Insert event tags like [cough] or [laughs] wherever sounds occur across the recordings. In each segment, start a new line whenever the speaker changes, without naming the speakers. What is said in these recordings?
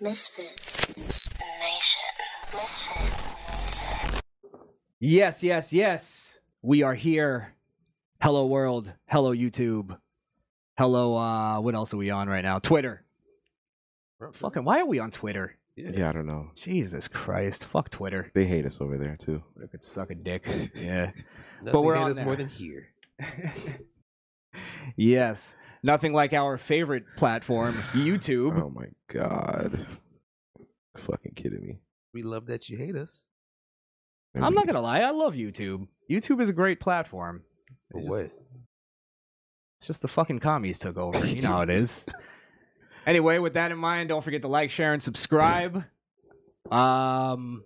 Misfit Nation. Misfit.
Yes, yes, yes. We are here. Hello world. Hello YouTube. Hello uh what else are we on right now? Twitter. Fucking why are we on Twitter?
Yeah, I don't know.
Jesus Christ. Fuck Twitter.
They hate us over there too.
I could suck a dick. yeah. But we're on
this more
there.
than here.
Yes. Nothing like our favorite platform, YouTube.
Oh my god. [laughs] Fucking kidding me.
We love that you hate us.
I'm not gonna lie, I love YouTube. YouTube is a great platform.
But
It
what?
just- It's just the fucking commies took over. You know how it is. [laughs] anyway, with that in mind, don't forget to like, share, and subscribe. Um,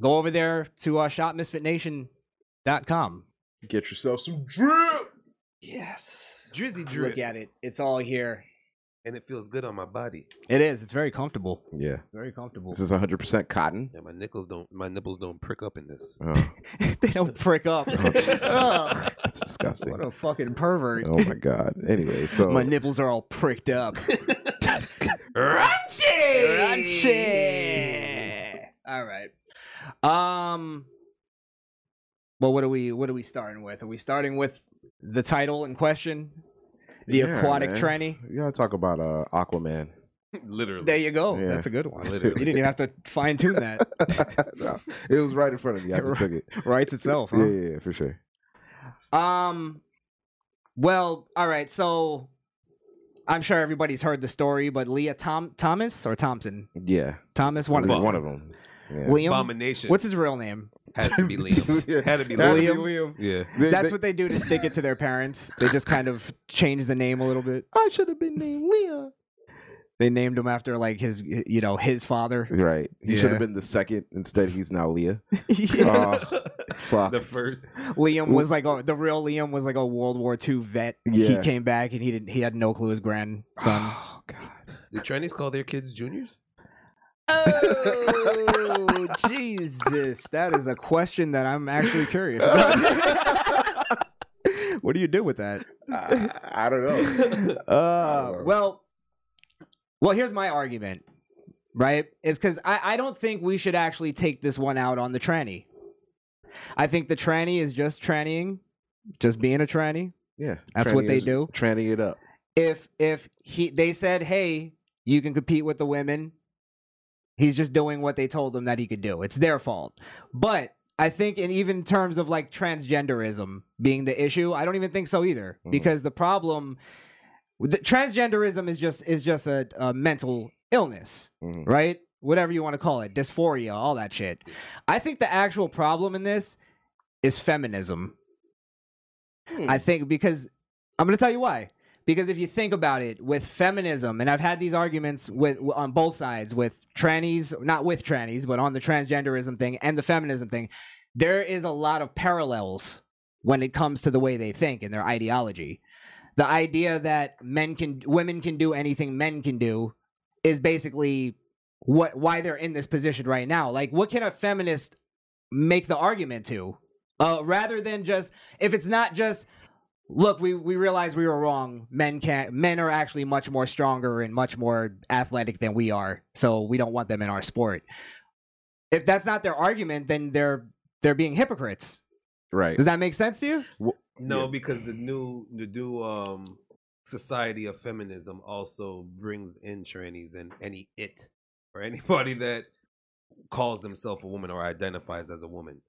go over there to uh, shopmisfitnation.com.
get yourself some drip.
Yes. Drizzy drip.
Look at it. It's all here.
And it feels good on my body.
It is. It's very comfortable.
Yeah,
Very comfortable.
this is 100 percent cotton.
Yeah, my nickels don't my nipples don't prick up in this. [laughs]
Oh,
[laughs] they don't prick up. Ugh,
[laughs]
that's disgusting.
[laughs] what a fucking pervert.
Oh my god. Anyway, so
My nipples are all pricked up. Raunchy. All right. Um. Well, what are we? What are we starting with? Are we starting with the title in question? The
Yeah,
aquatic
man.
tranny.
you gotta talk about uh,
[laughs]
Aquaman. [laughs]
Literally.
There you go.
Yeah.
That's a good
[laughs]
one. You
Literally.
didn't even have to fine tune that.
No, it was right in front of me. I just took it.
Writes [laughs] itself.
Yeah,
Huh?
yeah, yeah, for sure.
Um. Well, all right. So, I'm sure everybody's heard the story, but Leah Tom Thomas or Thompson
Yeah,
Thomas one of the
one,
two.
of them. Yeah.
Liam.
Abomination.
What's his real name?
had to [laughs] be Liam?
Yeah.
Had to be
Had to be
Liam.
Liam.
Yeah.
They-
That's
they-
what they do to stick it to their parents. They just kind of change the name a little bit.
I should have been named Leah.
They named him after like his, you know, his father.
Right. He should
Yeah.
have been the second. Instead, he's now Leah.
[laughs]
Oh,
Yeah.
Fuck.
the first.
[laughs] Liam was like a, the real Liam was like a World War II vet. He
Yeah.
came back and he didn't. He had no clue his grandson.
Oh, God.
The Chinese call their kids juniors?
oh [laughs] Jesus! That is a question that I'm actually curious. [laughs] about. what do you do with that?
I, [laughs] I don't know.
[laughs] Uh,
Or-
well, well, here's my argument, right? Is because I, I don't think we should actually take this one out on the tranny. I think the tranny is just trannying, just being a tranny.
Yeah,
That's what
tranny
they
is-
do.
Tranny it up.
If if he they said, hey, you can compete with the women, he's just doing what they told him that he could do. It's their fault. But I think, in even terms of like transgenderism being the issue, I don't even think so either.
Mhm.
Because the problem, the, transgenderism is just is just a, a mental illness,
Mhm.
right? Whatever you want to call it, dysphoria, all that shit. I think the actual problem in this is feminism. I think because I'm going to tell you why. Because if you think about it, with feminism, and I've had these arguments with on both sides with trannies, not with trannies, but on the transgenderism thing and the feminism thing, there is a lot of parallels when it comes to the way they think and their ideology. The idea that men can, women can do anything men can do, is basically what why they're in this position right now. Like, what can a feminist make the argument to, uh, rather than just if it's not just look we we realize we were wrong. Men can men are actually much more stronger and much more athletic than we are, so we don't want them in our sport. If that's not their argument, then they're they're being hypocrites.
Right.
Does that make sense to you?
No,
Yeah.
because the new the new um society of feminism also brings in trannies and any it or anybody [laughs] that calls themselves a woman or identifies as a woman.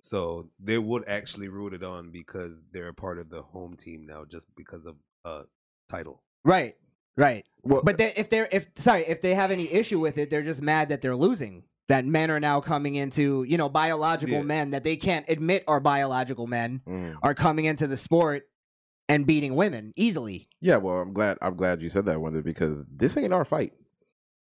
So they would actually root it on because they're a part of the home team now, just because of uh title.
Right. Right.
Well,
But they, if they're if sorry if they have any issue with it, they're just mad that they're losing. That men are now coming into you know biological
Yeah.
men that they can't admit are biological men
Mm.
are coming into the sport and beating women easily.
yeah. Well, I'm glad. I'm glad you said that, Wanda, because this ain't our fight.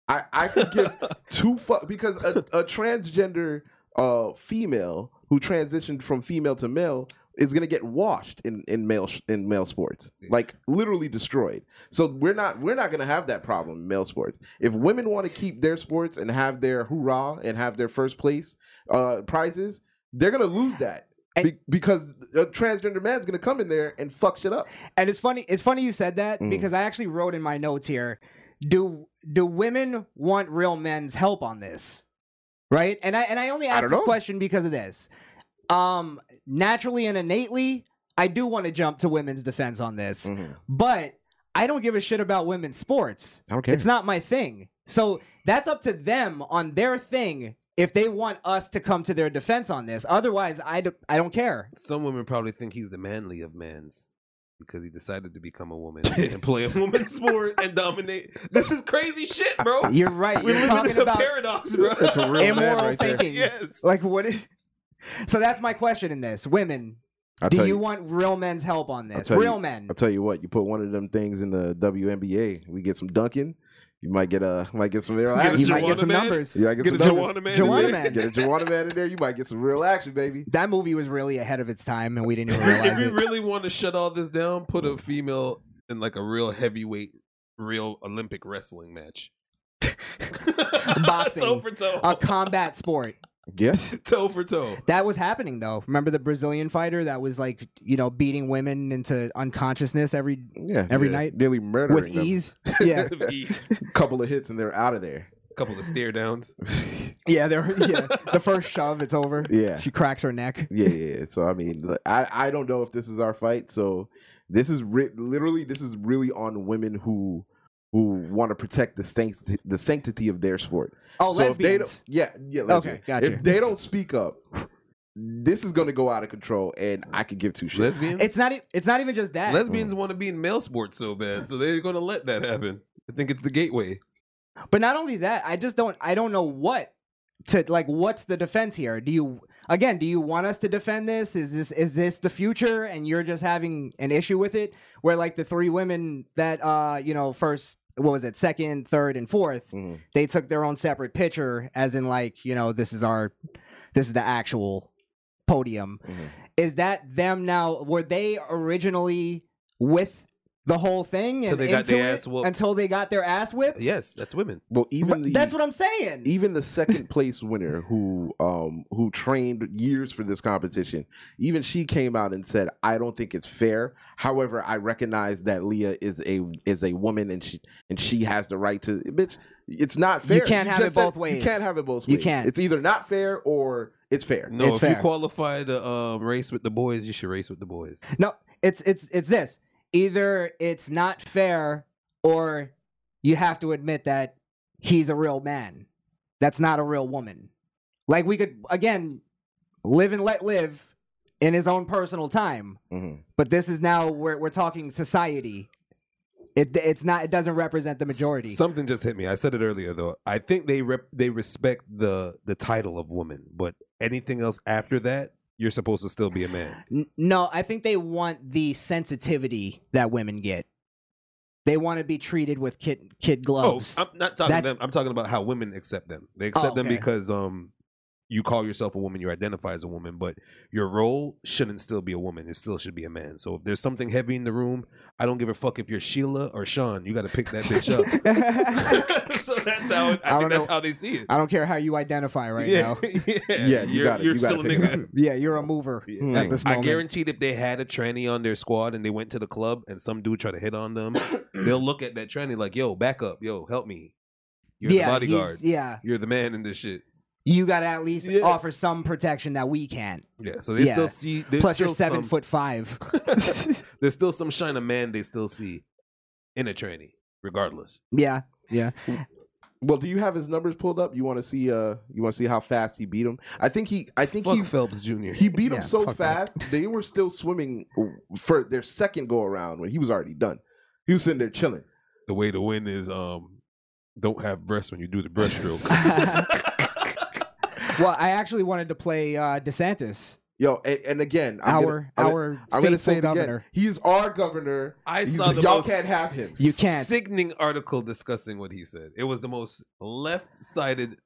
I I could give [laughs] two fuck because a, a transgender uh female who transitioned from female to male is gonna get washed in in male sh- in male sports, like literally destroyed. So we're not we're not gonna have that problem in male sports. If women want to keep their sports and have their hoorah and have their first place uh prizes, they're gonna lose that.
And-
Be- because a transgender man's gonna come in there and fuck shit up.
And it's funny it's funny you said that
Mm.
because I actually wrote in my notes here do do women want real men's help on this? Right? And I and I only
I
ask
don't
this
know.
question because of this. Um naturally and innately, I do want to jump to women's defense on this.
Mhm.
But I don't give a shit about women's sports.
I don't care.
It's not my thing. So that's up to them on their thing if they want us to come to their defense on this. Otherwise, I d- I don't care.
Some women probably think he's the manly of mans because he decided to become a woman
[laughs]
[laughs] and play a woman's sport and dominate. This is crazy shit,
[laughs]
bro.
You're right.
We're
You're
living
talking
in a
about
paradox, bro. [laughs]
That's a real man
immoral
right there.
thinking.
Yes.
Like what is? So that's my question in this. Women,
I'll
do
tell
you, want real men's help on this?
tell you-
Real men.
I'll tell you what, you put one of them things in the WNBA, we get some dunking, you might get a might get some real
Get a
action.
you might get
Juwanna
some
man?
numbers.
You might get, some
Get a
numbers.
Juwanna man.
Juwanna
Get a-
man.
Get a Juwanna man in there, you might get some real
[laughs]
action, baby.
That movie was really ahead of its time, and we
[laughs]
didn't even
[laughs] if
realize
we
it.
really want to shut all this down, put a female in like a real heavyweight, real Olympic wrestling [laughs] match.
Boxing.
toe for toe,
A combat sport.
Yes.
[laughs] toe for
[laughs]
toe.
That was happening though. Remember the Brazilian fighter that was like, you know, beating women into unconsciousness every
Yeah.
Every
yeah.
night?
Nearly murdering
with
them.
ease. Yeah,
Ease.
Couple of hits and they're out of there.
Couple of stare
[laughs]
downs.
yeah. There, yeah. The first shove, it's over.
Yeah.
she cracks her neck.
yeah, yeah. yeah. So I mean, look, I I don't know if this is our fight. So this is ri- literally this is really on women who who want to protect the sanctity the sanctity of their sport.
Oh,
so if they
lesbians.
don't, yeah, yeah, lesbian.
Okay, gotcha.
If they don't speak up, this is going to go out of control, and I could give two shits.
Lesbians.
It's not. e- It's not even just that.
Lesbians want to be in male sports so bad, so they're going to let that happen. I think it's the gateway.
But not only that, I just don't I don't know what to like what's the defense here? Do you again, do you want us to defend this? Is this is this the future and you're just having an issue with it where like the three women that uh, you know, first what was it? Second, third and 4th
Mhm.
they took their own separate picture as in like, you know, this is our this is the actual podium.
Mhm.
Is that them now were they originally with the whole thing
Till
and
they got
into
their
it?
ass whooped.
until they got their ass whipped?
Yes, that's women.
Well, even the, e
That's what I'm saying.
even the second place winner who um who trained years for this competition, even she came out and said, "I don't think it's fair." However, I recognize that Leah is a is a woman and she and she has the right to bitch. It's not
You
fair.
can't have
just
it
said-
both ways.
You can't have it both ways.
You can't.
It's either not fair or it's fair.
No,
It's
if
fair.
you qualify to um, race with the boys, you should race with the boys.
No, it's it's it's this. Either it's not fair or you have to admit that he's a real man. That's not a real woman. Like we could again live and let live in his own personal time,
Mhm.
but this is now we're we're talking society. It it's not it doesn't represent the majority.
S- something just hit me. I said it earlier though. I think they rep- they respect the the title of woman, but anything else after that, you're supposed to still be a man.
N- no, I think they want the sensitivity that women get. They want to be treated with kid kid gloves.
Oh, I'm not talking
That's- Oh,
them. I'm talking about how women accept them. They accept them
okay.
because um you call yourself a woman, you identify as a woman, but your role shouldn't still be a woman. It still should be a man. So if there's something heavy in the room, I don't give a fuck if you're Sheila or Sean. You got to pick that bitch
[laughs]
up. [laughs]
Mm-hmm.
so that's how it,
I don't
I, think that's
know.
how they see it.
I don't care how you identify right
yeah,
now.
[laughs] yeah,
Yeah, you
You're-
got it.
You're
you got
still a
to pick it
nigga.
up.
[laughs] Yeah, you're a mover
Yeah.
[laughs] at this
[laughs] I
moment.
guaranteed if they had a tranny on their squad and they went to the club and some dude tried to hit
[coughs]
on them, they'll look at that tranny like, "Yo, back up, yo, help me. You're
yeah,
the
he's-
bodyguard.
Yeah,
You're the man in this shit."
you got to at least
Yeah.
offer some protection that we can't.
Yeah, so they
Yeah.
still see. There's
Plus,
still
you're seven
some,
foot five. [laughs]
[laughs] There's still some shine of man they still see in a tranny, regardless.
yeah,
Well, do you have his numbers pulled up? You want to see? Uh, you want to see how fast he beat him? I think he. I think
Fuck
he.
Phelps Jr.
He beat
Yeah,
him so
fuck that.
fast they were still swimming for their second go around when he was already done. He was sitting there chilling.
the way to win is um, don't have breasts when you do the breaststroke.
[laughs]
[laughs]
well, I actually wanted to play uh, DeSantis,
Yo, and, and again, I'm
our
gonna,
our
I'm
faithful
gonna say it
governor.
again. He is our governor.
I
You-
saw the
y'all
most-
can't have him.
You can't.
Sickening article discussing what he said. It was the most left-sided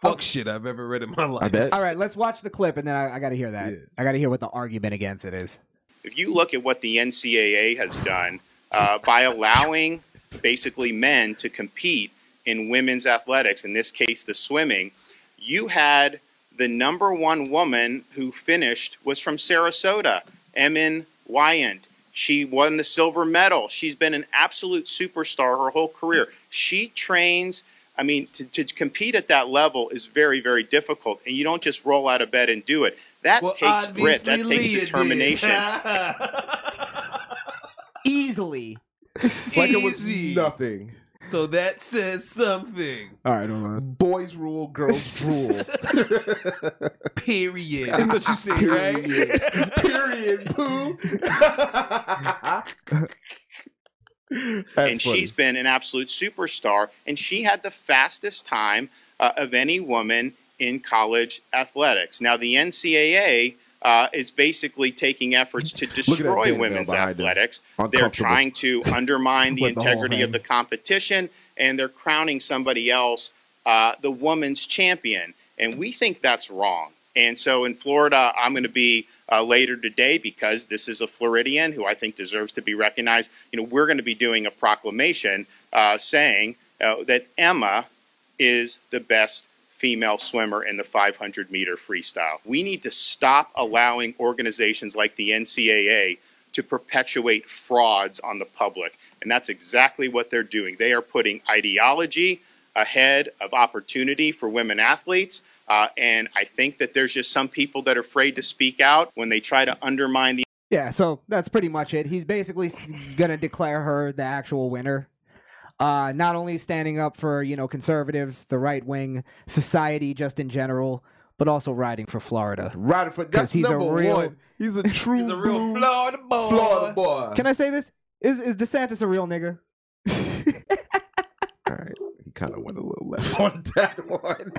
fuck shit I've ever read in my life.
I bet.
All right, let's watch the clip, and then I, I got to hear that. I got to hear what the argument against it is.
if you look at what the NCAA has done uh, by allowing basically men to compete in women's athletics, in this case the swimming, you had the number one woman who finished was from Sarasota, Emin Wyant. She won the silver medal. She's been an absolute superstar her whole career. She trains. I mean, to, to compete at that level is very, very difficult, and you don't just roll out of bed and do it. That takes grit. That takes determination.
[laughs]
Easily.
Like it was
Easy.
nothing.
[laughs] so that says something.
All right, hold on. Boys rule, girls drool.
Period.
That's what you say, right? Period. [laughs] Poo. That's
and
funny.
she's been an absolute superstar. And she had the fastest time uh, of any woman in college athletics. Now, the NCAA uh, is basically taking efforts to destroy
bandana
women's
behind him.
athletics. They're
Uncomfortable.
trying to
[laughs]
undermine the
With the whole
integrity of
thing.
the competition, and they're crowning somebody else uh, the woman's champion. And we think that's wrong. And so in Florida, I'm going to be uh, later today because this is a Floridian who I think deserves to be recognized. You know, we're going to be doing a proclamation uh, saying uh, that Emma is the best female swimmer in the 500 meter freestyle. We need to stop allowing organizations like the NCAA to perpetuate frauds on the public. And that's exactly what they're doing. They are putting ideology ahead of opportunity for women athletes. Uh, and I think that there's just some people that are afraid to speak out when they try to undermine the
Yeah, so that's pretty much it. He's basically s- gonna declare her the actual winner. Uh, not only standing up for you know conservatives, the right wing, society just in general, but also riding for Florida.
Right in front. That's
he's a
number
real-
one. [laughs] He's a true
He's a real
blue
Florida boy.
Florida boy.
Can I say this? Is is DeSantis a real nigga?
All right. He kind of went a little left [laughs] on that one.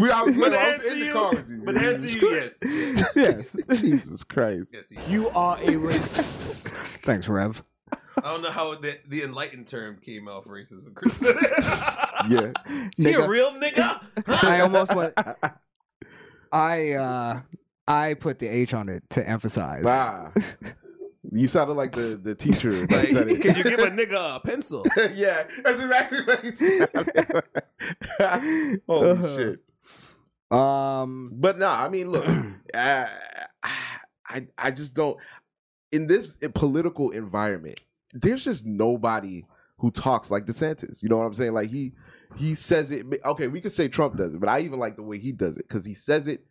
we, [laughs] I was,
But
I was
answer
in the
you.
car with you.
But answer you, yes.
yes. Jesus
[laughs]
Christ.
Yes, yes.
You are a racist.
[laughs] Thanks, Rev.
I don't know how the, the enlightened term came out for racism, Chris. [laughs]
Yeah.
Is he a
Nigga.
real nigga?
I almost
[laughs]
went. I uh, I put the H on it to emphasize.
Wow. You sounded like the, the teacher that
Like,
said it.
can you give a nigga a
[laughs]
pencil?
yeah, that's exactly what he said. Holy
Uh-huh.
Oh, shit!
Um.
But nah, I mean,
[clears throat]
look, I, I I just don't in this eh, political environment. There's just nobody who talks like DeSantis. You know what I'm saying? Like he he says it. Okay, we could say Trump does it, but I even like the way he does it because he says it.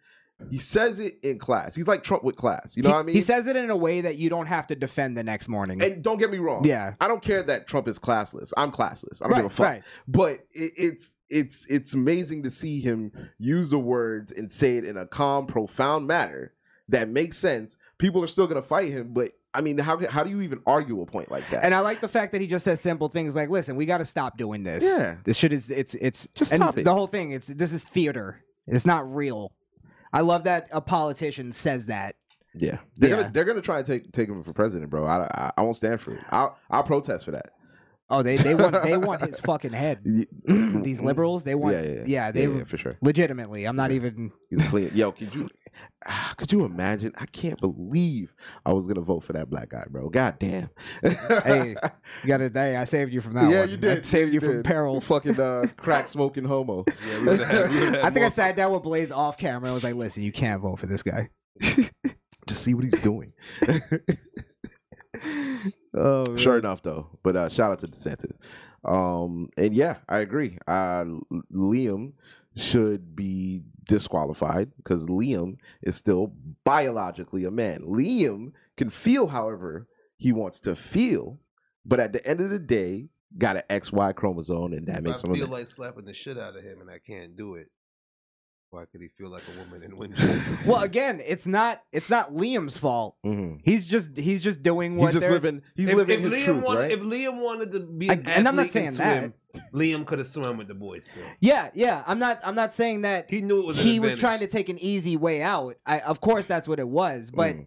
He says it in class. He's like Trump with class. You know
he,
what I mean?
He says it in a way that you don't have to defend the next morning.
and don't get me wrong.
yeah.
I don't care that Trump is classless. I'm classless. I don't
right.
give a fuck.
Right.
but it, it's it's it's amazing to see him use the words and say it in a calm, profound manner that makes sense. People are still gonna fight him, but I mean, how how do you even argue a point like that?
And I like the fact that he just says simple things like, "Listen, we got to stop doing this.
Yeah.
This shit is it's it's
Just
and
stop it.
the whole thing. It's this is theater. It's not real. I love that a politician says that.
yeah, they're
Yeah.
gonna they're gonna try and take take him for president, bro. I I, I won't stand for it. I'll I'll protest for that.
Oh, they they want they want
[laughs]
his fucking head.
Ye-
[clears throat] These liberals, they want
Mm-hmm. yeah, yeah, yeah.
they
yeah, yeah, for sure.
legitimately. I'm not
[laughs]
even.
He's clean. Yo, could you ah, could you imagine? I can't believe I was gonna vote for that black guy, bro. God damn.
Hey, you got to Hey, I saved you from that.
yeah,
one.
you did.
I saved you, from
did. [laughs]
peril.
Fucking uh, crack smoking homo.
Yeah, we would've had- we would've had
[laughs] I think I
more-
sat down with Blaze off camera. I was like, "Listen, you can't vote for this guy."
Just see what he's [laughs] doing. oh, sure enough, though. But uh, shout out to DeSantis. Um, and yeah, I agree. Uh, L- Liam should be disqualified because Liam is still biologically a man. Liam can feel however he wants to feel, but at the end of the day, got an XY chromosome, and that makes
I
him a
feel
man.
like slapping the shit out of him, and I can't do it. Why could he feel like a woman and win?
[laughs] Well, again, it's not it's not Liam's fault.
Mhm.
He's just he's just doing what
He's just
they're-
living. He's living his
Liam
truth,
wanted,
right?
if Liam wanted to be,
I-
an
and I'm not
athlete and
saying that.
swim, Liam could have swam with the boys. Still,
Yeah, yeah. I'm not I'm not saying that
he knew it was. an
he was
advantage.
trying to take an easy way out. I of course that's what it was, but
Mm.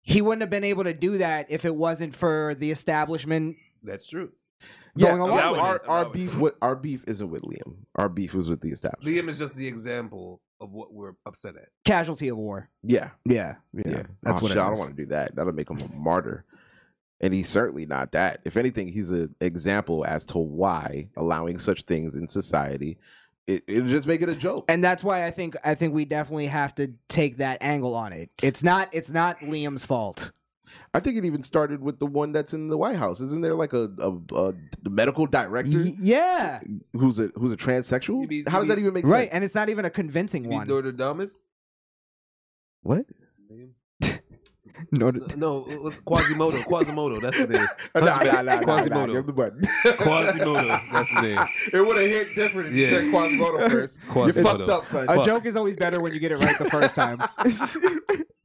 he wouldn't have been able to do that if it wasn't for the establishment.
That's true.
going along
our,
with
our,
it.
our beef with our beef isn't with Liam. Our beef was with the establishment.
Liam is just the example of what we're upset at.
Casualty of war.
Yeah,
Yeah, yeah.
yeah.
That's
Oh,
what
shit,
it
I don't
is.
want to do that. That'll make him a martyr. And he's certainly not that. If anything, he's an example as to why allowing such things in society. It, it'll just make it a joke.
And that's why I think I think we definitely have to take that angle on it. It's not it's not Liam's fault.
I think it even started with the one that's in the White House. Isn't there like a, a, a medical director
Y- yeah,
who's a who's a transsexual?
You mean-
How does
you
that even make
right.
sense?
And it's not even a convincing
Be
one.
[laughs] Nostradamus?
What? [laughs]
No,
No, it was Quasimodo. Quasimodo. That's the name. Hunchback. Quasimodo.
give the [laughs] button.
Quasimodo. That's the name.
[laughs] It would have hit different if
[laughs] Yeah.
you said [laughs]
[laughs]
Quasimodo first.
Quasimodo.
You fucked up, son.
a joke is always better when you get it right the first time.
[laughs]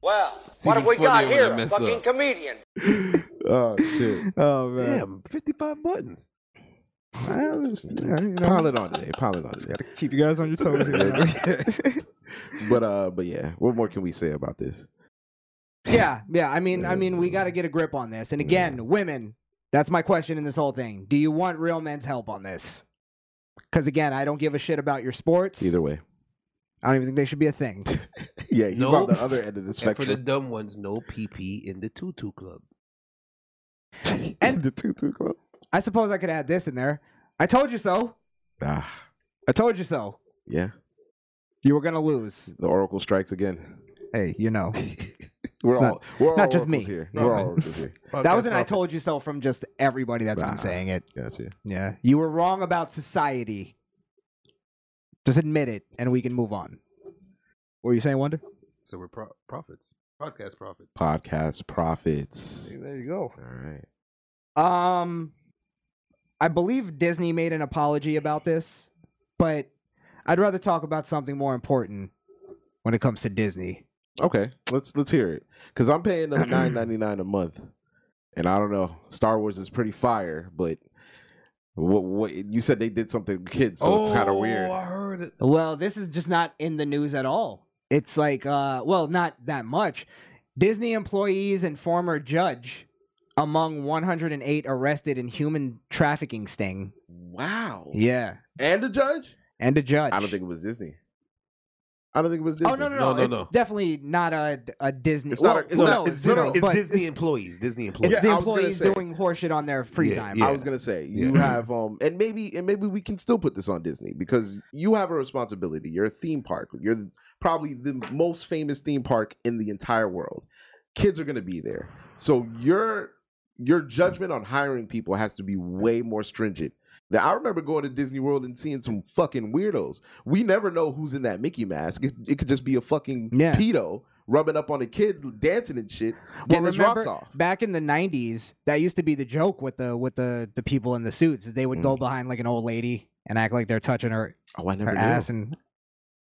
Well,
It's
what
even
have we got
funnier when I
here? A
mess up.
fucking comedian.
Oh shit!
[laughs] oh man,
Damn, 55 buttons.
Well, just, yeah, you know,
Pile it on today. Pile it on today.
gotta keep you guys on your toes. you
[laughs]
know. [laughs]
but uh, but yeah, what more can we say about this?
yeah, yeah. I mean, I mean, we got to get a grip on this. And again, women. That's my question in this whole thing. Do you want real men's help on this? Because again, I don't give a shit about your sports.
Either way,
I don't even think they should be a thing.
[laughs] yeah, he's
No.
on the other end of the
And for the
spectrum.
dumb ones, no PP in the Tutu Club.
[laughs]
and-
the tutu club.
I suppose I could add this in there. I told you so.
Ah,
I told you so.
yeah.
You were gonna lose.
The oracle strikes again.
Hey, you [laughs] know
We're
It's
all
not-
we're all
not just
oracles
me.
here.
No,
we're
okay.
all oracles here.
that was an "I told you so" from just everybody that's
Nah.
been saying it.
Gotcha.
Yeah, you were wrong about society. Just admit it, and we can move on. What were you saying, Wonder?
So we're pro- prophets. Podcast prophets.
Podcast profits.
There you go.
All right.
Um, I believe Disney made an apology about this, but I'd rather talk about something more important when it comes to Disney.
Okay. Let's let's hear it. Cause I'm paying them nine ninety nine a month, and I don't know. Star Wars is pretty fire, but what what you said they did something with kids, so it's kind of
Oh,
weird.
Oh, I heard it.
Well, this is just not in the news at all. It's like, uh, well, not that much. Disney employees and former judge among 108 arrested in human trafficking sting.
Wow.
Yeah,
And the judge?
and a judge.
I don't think it was Disney. I don't think it was Disney.
Oh no, no,
No,
no!
no,
it's
no.
definitely not a a Disney.
It's not a-
Well,
it's
well, no,
not- it's
No,
not
no,
a-
Disney,
it's
but
Disney employees. Disney employees.
It's
Yeah,
the
I was gonna
employees
say.
doing horseshit on their free
Yeah,
time.
yeah.
I was gonna say
[laughs]
you
Yeah.
have um and maybe and maybe we can still put this on Disney because you have a responsibility. You're a theme park. You're th- probably the most famous theme park in the entire world. Kids are gonna be there. So your your judgment on hiring people has to be way more stringent. Now, I remember going to Disney World and seeing some fucking weirdos. We never know who's in that Mickey mask. It, it could just be a fucking
Yeah.
pedo rubbing up on a kid dancing and shit, getting
Well,
his rocks
remember,
off.
back in the '90s, that used to be the joke with the with the the people in the suits. is They would
Mm.
go behind like an old lady and act like they're touching her
Oh, I never
her
knew.
ass, and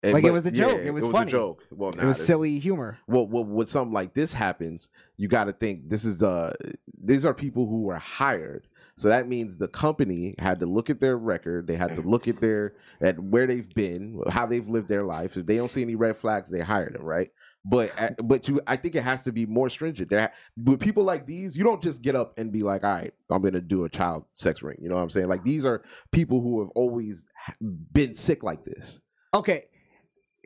And-
Like, it
but,
was a joke. It was funny.
a joke. Well, nah,
it was
this-
silly humor.
Well, well, when something like this happens, you got to think this is uh these are people who were hired. So that means the company had to look at their record. They had to look at their at where they've been, how they've lived their life. If they don't see any red flags, they hired them, right? But I- but you, I think it has to be more stringent. There, with people like these, you don't just get up and be like, "All right, I'm gonna do a child sex ring." You know what I'm saying? Like these are people who have always ha- been sick like this.
Okay,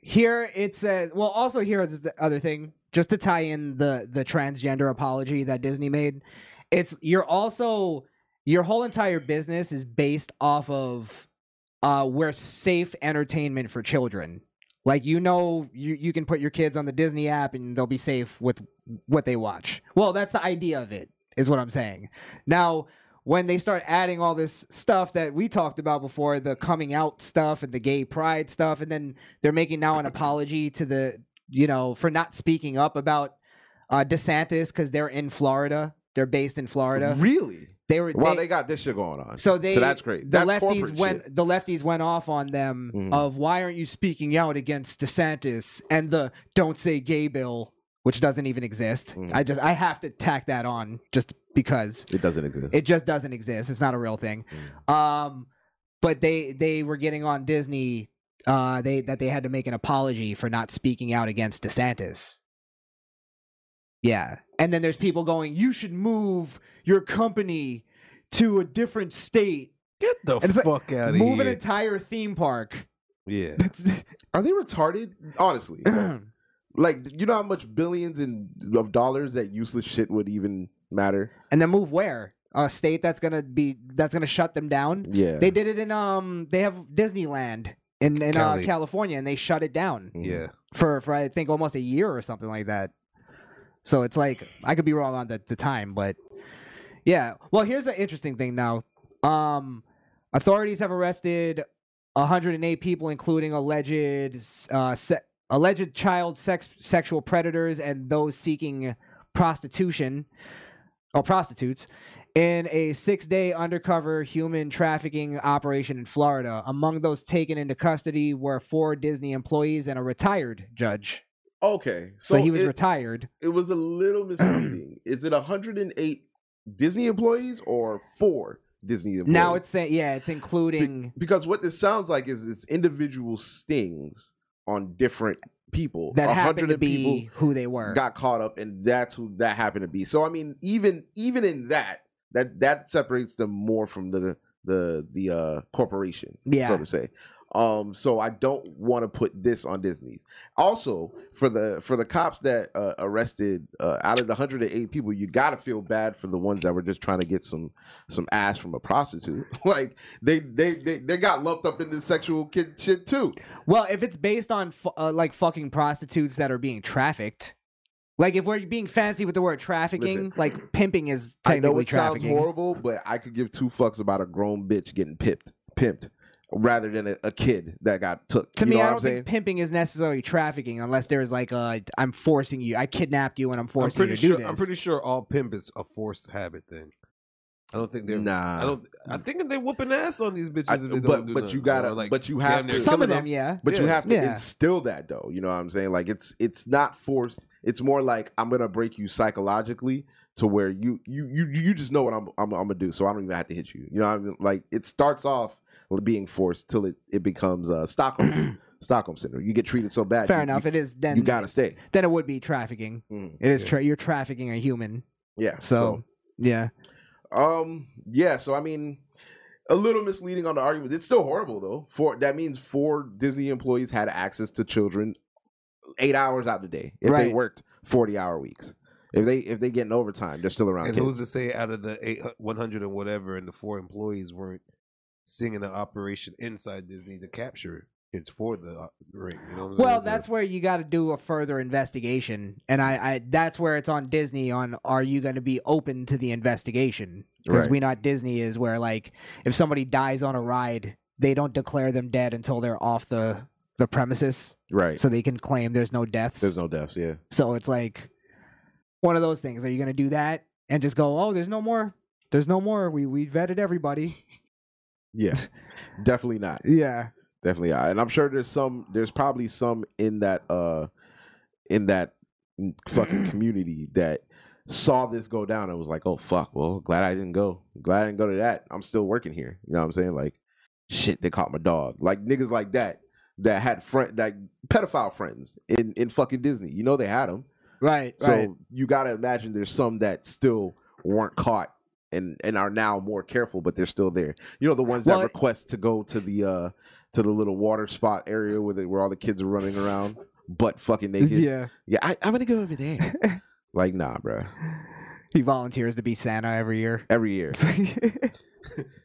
here it says. Well, also here is the other thing, just to tie in the the transgender apology that Disney made. It's you're also your whole entire business is based off of uh we're safe entertainment for children. Like you know you you can put your kids on the Disney app and they'll be safe with what they watch. Well, that's the idea of it is what I'm saying. Now, when they start adding all this stuff that we talked about before, the coming out stuff and the gay pride stuff and then they're making now an apology to the you know for not speaking up about uh DeSantis cuz they're in Florida. They're based in Florida.
Really?
They were
While
they-
they, got this shit going on.
so they
that's great.
The
That's
lefties
corporate
went
shit.
the lefties went off on them
Mhm.
of why aren't you speaking out against DeSantis and the don't say gay bill, which doesn't even exist.
Mhm.
I just I have to tack that on just because
It doesn't
[laughs]
exist.
it just doesn't exist. It's not a real thing. Um, but they they were getting on Disney uh they that they had to make an apology for not speaking out against DeSantis. Yeah. And then there's people going, "You should move your company to a different state."
Get the
And it's like,
fuck out of here.
Move an entire theme park. [clears throat]
yeah.
[laughs] Are they retarded?
[laughs]
Honestly,
yeah,
like you know how much billions and of dollars that useless shit would even matter.
and then move where? A state that's gonna be that's gonna shut them down.
Yeah,
They did it in um they have Disneyland in in uh,
Cali.
Mm.
California and they shut it down
Yeah.
for for I think almost a year or something like that. So it's like I could be wrong on the, the time, but yeah. Well, here's an interesting thing now. Um, authorities have arrested 108 people, including alleged uh, se- alleged child sex sexual predators and those seeking prostitution or prostitutes in a six-day undercover human trafficking operation in Florida. Among those taken into custody were four Disney employees and a retired judge.
Okay,
So, he was
it,
retired.
it was
[clears throat]
a little misleading. Is it 108 Disney employees or four Disney employees?
Now it's saying, yeah, it's
Be-
including.
because what this sounds like is it's individual stings on different people.
that
A
happened
hundred
to
of people
be who they were.
got caught up and that's who that happened to be so i mean even even in that that that separates them more from the the the uh corporation
Yeah.
so to say um so i don't want to put this on disney's also for the for the cops that uh, arrested uh, out of the 108 people you gotta feel bad for the ones that were just trying to get some some ass from a prostitute [laughs] like they they they, they got lumped up into sexual kid shit too
Well, if it's based on fu- uh, like fucking prostitutes that are being trafficked, like if we're being fancy with the word trafficking,
Listen.
like pimping is
I know
technically
it sounds
trafficking.
horrible, but I could give two fucks about a grown bitch getting pipped, pimped, rather than a, a kid that got took.
to
You
me,
know
I
what
don't
I'm saying?
think pimping is necessarily trafficking unless there is like a I'm forcing you, I kidnapped you, and I'm
I'm
forcing
pretty
you to
sure.
do this.
I'm pretty sure all pimp is a forced habit thing. I don't think they're.
Nah. Mm.
I don't. I think they're whooping ass on these bitches.
I-
if they don't
but-
do
but
nothing,
you gotta-
or,
but you
damn
have
near
to-
Some of
killing
them, yeah.
But you
Yeah.
have to
Yeah.
instill that though. You know what I'm saying? Like it's it's not forced. It's more like I'm gonna break you psychologically to where you you you you just know what I'm I'm, I'm gonna do. So I don't even have to hit you. You know what I mean? Like it starts off being forced till it it becomes
[clears throat]
uh, Stockholm Stockholm syndrome. You get treated so bad.
Fair
you-
enough.
You,
it is then.
you gotta stay.
Then it would be trafficking.
Mm.
It is. Tra- you're trafficking a human.
Yeah.
So yeah,
Um, yeah, so I mean a little misleading on the argument. It's still horrible though. Four that means four Disney employees had access to children eight hours out of the day. If they
Right.
worked forty hour weeks. If they if they getting overtime, they're still around
And
kids.
who's to say out of the eight, 100 and whatever, and the four employees weren't singing an operation inside Disney to capture kids for the uh, ring? You know what I'm
Well,
saying? So-
that's where you got to do a further investigation, and I, I that's where it's on Disney. On are you going to be open to the investigation? Because
Right.
we not Disney is where like if somebody dies on a ride, they don't declare them dead until they're off the the premises,
Right.
so they can claim there's no deaths.
There's no deaths, yeah.
so it's like one of those things. Are you going to do that and just go? Oh, there's no more. There's no more. We we vetted everybody. [laughs]
Yeah. Definitely not.
Yeah.
Definitely not. And I'm sure there's some there's probably some in that uh in that fucking community that saw this go down and was like, "Oh fuck, well, glad I didn't go. Glad I didn't go to that. I'm still working here." You know what I'm saying? Like, shit, they caught my dog. Like niggas like that that had friend like pedophile friends in in fucking Disney. You know they had them.
Right.
So
right.
you got to imagine there's some that still weren't caught and and are now more careful, but they're still there. You know the ones
Well,
that request to go to the uh to the little water spot area where they, where all the kids are running around butt fucking naked. Yeah,
yeah.
I, I'm gonna go over there. like nah, bro.
[laughs] He volunteers to be Santa every year. [laughs]
Every year. He- and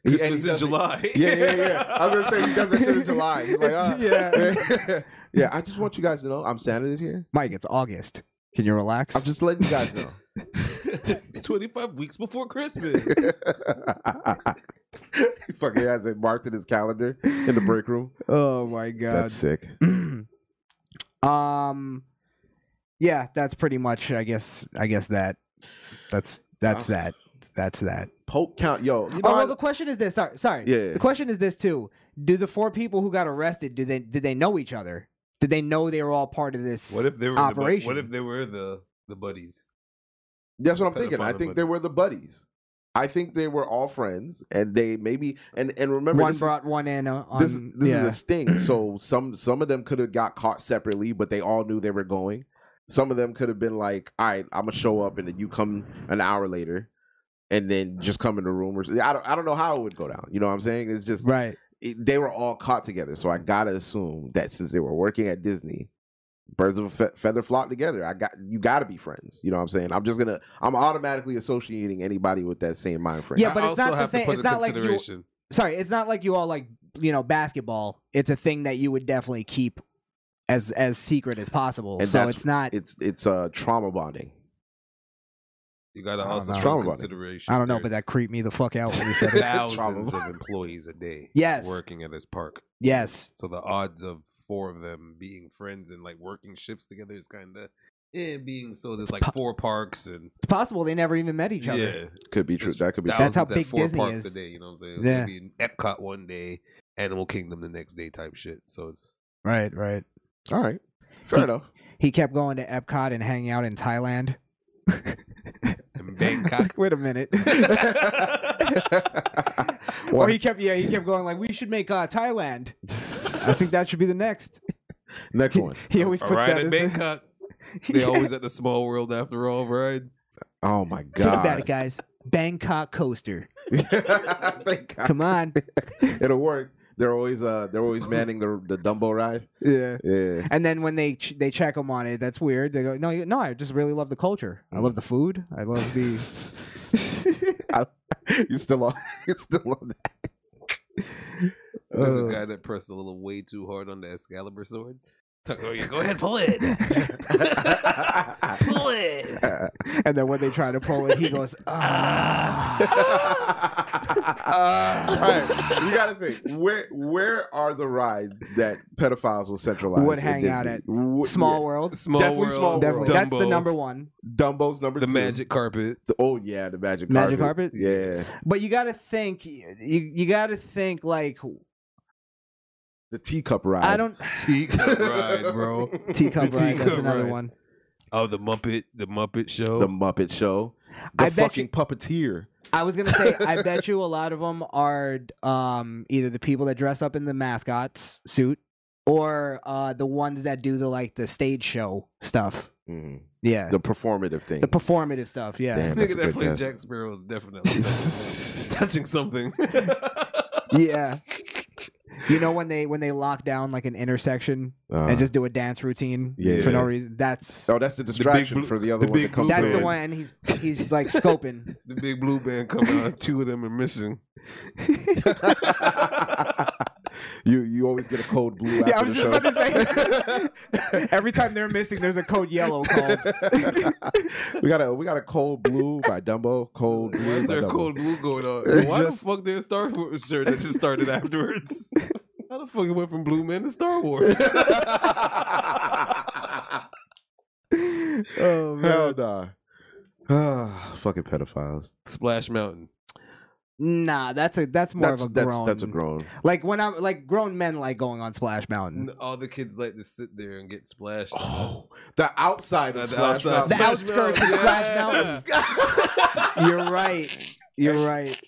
he
Christmas
does
in
it-
July.
Yeah, yeah, yeah. I was gonna say he does that shit in July. He's like, ah. yeah, [laughs] yeah. I just want you guys to know I'm Santa this year.
Mike, it's August. Can you relax?
I'm just letting you guys know.
[laughs] it's
[laughs]
25 weeks before Christmas.
he [laughs] fucking has it marked in his calendar in the break room.
oh my god.
That's sick.
[clears throat] um yeah, that's pretty much I guess I guess that. That's that's that. That's that.
Pope count, yo. You know,
oh, well,
I-
the question is this. Sorry, sorry.
Yeah, yeah.
The question is this too. Do the four people who got arrested do they did they know each other? Did they know they were all part of this?
What if they were
Operation.
The, bu- what if they were the the buddies?
that's what I'm thinking. I
Pedophile
think they
buddies.
were the buddies. I think they were all friends, and they maybe and and remember
one
this,
brought one in uh, on?
is, this, this
yeah.
is a sting. So some some of them could have got caught separately, but they all knew they were going. Some of them could have been like, "All right, I'm gonna show up," and then you come an hour later, and then just come in the room or something. I don't I don't know how it would go down. You know what I'm saying? It's just
right.
it, they were all caught together. So I gotta assume that since they were working at Disney, birds of a fe- feather flock together. I got you gotta be friends. You know what I'm saying? I'm just gonna I'm automatically associating anybody with that same mind frame.
Yeah,
I
but it's
also
not the
have to
same-
put
it's
in
not like you-
consideration.
sorry, it's not like you all like you know basketball. It's a thing that you would definitely keep as as secret as possible.
And
so
that's-
it's not
it's it's uh trauma bonding.
You got to
I don't
also
know.
take
Trauma
into
body.
consideration.
I don't know, but
there's
that creeped me the fuck out when he [laughs]
[laughs]
said it.
thousands
Trauma.
of employees a day
Yes.
working at this park.
Yes.
So the odds of four of them being friends and like working shifts together is kind of eh, being so there's like four parks and
It's possible they never even met each other.
yeah,
Could be true.
It's
That could be.
That- That's how
thousands at
big
four
Disney
parks
is.
a day. You know what I'm saying?
Yeah.
Maybe Epcot one day, Animal Kingdom the next day type shit.
[laughs]
So it's
Right, right.
All right. Fair
[laughs]
enough.
He kept going to Epcot and hanging out in Thailand.
in Bangkok.
[laughs] Wait a minute.
[laughs]
Or he kept yeah, he kept going like we should make uh, Thailand. I think that should be the
[laughs]
next.
Next one.
He always
All
puts
right,
that
in
as the, [laughs]
Bangkok. [laughs] They
Yeah.
always at the small world after all, right?
Oh
[laughs]
my
Think about it,
god.
guys. Bangkok
[laughs]
coaster.
Thank God. [laughs]
Come on.
It'll work. They're always uh they're always manning the the Dumbo ride.
yeah.
Yeah.
And then when they ch- they check him on it, that's weird. They go, no, you- no, I just really love the culture. I love the food. I love the.
you still on [laughs] you still on that.
There's
Oh.
[laughs] Uh,
a guy that pressed a little way too hard on the Excalibur sword. Tuck- oh, yeah, [laughs] go ahead, pull it.
[laughs]
pull it.
and then when they try to pull it, he
[laughs]
goes, ah.
[laughs]
All right, you gotta think where where are the rides that pedophiles will centralize?
Would
in
hang out
Disney?
at.
Wo-
Small
yeah.
World.
Small
Definitely
world.
small
Definitely.
World.
That's the
Dumbo,
number one.
Dumbo's number
The
two.
[laughs]
magic carpet.
The- oh yeah, the magic
Magic
carpet.
carpet?
Yeah,
But you got to think, you, you got to think like,
the teacup ride.
I
[laughs]
don't.
Teacup ride, bro.
[laughs] Teacup
The
Ride, that's
teacup
another
ride.
one.
[laughs] Oh, the Muppet, the Muppet Show.
The Muppet Show. The
I bet
fucking puppeteer.
I was gonna say, I bet you a lot of them are um, either the people that dress up in the mascots suit or uh, the ones that do the like the stage show stuff.
Mm.
Yeah,
The performative thing.
the performative stuff. Yeah,
Damn, that's a
nigga that
good
played
guess.
Jack Sparrow is
[laughs]
definitely [laughs]
Uh,
touching something. [laughs]
[laughs] yeah. You know when they when they lock down like an intersection
Uh,
and just do a dance routine
Yeah.
for no reason. That's
oh, that's the distraction
blue-
for the other
the
one
big
that comes.
blue
that's the
in.
one. And he's he's like scoping.
the big blue band coming out, [laughs] two of them in mission.
[laughs] you you always get a cold blue after
Yeah, I was
the
just
show.
about to say. [laughs] Every time they're missing, there's a code yellow called.
[laughs] we got a we got a cold blue by Dumbo. Cold [laughs]
Why
blue.
is
by
there a
Dumbo. [laughs]
cold blue going on?
It's
Why
just-
the fuck did Star Wars shirt that just
[laughs]
started afterwards? How the fuck it went from Blue Man to Star Wars?
[laughs] oh hell nah. Ah, fucking pedophiles.
Splash Mountain.
Nah, that's a that's more
That's
of a
that's
grown.
that's a grown.
Like when I'm like grown men like going on Splash Mountain.
N- All the kids like to sit there and get splashed.
Oh, the outside
Uh,
of
the
Splash
outside
Mountain.
The
Splash
outskirts of
Mountain,
Splash
yeah.
Mountain.
[laughs]
You're right. You're right.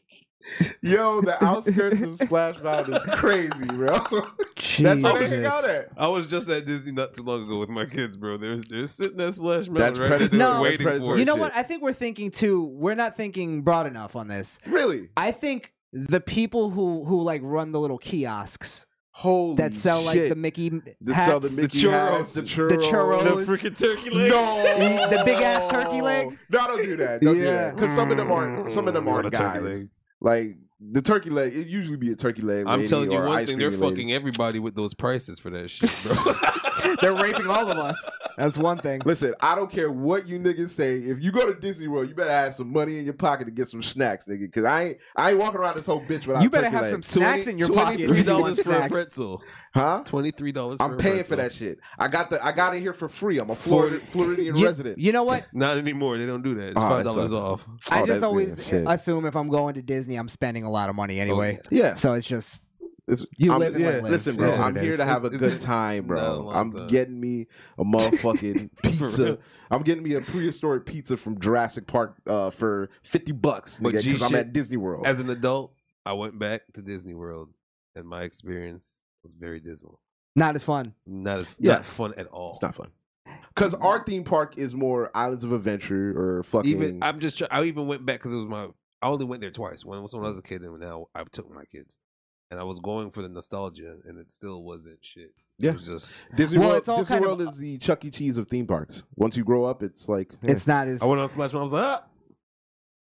Yo, the outskirts of Splash Mountain is crazy, bro. [laughs] that's where they hang out at.
I was just at Disney not too long ago with my kids, bro. They're they're sitting at Splash Mountain
That's
right
predatory-
there
No.
waiting
that's
for
predatory.
it.
You know
shit.
what? I think we're thinking too. We're not thinking broad enough on this.
Really?
I think the people who who like run the little kiosks
Holy
that sell like
shit.
the Mickey
They
hats,
sell the Mickey hats,
churros.
the
The
churros,
churros.
The freaking turkey leg.
No,
The big ass turkey leg?
No, don't do that. Don't do
Yeah.
that. Because some of them are some of them
Mm,
are
what a turkey
guys.
leg.
Like the turkey leg, it usually be a turkey leg.
I'm
lady
telling you
or
one
ice
thing, they're
cream lady.
fucking everybody with those prices
[laughs]
for that shit, bro.
[laughs]
[laughs]
They're raping all of us. That's one thing.
Listen, I don't care what you niggas say. If you go to Disney World, you better have some money in your pocket to get some snacks, nigga. Because I ain't, I ain't walking around this whole bitch without.
You better
turkey
have some
leg.
snacks in your pocket. if
Twenty-three
you want
dollars for a
snacks.
pretzel.
[laughs] huh?
Twenty-three dollars.
I'm paying for that shit. I got the I got it here for free. I'm a
Forty-
Florida, Floridian
You-
resident.
you know what?
Not anymore. They don't do that. It's
Ah,
five
that
dollars
sucks.
off.
I
Oh,
just
that's
always
big shit.
assume if I'm going to Disney, I'm spending a lot of money anyway.
yeah.
So it's just
It's-
You
I'm-
live and let live.
Listen, bro,
That's what
I'm
it
here
is.
to have
[laughs]
a
It's-
good
it's-
time,
Not a
bro.
long
I'm
time.
getting me a
[laughs]
motherfucking pizza.
real.
I'm getting me a prehistoric pizza from Jurassic Park uh, for fifty bucks
But G
because I'm
shit,
at Disney World.
As an adult, I went back to Disney World, and my experience was very dismal.
not as fun.
Not as,
Yeah.
not fun at all.
it's not fun because our theme park is more Islands of Adventure or fucking.
Even I'm just. try- I even went back because it was my. I only went there twice. One was when I was a kid, and now I took my kids. And I was going for the nostalgia, and it still wasn't shit.
Yeah.
It was just.
Disney
Well,
World.
it's all
Disney
kind of-
World is the Chuck E. Cheese of theme parks. Once you grow up, it's like eh,
It's not as.
I went on Splash Mountain. I was like, ah.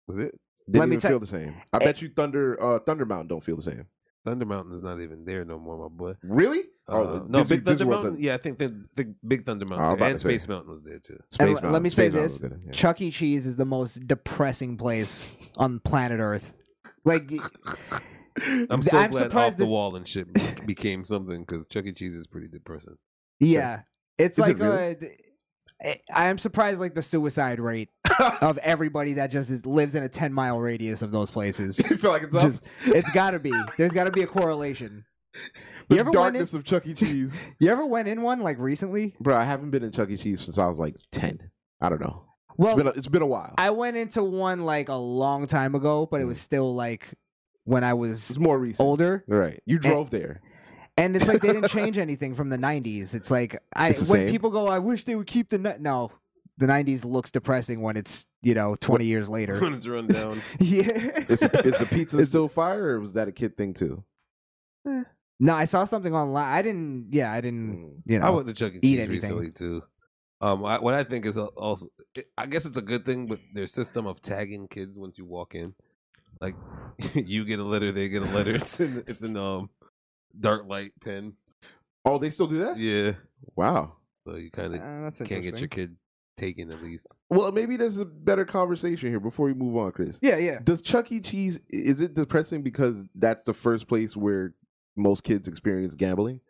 Was it
didn't
let me
even
tell-
feel the same. I bet you Thunder uh, Thunder Mountain don't feel the same.
Thunder Mountain is not even there no more, my boy.
Really? Oh,
Uh, no,
Dizzy-
Big Thunder
Dizzy was
Mountain.
the-
Yeah, I think the, the Big
Oh,
I
Thunder
was
Mountain
about
and
to say.
Space Mountain was
[laughs]
there too.
Space
And l-
Mountain,
let me
Space
say
Mountain
this:
was good, yeah.
Chuck E. Cheese is the most depressing place on planet Earth. Like,
I'm so
I'm
glad
surprised
off the
this-
wall and
[laughs]
shit became something because Chuck E. Cheese is pretty depressing. [laughs]
yeah, it's
Is it
like
really?
a- I- I am surprised, like the suicide rate of everybody that just is, lives in a ten mile radius of those places.
[laughs] you feel like it's up?
Just, it's got to be. There's got to be a
[laughs]
correlation.
the
You ever, went in,
darkness of Chuck E. Cheese.
you ever went in one like recently?
[laughs] Bro, I haven't been in Chuck E. Cheese since I was like ten. I don't know. It's
Well,
been a, it's been a while.
I went into one like a long time ago, but it was still like when I was
Mm. it's more recent.
older.
Right. You drove there.
And it's like they
[laughs]
didn't change anything from the '90s. It's like I
It's the
when
same.
people go, "I wish they would keep the ni-" no." The '90s looks depressing when it's you know 20 years
[laughs]
later. [laughs]
When it's run down,
yeah.
Is, is [laughs] the pizza still fire, or was that a kid thing too?
no, I saw something online. I didn't. Yeah, I
Mm.
didn't. You know.
I went to Chuck E.
Eat
Cheese
anything.
recently too. Um, I, what I think is al- also, I guess it's a good thing, but their system of tagging kids once you walk in, like [laughs] you get a letter, they get a letter. It's in it's in um dark light
[laughs]
pen.
Oh, they still do that?
Yeah,
Wow.
so you kind of
Uh, that's
can't get your
interesting.
kid taken at least.
Well, maybe there's a better conversation here before we move on, Chris.
Yeah, yeah.
Does Chuck E. Cheese is it depressing because that's the first place where most kids experience gambling?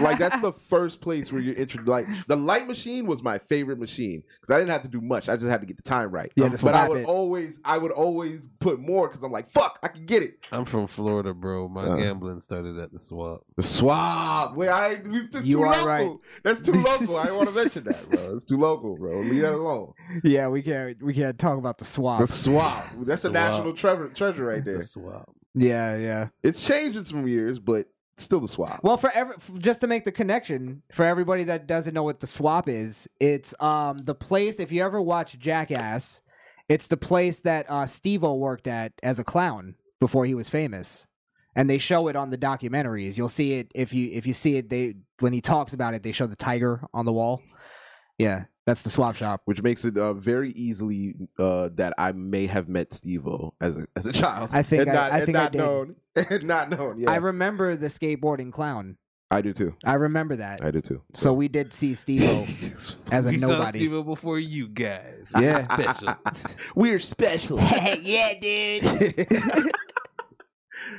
Like that's
[laughs]
the first place where you're intro. Like the light machine was my favorite machine because I didn't have to do much. I just had to get the time right.
Yeah, to
but I
slap
would
it.
always, I would always put more because I'm like, fuck, I can get it.
I'm from Florida, bro. My
Uh.
gambling started at the swap.
The swab. Wait, I ain't- it's just
You
too
are
local.
right.
That's too local. I
[laughs]
didn't want to mention that, bro. It's too local, bro. Leave that alone.
yeah, we can't. We can't talk about the swap.
The swab.
[laughs]
That's a
Swab.
national treasure, treasure right there.
The swap.
yeah, yeah.
It's changed in some years, but still the swab.
Well, for every, f- just to make the connection for everybody that doesn't know what the swap is, it's um the place. If you ever watch Jackass, it's the place that uh, Steve-O worked at as a clown before he was famous, and they show it on the documentaries. You'll see it if you if you see it. They when he talks about it, they show the tiger on the wall. Yeah, that's the swap shop.
which makes it uh, very easily uh, that I may have met Steve-O as a, as a child.
I think
and
I-
not,
I
and
think I
not
did.
known, [laughs] and not known. Yeah,
I
I,
remember the skateboarding clown.
do too.
I remember that.
I
[laughs]
do too.
so we did see
Oh,
Steve-O
[laughs]
as a
we saw
nobody.
Steven before you guys.
Yeah.
special.
[laughs]
We're [laughs] special.
yeah, dude.
[laughs]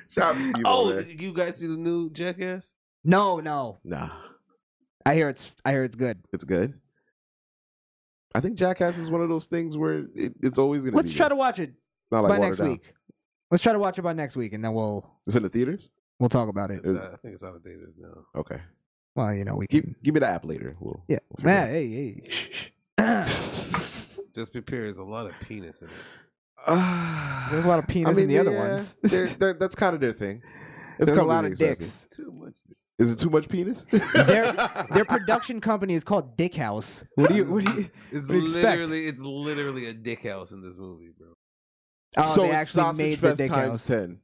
Shout out to Steve-O.
oh,
man.
did you guys see the new Jackass?
No, no.
nah,
I hear it's I hear it's good.
it's good. I think Jackass is one of those things where it, it's always gonna.
Let's
be
try
good.
to watch it
not like
by
Watered
next
Down.
week. Let's try to watch it by next week, and then we'll
It's in the theaters.
we'll talk about it.
It's, uh, I think it's out of theaters now.
Okay,
Well, you know we
give,
can.
give me the app later. We'll,
Yeah,
we'll figure it
man.
out.
Hey, hey. shh, shh.
[coughs]
Just prepare. There's a lot of penis in it.
There's a
[sighs]
lot of penis in the other
yeah, [laughs]
ones. [laughs]
they're- they're- that's kind of their thing. It's
There's a
company
lot of
excessive.
dicks.
Too much.
Is it too much
[laughs]
penis?
their
[laughs]
their production company is called Dick House. What do you? What do you?
It's
They expect-
literally, it's literally a dick house in this movie, bro.
Oh,
so
they
it's
actually
sausage
made the
fest
Dick
times
House.
ten.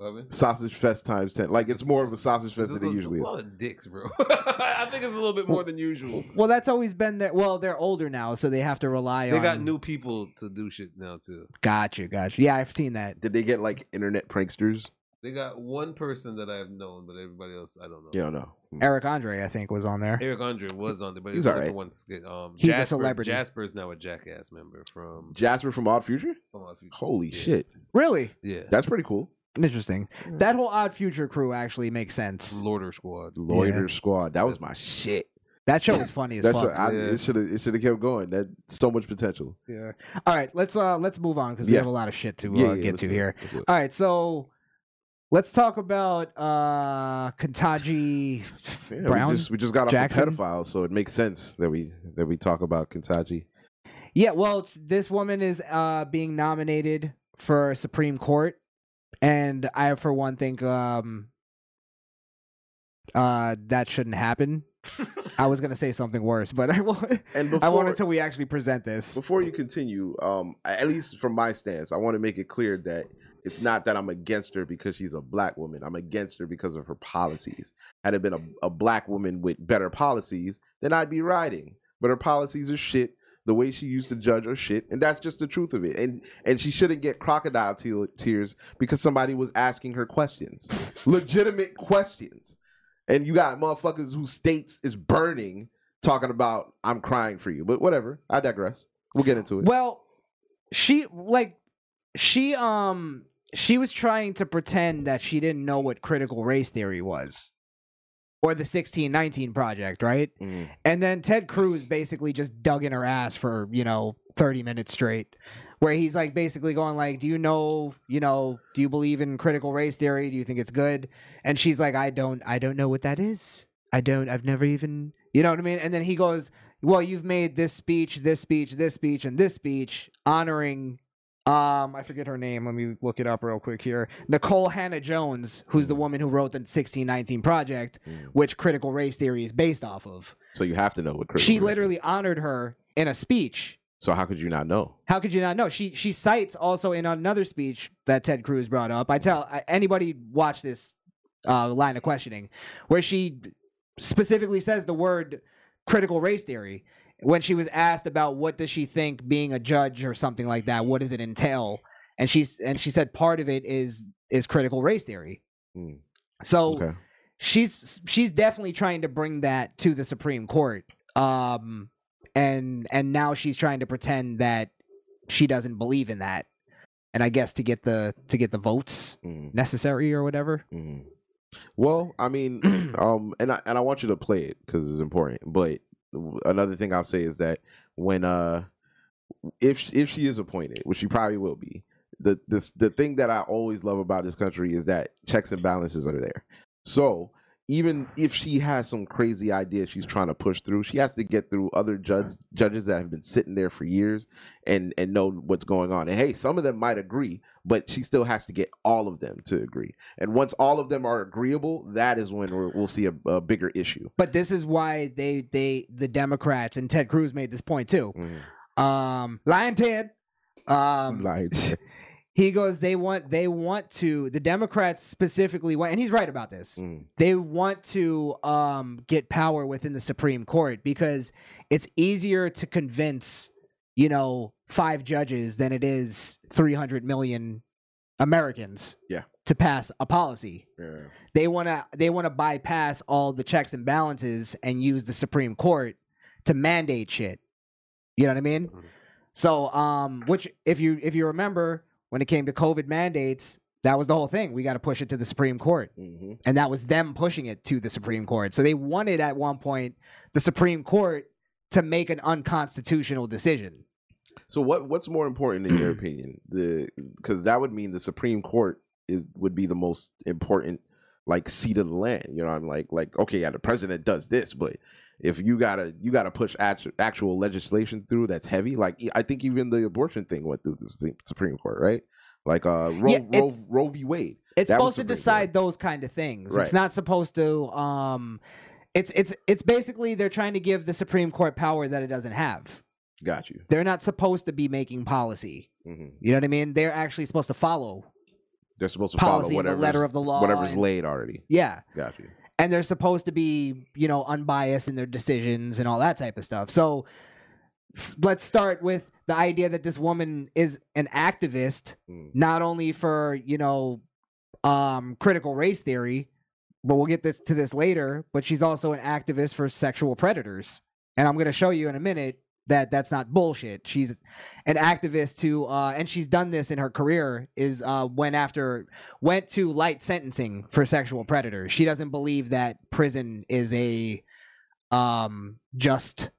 Love it.
Sausage fest times ten. Like it's more of a sausage
There's
fest
just
than
a,
it
just a
usually is.
lot of dicks, bro. [laughs] I think it's a little bit more than usual.
Well, that's always been their. Well, they're older now, so they have to rely
They
on.
got new people to do shit now too.
Gotcha, gotcha. Yeah, I've seen that.
Did they get like internet pranksters?
They got one person that I've known, but everybody else I don't know.
Yeah, Hmm. no.
Eric Andre, I think, was on there.
Eric Andre was on there, but
He's
he's only
all
for
right.
one skit. Um,
He's a
Jasper,
celebrity.
Jasper's now a Jackass member from.
Jasper from Odd Future.
from Odd Future.
Holy
Yeah.
shit,
Really
Yeah,
that's pretty cool.
interesting. That whole Odd Future crew actually makes sense.
Lorder Squad.
Loiter Squad. That was my shit.
That show was funny as
That's
fuck.
what I,
Yeah.
it should have. It should have kept going. That so much potential.
Yeah,
All right, let's uh let's move on because we
Yeah.
have a lot of shit to uh,
Yeah, yeah,
get
let's
to
do it.
here. Uh,
Let's do it.
All right, so let's talk about uh Kentucky
[laughs] Yeah,
Brown.
We just, we just got off
Jackson?
of pedophiles, so it makes sense that we that we talk about Kentucky.
Yeah, well, this woman is uh being nominated for Supreme Court, and I, for one, think um uh that shouldn't happen. I was gonna say something worse, but I won't.
And
I won't until we actually present this.
Before you continue, um, at least from my stance, I want to make it clear that it's not that I'm against her because she's a black woman. I'm against her because of her policies. Had it been a, a black woman with better policies, then I'd be riding. But her policies are shit. The way she used to judge are shit, and that's just the truth of it. And and she shouldn't get crocodile [laughs] te- tears because somebody was asking her questions, legitimate questions. And you got motherfuckers whose states is burning talking about I'm crying for you. But whatever. I digress. We'll get into it.
Well, she like she um she was trying to pretend that she didn't know what critical race theory was or the 1619 project, right?
Mm.
And then Ted Cruz basically just dug in her ass for, you know, 30 minutes straight where he's like basically going like, "Do you know, you know, do you believe in critical race theory? Do you think it's good?" And she's like, "I don't I don't know what that is. I don't I've never even, you know what I mean?" And then he goes, "Well, you've made this speech, this speech, this speech and this speech honoring um, I forget her name. Let me look it up real quick here. Nicole Hannah Jones, who's the woman who wrote the 1619 Project, which critical race theory is based off of.
So you have to know what critical
She
race is.
literally honored her in a speech.
So how could you not know?
How could you not know? She she cites also in another speech that Ted Cruz brought up. I tell I, anybody watch this uh, line of questioning where she specifically says the word critical race theory when she was asked about what does she think being a judge or something like that what does it entail and she's and she said part of it is is critical race theory
Hmm.
so
Okay.
she's she's definitely trying to bring that to the Supreme Court. Um and and now she's trying to pretend that she doesn't believe in that. And I guess to get the to get the votes
Mm.
necessary or whatever.
Mm. Well, I mean, um, and I and I want you to play it because it's important. But w- another thing I'll say is that when uh, if if she is appointed, which she probably will be, the this the thing that I always love about this country is that checks and balances are there. So even if she has some crazy idea she's trying to push through, she has to get through other judge judges that have been sitting there for years and and know what's going on. And hey, some of them might agree, but she still has to get all of them to agree. And once all of them are agreeable, that is when we're, we'll see a, a bigger issue.
But this is why they they the Democrats and Ted Cruz made this point too.
Mm-hmm.
Um Lion Ted. Um [laughs]
Like,
he goes they want they want to the democrats specifically want and he's right about this
Mm.
they want to um get power within the supreme court because it's easier to convince you know five judges than it is 300 million americans
Yeah.
to pass a policy
yeah.
they want to they want to bypass all the checks and balances and use the Supreme Court to mandate shit. You know what I mean? So, um, which if you if you remember when it came to COVID mandates, that was the whole thing. We got to push it to the Supreme Court,
hmm
and that was them pushing it to the Supreme Court. So they wanted at one point the Supreme Court to make an unconstitutional decision.
So what what's more important in
[clears throat]
your opinion? The because that would mean the Supreme Court is would be the most important like seat of the land. You know, I'm like like okay, yeah, the president does this, but if you gotta you gotta push actual, actual legislation through that's heavy, like e, I think even the abortion thing went through the Su- Supreme Court, right? Like uh, Roe
Yeah,
Roe,
it's-
Roe v. Wade.
It's
That was
supposed to
Supreme Court.
decide those kind of things.
Right.
It's not supposed to. Um, it's it's it's basically they're trying to give the Supreme Court power that it doesn't have.
Got you.
They're not supposed to be making policy.
hmm
You know what I mean? They're actually supposed to follow.
They're supposed to
Policy and
follow
the
whatever
letter of the law
whatever's
and-
laid already.
Yeah,
Got you.
and they're supposed to be you know unbiased in their decisions and all that type of stuff. So f- let's start with the idea that this woman is an activist,
Mm.
not only for you know um, critical race theory, but we'll get this to this later. But she's also an activist for sexual predators, and I'm going to show you in a minute that that's not bullshit. She's an activist to, uh, and she's done this in her career. Is uh, went after went to light sentencing for sexual predators. She doesn't believe that prison is a um, just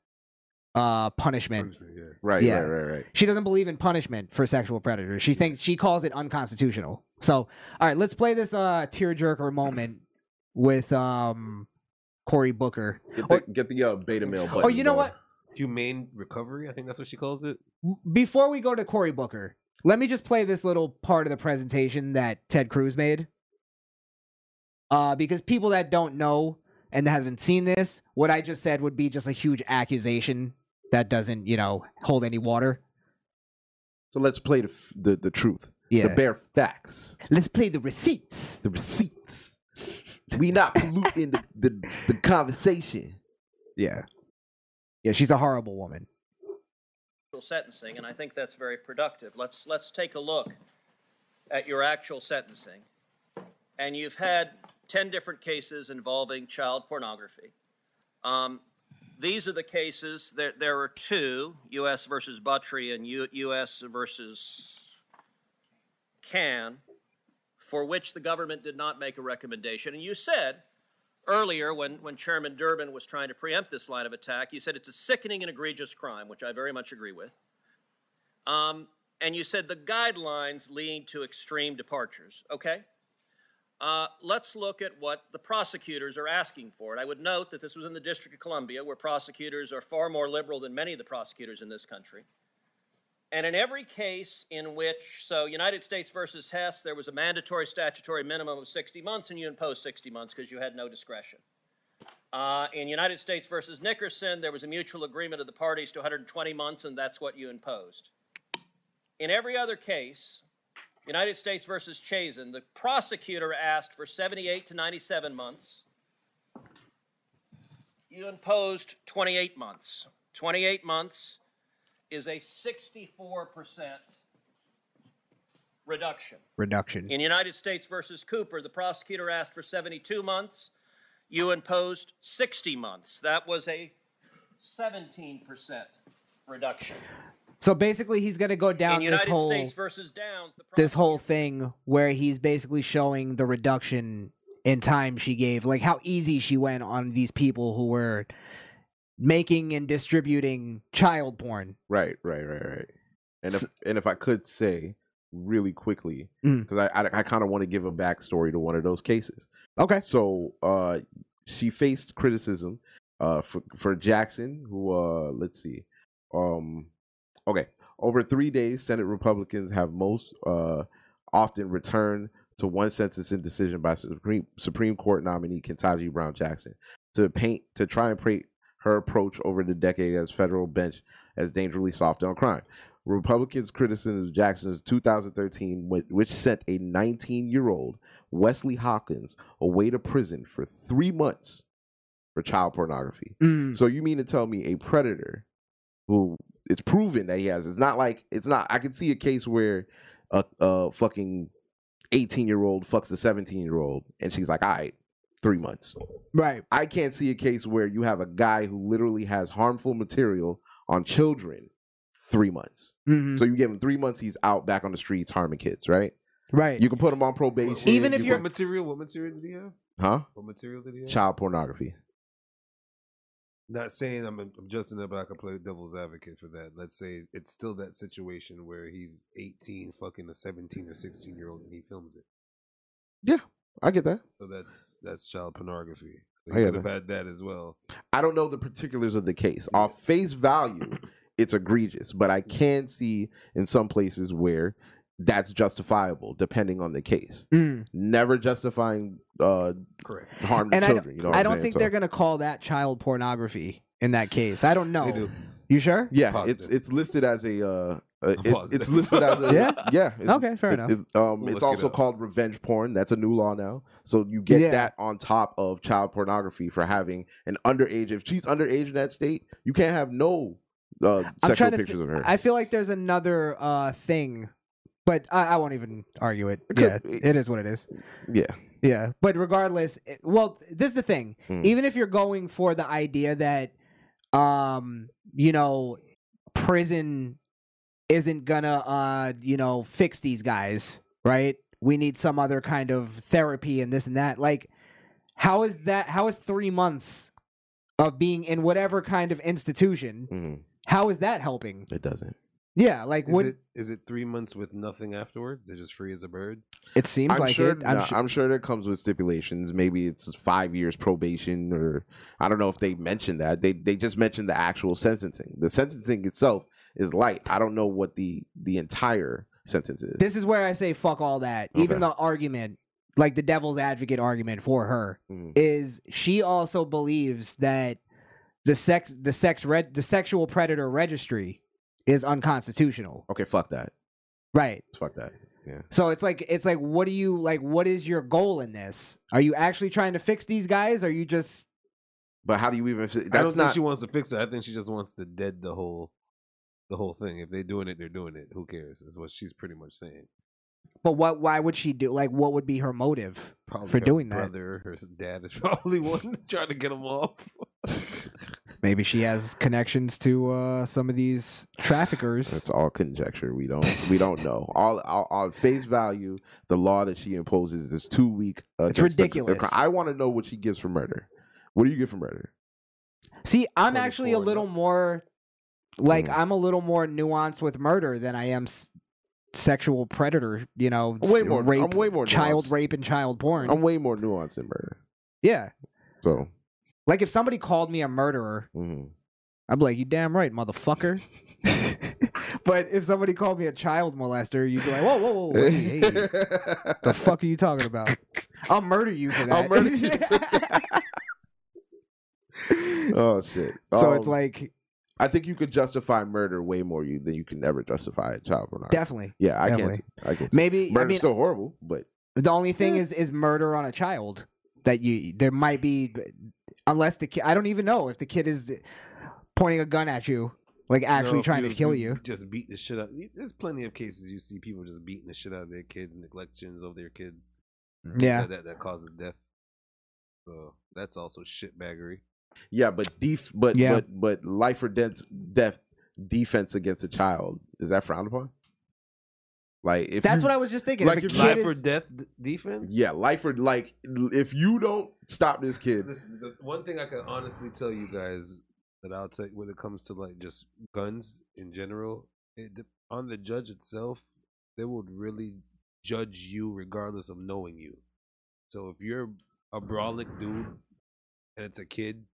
uh, punishment.
Yeah.
Right,
Yeah.
right, right, right.
She doesn't believe in punishment for sexual predators. She thinks she calls it unconstitutional. So, all right, let's play this uh tearjerker moment with um Cory Booker.
Get the,
Or-
get the uh, beta male button.
Oh, you know
going.
what?
Humane recovery, I think that's what she calls it.
Before we go to Cory Booker, let me just play this little part of the presentation that Ted Cruz made. Uh, because people that don't know and that haven't seen this, what I just said would be just a huge accusation that doesn't, you know, hold any water.
So let's play the f- the, the truth.
Yeah.
The bare facts.
Let's play the receipts.
The receipts. we not polluting the, the, the conversation. Yeah.
Yeah, she's a horrible woman.
sentencing, and I think that's very productive. Let's, let's take a look at your actual sentencing. And you've had 10 different cases involving child pornography. Um, these are the cases. There, there are two U.S. versus Buttry and U, U.S. versus Can, for which the government did not make a recommendation. And you said earlier, when, when Chairman Durbin was trying to preempt this line of attack, you said it's a sickening and egregious crime, which I very much agree with. Um, and you said the guidelines lead to extreme departures. Okay. Uh, let's look at what the prosecutors are asking for. And I would note that this was in the District of Columbia, where prosecutors are far more liberal than many of the prosecutors in this country. And in every case in which, so United States versus Hess, there was a mandatory statutory minimum of 60 months, and you imposed 60 months because you had no discretion. Uh, in United States versus Nickerson, there was a mutual agreement of the parties to 120 months, and that's what you imposed. In every other case, United States versus Chazen, the prosecutor asked for 78 to 97 months. You imposed 28 months. 28 months is a 64% reduction.
Reduction.
In United States versus Cooper, the prosecutor asked for 72 months. You imposed 60 months. That was a 17% reduction.
So basically, he's gonna go down
in
this
United
whole
States versus Downs, the
this whole thing where he's basically showing the reduction in time she gave, like how easy she went on these people who were making and distributing child porn.
Right, right, right, right. And if and if I could say really quickly,
Mm.
because I I, I kind of want to give a backstory to one of those cases.
Okay.
So uh, she faced criticism uh, for for Jackson, who uh, let's see, um, okay, over three days, Senate Republicans have most uh, often returned to one sentencing decision by Supreme Supreme Court nominee Ketanji Brown Jackson to paint to try and paint her approach over the decade as federal bench as dangerously soft on crime. Republicans' criticism of Jackson's 2013, whi- which sent a 19 year old Wesley Hawkins away to prison for three months for child pornography.
Mm.
So you mean to tell me a predator who it's proven that he has? It's not like it's not. I can see a case where a, a fucking 18 year old fucks a 17 year old, and she's like, "All right, three months."
Right.
I can't see a case where you have a guy who literally has harmful material on children three months.
Mhm.
So you give him three months, he's out back on the streets harming kids, right?
Right.
You can put him on probation.
Even if
you
you're-
what material, what material did he have?
can- huh?
What material did he have?
Child pornography.
Not saying I'm, I'm just in there, but I can play devil's advocate for that. Let's say it's still that situation where he's 18, fucking a 17 or 16 year old, and he films it.
I get that.
So that's that's child pornography. So
I
he
get
could have
that.
had that as well.
I don't know the particulars of the case. Off
[coughs]
face value, it's egregious, but I can see in some places where that's justifiable depending on the case.
Mm.
Never justifying uh,
Correct.
harm to
And I
children.
don't,
you know what
I
I'm
don't
saying?
think
Oh, So-
they're gonna call that child pornography in that case. I don't know.
They do.
You sure?
Yeah,
Positive.
it's it's listed as a uh, uh, it-
positive.
it's listed as
[laughs]
a
Yeah?
yeah. It's,
Okay, fair
it-
enough.
It's, um,
We'll look
it's
it
also
up.
called revenge porn. That's a new law now. So you get
Yeah.
that on top of child pornography for having an underage. If she's underage in that state, you can't have no uh,
I'm
sexual
trying to.
pictures
thi-
of her.
I feel like there's another uh thing, but I, I won't even argue it.
It
Yeah,
could be.
it is what it is.
yeah,
Yeah, but regardless, it- well, this is the thing.
Mm.
Even if you're going for the idea that, um, you know, prison isn't gonna, uh, you know, fix these guys, right? We need some other kind of therapy and this and that. Like, how is that? How is three months of being in whatever kind of institution?
Mhm.
How is that helping?
it doesn't.
Yeah, like
Is
would
it is it three months with nothing afterward? They're just free as a bird.
it seems
I'm
like
sure.
it? I'm
nah,
su-
I'm sure that comes with stipulations. Maybe it's five years probation, or I don't know if they mentioned that. They they just mentioned the actual sentencing. The sentencing itself is light. I don't know what the the entire sentence is.
this is where I say fuck all that. Even
Okay.
the argument, like the devil's advocate argument for her,
Mhm.
is she also believes that the sex the sex red the sexual predator registry is unconstitutional.
Okay, fuck that.
Right.
Fuck that.
So it's like it's like what do you like what is your goal in this? Are you actually trying to fix these guys? Are you just
But how do you even? That's
I
not.
don't think she wants to fix it. I think she just wants to dead the whole the whole thing. If they're doing it, they're doing it. Who cares? Is what she's pretty much saying.
But what? Why would she do? Like, what would be her motive for
her
doing that?
Brother, her dad is [laughs] probably one trying to get him off. [laughs]
Maybe she has connections to uh, some of these traffickers.
That's all conjecture. We don't
[laughs]
we don't know. All all- on face value, the law that she imposes is too weak. against the- the
ridiculous.
crime. I want to know what she gives for murder. What do you get for murder?
See, I'm actually a
24,
little
no?
more like
Mhm.
I'm a little more nuanced with murder than I am s- sexual predator. You know,
Way
s-
more- I'm
rape,
way more
child
nuanced.
rape and child porn.
I'm way more nuanced in murder.
yeah,
So
like if somebody called me a murderer,
mhm.
I'd be like, "You damn right,
[laughs]
motherfucker." but if somebody called me a child molester, you'd be like, "Whoa, whoa, whoa, hey, hey, the fuck are you talking about? I'll murder you for that."
I'll
[laughs]
murder you for that. [laughs] oh shit.
so it's
Um,
like
I think you could justify murder way more you than you can ever justify child pornography.
definitely,
yeah, I
definitely.
can't. I can't.
maybe I
Murder's
mean,
still horrible, but
The only thing
Yeah.
is is murder on a child that you there might be unless the kid I don't even know if the kid is pointing a gun at you like actually
Girl, if
trying to
was
kill
be-
you.
Just beat the shit out. There's plenty of cases you see people just beating the shit out of their kids, neglections of their kids.
Mm, Yeah.
That, that that causes death. So that's also shitbaggery.
yeah, but def, but
Yeah.
but but life or death, death defense against a child is that frowned upon? Like if
That's
you,
what I was just thinking.
like
if a
if
kid
Life
is,
or death d- defense.
[laughs] yeah, life or like if you don't stop this kid,
Listen, the one thing I can honestly tell you guys that I'll tell you when it comes to like just guns in general, it, de- on the judge itself, they would really judge you regardless of knowing you. So if you're a brawlic dude and it's a kid,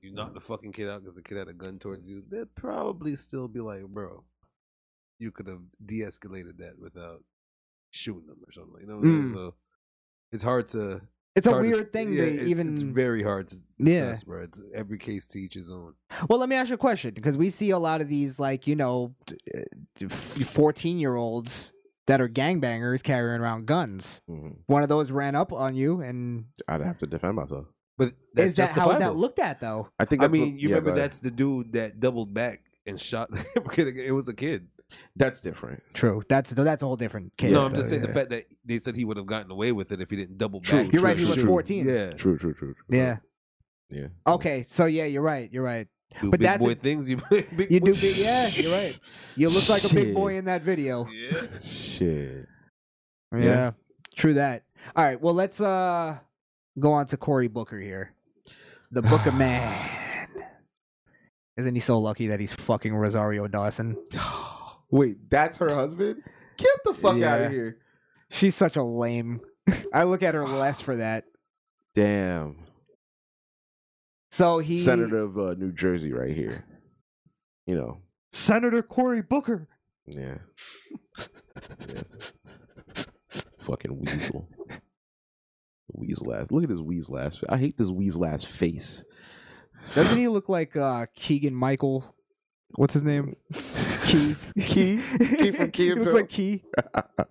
you knock the fucking kid out because the kid had a gun towards you, they'd probably still be like, bro, you could have de escalated that without shooting them or something. You know what I mean?
Mm.
So it's hard to
it's a
hard to s-
weird thing
yeah,
to
it's,
even
it's very hard to
Yeah.
discuss, bro. It's every case to each his own.
Well, let me ask you a question because we see a lot of these like, you know, 14-year-olds that are gangbangers carrying around guns.
Mhm.
One of those ran up on you and
I'd have to defend myself.
But that's
is that how is that
justifiable.
looked at though?
I think.
I
That's what-
mean, you
yeah,
remember
go ahead.
that's the dude that doubled back and shot. [laughs] it was a kid.
that's different.
True. That's that's a whole different case.
no, I'm
though,
just saying
yeah.
the fact that they said he would have gotten away with it if he didn't double
True,
back.
You're
true,
right, he was
true.
14.
Yeah,
True, true, true. true.
Yeah.
yeah.
Okay, so yeah, you're right. You're
[laughs]
right.
Do
But
big
that's
boy
a-
things. You, [laughs] big
You
boy-
do big, yeah. You're right. You look like a big boy
Shit.
in that video.
Yeah.
[laughs] Shit.
Yeah. true that. All right, well let's uh go on to Cory Booker here, the
[sighs]
Booker man. Isn't he so lucky that he's fucking Rosario Dawson?
[sighs] Wait, that's her husband? Get the fuck out
Yeah.
of here.
She's such a lame. [laughs] I look at her less for that.
Damn.
So he
Senator of uh, New Jersey right here. You know.
Senator Cory Booker.
Yeah. yeah. Fucking weasel. Weasel ass. Look at this weasel ass. I hate this weasel ass face.
Doesn't he look like uh Keegan Michael? What's his name?
[laughs]
Key.
Key? Key from
[laughs]
Key
he
and
looks
Peele.
like Key.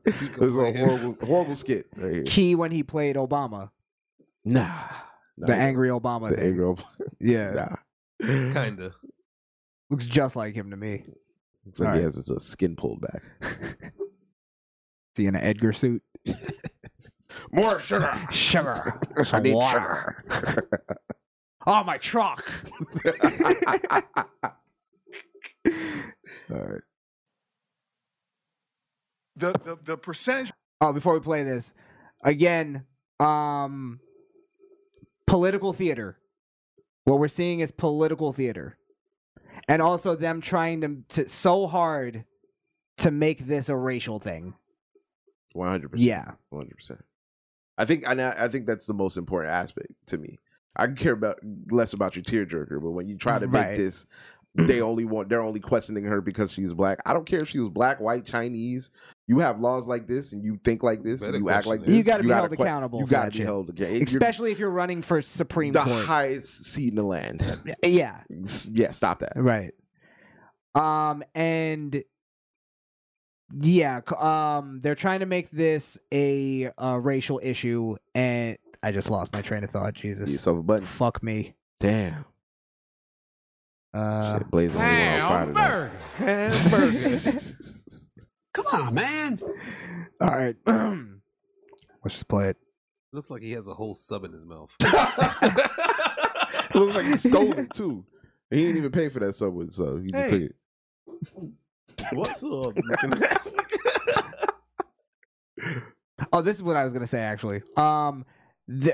this is a horrible, horrible skit right here.
Key when he played Obama,
Nah. Nah.
the angry Obama
The
thing.
angry. old-
Yeah,
Nah. [laughs]
[laughs] Kinda.
looks just like him to me.
Looks like
All
he
right.
has his uh, skin pulled back.
See in an Edgar suit.
[laughs] More sugar.
Sugar.
[laughs] I need
Water.
sugar.
[laughs] Oh my truck.
[laughs] All right.
The, the, the percentage
Oh, before we play this, again, um, political theater. What we're seeing is political theater, and also them trying to, to so hard to make this a racial thing.
One hundred percent.
Yeah.
one hundred percent. I think, and I, I think that's the most important aspect to me. I could care about less about your tearjerker, but when you try to
Right. [clears throat]
make this, they only want they're only questioning her because she's black. I don't care if she was black, white, Chinese. You have laws like this, and you think like this, and
Better
you act
question
like
it.
this.
You gotta be held
que-
accountable
You
for
got to
that
be
shit.
held accountable,
Especially if you're running for Supreme
the
Court.
highest seat in the land.
yeah.
Yeah, stop that.
Right. Um and yeah, c- um they're trying to make this a, uh racial issue and I just lost my train of thought,
Get
Jesus.
yourself a button.
Fuck me.
Damn.
Uh [laughs]
Uh, [laughs] Shit, Blaze only went on fire tonight.
Hamburger.
Come on, man.
All right. [clears throat] Let's just play it.
Looks like he has a whole sub in his mouth.
It looks like he stole it too. He didn't even pay for that subway, so he just
Hey.
took it.
What's up?
Oh, this is what I was gonna say actually. Um, the,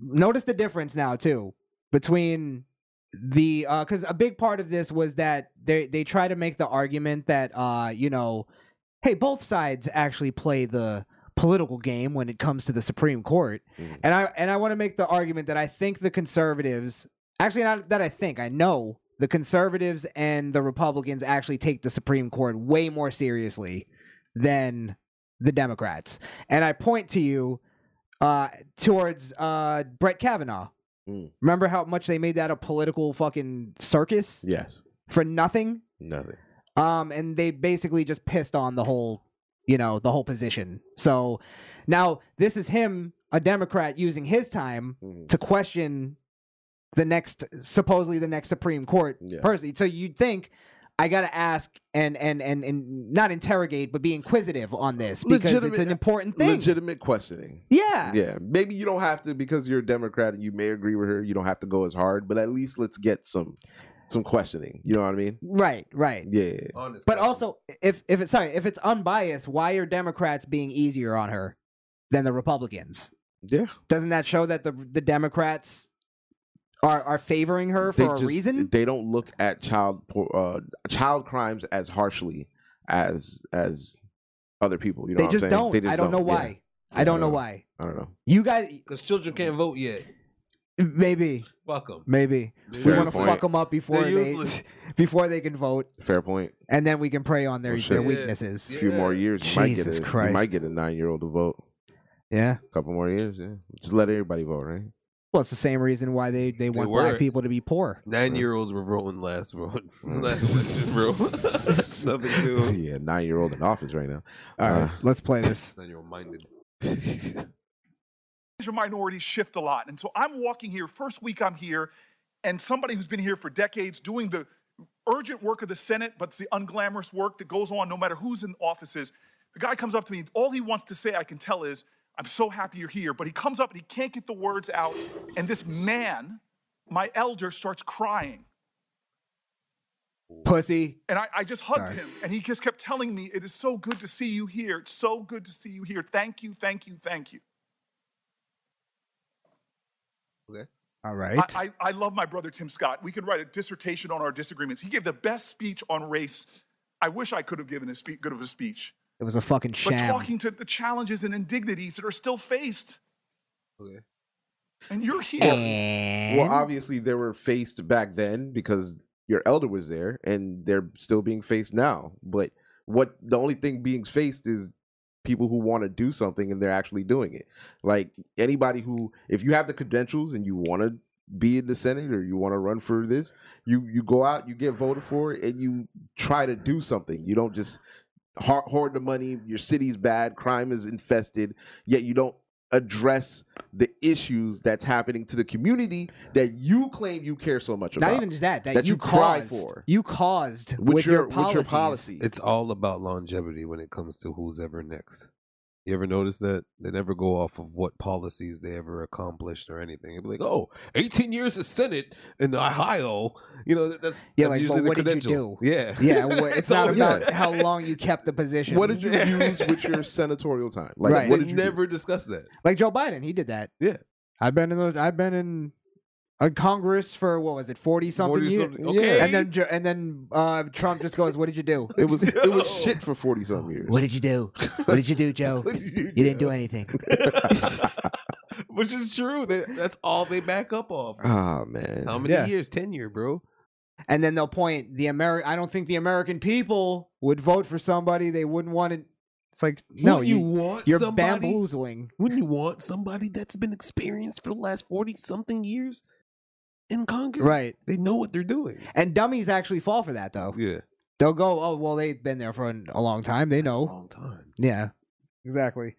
notice the difference now too between the because a big part of this was that they they try to make the argument that uh you know, hey, both sides actually play the political game when it comes to the Supreme Court,
Mhm.
and I and I want to make the argument that I think the conservatives actually not that I think I know the conservatives and the Republicans actually take the Supreme Court way more seriously than the Democrats. And I point to you uh, towards uh, Brett Kavanaugh.
Mm.
Remember how much they made that a political fucking circus
Yes,
for nothing?
nothing.
Um, and they basically just pissed on the whole, you know, the whole position. So now this is him, a Democrat, using his time
Mhm.
to question the next, supposedly the next Supreme Court
Yeah.
person. So you'd think I got to ask and, and and and not interrogate, but be inquisitive on this because it's
Legitimate-
an important thing.
Legitimate questioning.
yeah.
Yeah, maybe you don't have to because you're a Democrat and you may agree with her. You don't have to go as hard, but at least let's get some some questioning. You know what I mean?
Right. Right.
Yeah,
Honest
But
question.
also, if if it's sorry, if it's unbiased, why are Democrats being easier on her than the Republicans?
yeah.
Doesn't that show that the the Democrats are are favoring her for
They
a
just-
reason?
They don't look at child por- uh, child crimes as harshly as as other people. You know,
They
what
just
I'm saying?
don't.
They just
I don't know
Yeah.
why. I don't
I
know
know.
why.
I don't know.
You guys,
because children
Mm.
can't vote yet.
maybe,
Fuck them.
maybe we
Fair
want to
point.
fuck them up before
They're
they
useless.
[laughs] before they can vote,
Fair point.
and then we can prey on their,
Oh,
their
shit.
weaknesses.
A
Yeah.
few more
Yeah.
years, you might get
Jesus
a,
Christ.
You might get a nine year old to vote. A couple more years, yeah. Just let everybody vote, right?
Well, it's the same reason why they they want
were.
black people to be poor.
Nine year olds were voting [laughs] last vote.
Mm.
Last election, bro.
[laughs]
It's [laughs] Nothing new.
yeah, nine year old in office right now.
All right,
Uh,
let's play this.
Nine year old minded.
Your minorities shift a lot. And so I'm walking here, first week I'm here, and somebody who's been here for decades doing the urgent work of the Senate, but it's the unglamorous work that goes on no matter who's in office is. The guy comes up to me, and all he wants to say, I can tell, is, I'm so happy you're here. But he comes up and he can't get the words out. And this man, my elder, starts crying.
Pussy.
And I, I just hugged
Sorry.
him, and he just kept telling me, It is so good to see you here. It's so good to see you here. Thank you, thank you, thank you.
All right.
I, I, I love my brother Tim Scott. We could write a dissertation on our disagreements. He gave the best speech on race. I wish I could have given a spe- good of a speech.
It was a fucking sham.
But talking to the challenges and indignities that are still faced.
Okay.
And you're here.
and
Well, obviously they were faced back then because your elder was there, and they're still being faced now. But what the only thing being faced is people who want to do something and they're actually doing it. Like anybody who, if you have the credentials and you want to be in the Senate or you want to run for this, you you go out, you get voted for, and you try to do something. You don't just ho- hoard the money. Your city's bad, crime is infested, yet you don't address the issues that's happening to the community that you claim you care so much about.
not even just that that,
that
you,
you cry
caused,
for.
You caused
with, your, with
policies.
your policy.
It's all about longevity when it comes to who's ever next. You ever notice that they never go off of what policies they ever accomplished or anything? It'd be like, oh, 18 years as Senate in Ohio. You know, that- that's,
Yeah,
that's
like,
usually
but
the
what did you
credential.
do?
Yeah. [laughs]
Yeah, well, it's, not
all-
about
yeah.
how long you kept the position.
what did you use with
[laughs]
your senatorial time? Like,
Right.
what
[laughs] They
did you do?
never discuss that. [laughs]
like Joe Biden? He did that.
Yeah.
I've been in those. I've been in a Congress for what was it, forty something
40
years?
something- okay.
And then Jo- and then uh, Trump just goes, "What did you do?
It
[laughs]
was it was shit for forty something years.
did you do? What did you do,
[laughs]
Joe?
you
do anything."
Which is true. They, that's all they back up off.
Ah man.
How many
Uh, Yeah.
years? Tenure, bro.
And then they'll point the Ameri- I don't think the American people would vote for somebody they wouldn't want it. It's like no,
Wouldn't you,
you
want
you're
somebody?
bamboozling.
Wouldn't you want somebody that's been experienced for the last forty something years in Congress?
Right.
They know what they're doing.
And dummies actually fall for that though.
Yeah.
They'll go, oh well, they've been there for an, a long time. They
That's a
know.
long time.
Yeah, exactly.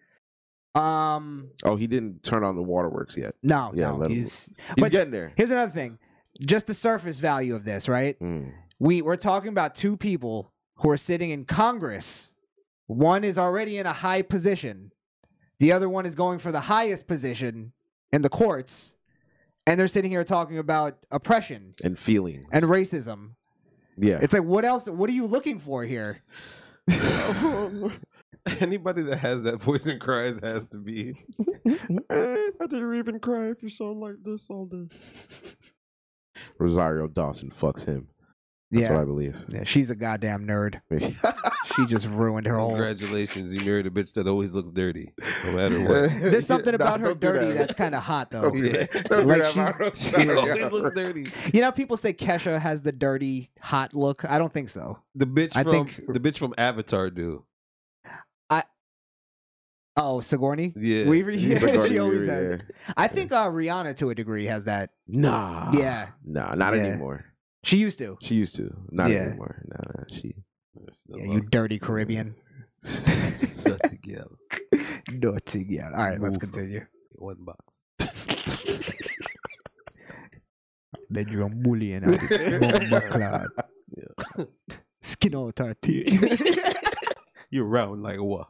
Um,
Oh, he didn't turn on the waterworks yet.
no,
Yeah,
no,
let 'em-
he's.
He's
But-
getting there.
Here's another thing, just the surface value of this, right?
Mm.
We we're talking about two people who are sitting in Congress One is already in a high position. The other one is going for the highest position in the courts. And they're sitting here talking about oppression
and feelings.
and racism.
yeah,
It's like, what else? What are you looking for here?
[laughs] [laughs] Anybody that has
[laughs]
that voice and cries has to be.
I didn't even cry if you sound like this all day.
Rosario Dawson fucks him. That's what I
Yeah.
believe.
yeah. She's a goddamn nerd.
[laughs]
She just ruined her whole.
Congratulations, you married a bitch that always looks dirty,
[laughs]
no matter what.
[laughs]
There's something
Nah,
about her
don't do
dirty
that.
that's [laughs] kind of hot, though.
Don't do that.
Yeah.
Don't do
Like
that,
she's-
Mario.
[laughs] she
[laughs]
always looks dirty.
You know, how people say Kesha has the dirty, hot look. I don't think so.
The bitch
I
from
think-
the bitch from Avatar, do.
Oh, Sigourney?
Yeah.
Weaver? Yeah,
She's a
[laughs]
dirty
she always
weird,
has.
yeah.
I think uh, Rihanna, to a degree, has that.
Nah.
Yeah.
Nah, not
Yeah.
anymore.
She used to.
She used to. Not
Yeah.
anymore. Nah, nah, she.
Yeah, you dirty
[laughs]
Caribbean.
Stuck
[laughs]
together.
Naughty. Yeah. All right, let's
Move.
continue.
One box.
Then you're bullying. [laughs] Skin out our [laughs] teeth.
You're round like what?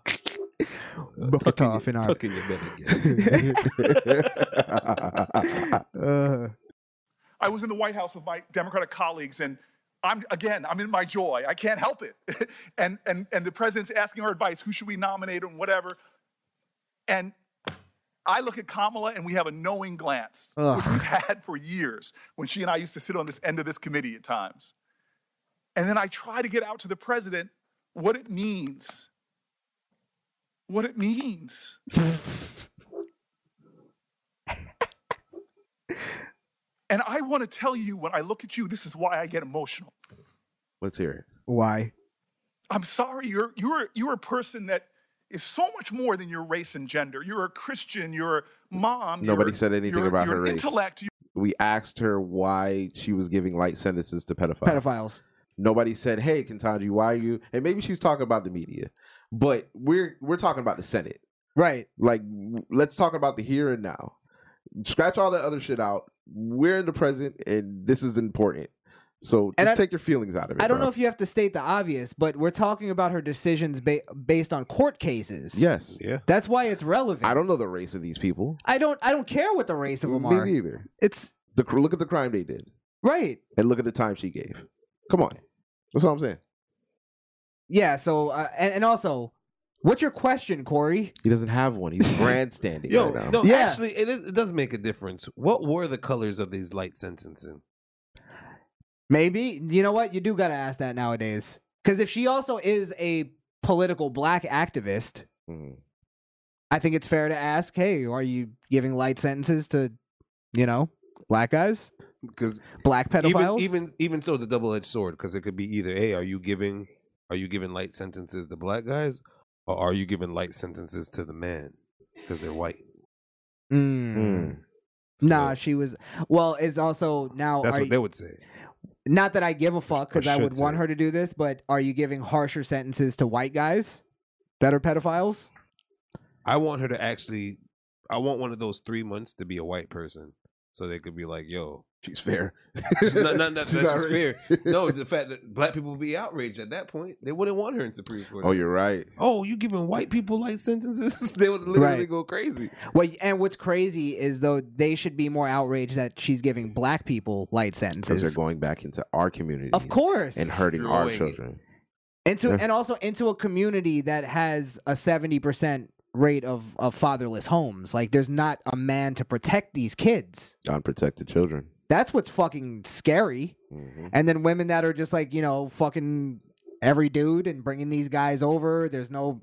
Buck it off in our.
Tucking your bed again.
Uh,
I was in the White House with my Democratic colleagues, and I'm again, I'm in my joy. I can't help it. [laughs] and and and the president's asking our advice, who should we nominate and whatever. And I look at Kamala and we have a knowing glance, which
Ugh.
we've had for years when she and I used to sit on this end of this committee at times. And then I try to get out to the president what it means. What it means. and I want to tell you when I look at you, this is why I get emotional.
[laughs] Let's hear it.
why?
I'm sorry, you're you're you're a person that is so much more than your race and gender. You're a Christian. You're a mom.
Nobody
you're-
said anything
you're-
about
you're
her
an
race.
Intellect.
We asked her why she was giving light sentences to pedophiles.
Pedophiles.
Nobody said, "Hey, Kentanji, why are you?" And maybe she's talking about the media, but we're we're talking about the Senate.
Right.
Like, w- let's talk about the here and now. Scratch all that other shit out. We're in the present, and this is important. So
And
just
I-
take your feelings out of it.
I don't
bro.
know if you have to state the obvious, but we're talking about her decisions ba- based on court cases.
yes.
yeah.
That's why it's relevant.
I don't know the race of these people.
I don't. I don't care what the race of them
Me
are.
neither.
It's
The cr- look at the crime they did,
right.
and look at the time she gave. Come on, that's what I'm saying.
Yeah. So uh, and, and also, what's your question, Corey?
He doesn't have one. [laughs] He's grandstanding
Yo,
right now.
no,
Yeah.
actually, it, is, it does make a difference. What were the colors of these light sentencing?
Maybe you know what you do. Gotta ask that nowadays. Because if she also is a political black activist,
Mhm.
I think it's fair to ask, hey, are you giving light sentences to, you know, black guys,
Because
black pedophiles?
even even even so, it's a double edged sword. Because it could be either, hey, are you giving are you giving light sentences to black guys, or are you giving light sentences to the man because they're white?
Mm.
Mm.
Nah,
So
she was. Well, it's also
oh,
now.
that's
are
what
you-
they would say.
not that I give a fuck because
Or
I
should
would want
say.
her to do this, but are you giving harsher sentences to white guys that are pedophiles?
I want her to actually. I want one of those three months to be a white person, so they could be like, "Yo,
She's fair.
not, not, not,
[laughs]
that's
She's not
just fair."
racist.
No, the fact that black people would be outraged at that point, they wouldn't want her in Supreme Court.
Oh, you're right.
oh, you giving white people light sentences? [laughs] they would literally
Right.
go crazy.
Well, and what's crazy is though they should be more outraged that she's giving black people light
Because they're
sentences.
going back into our community.
Of course,
And hurting our
Destroying it.
children.
into
Yeah.
and also into a community that has a seventy percent rate of of fatherless homes. Like, there's not a man to protect these kids.
Unprotected children.
That's what's fucking scary.
Mhm.
and then women that are just like you know fucking every dude and bringing these guys over there's no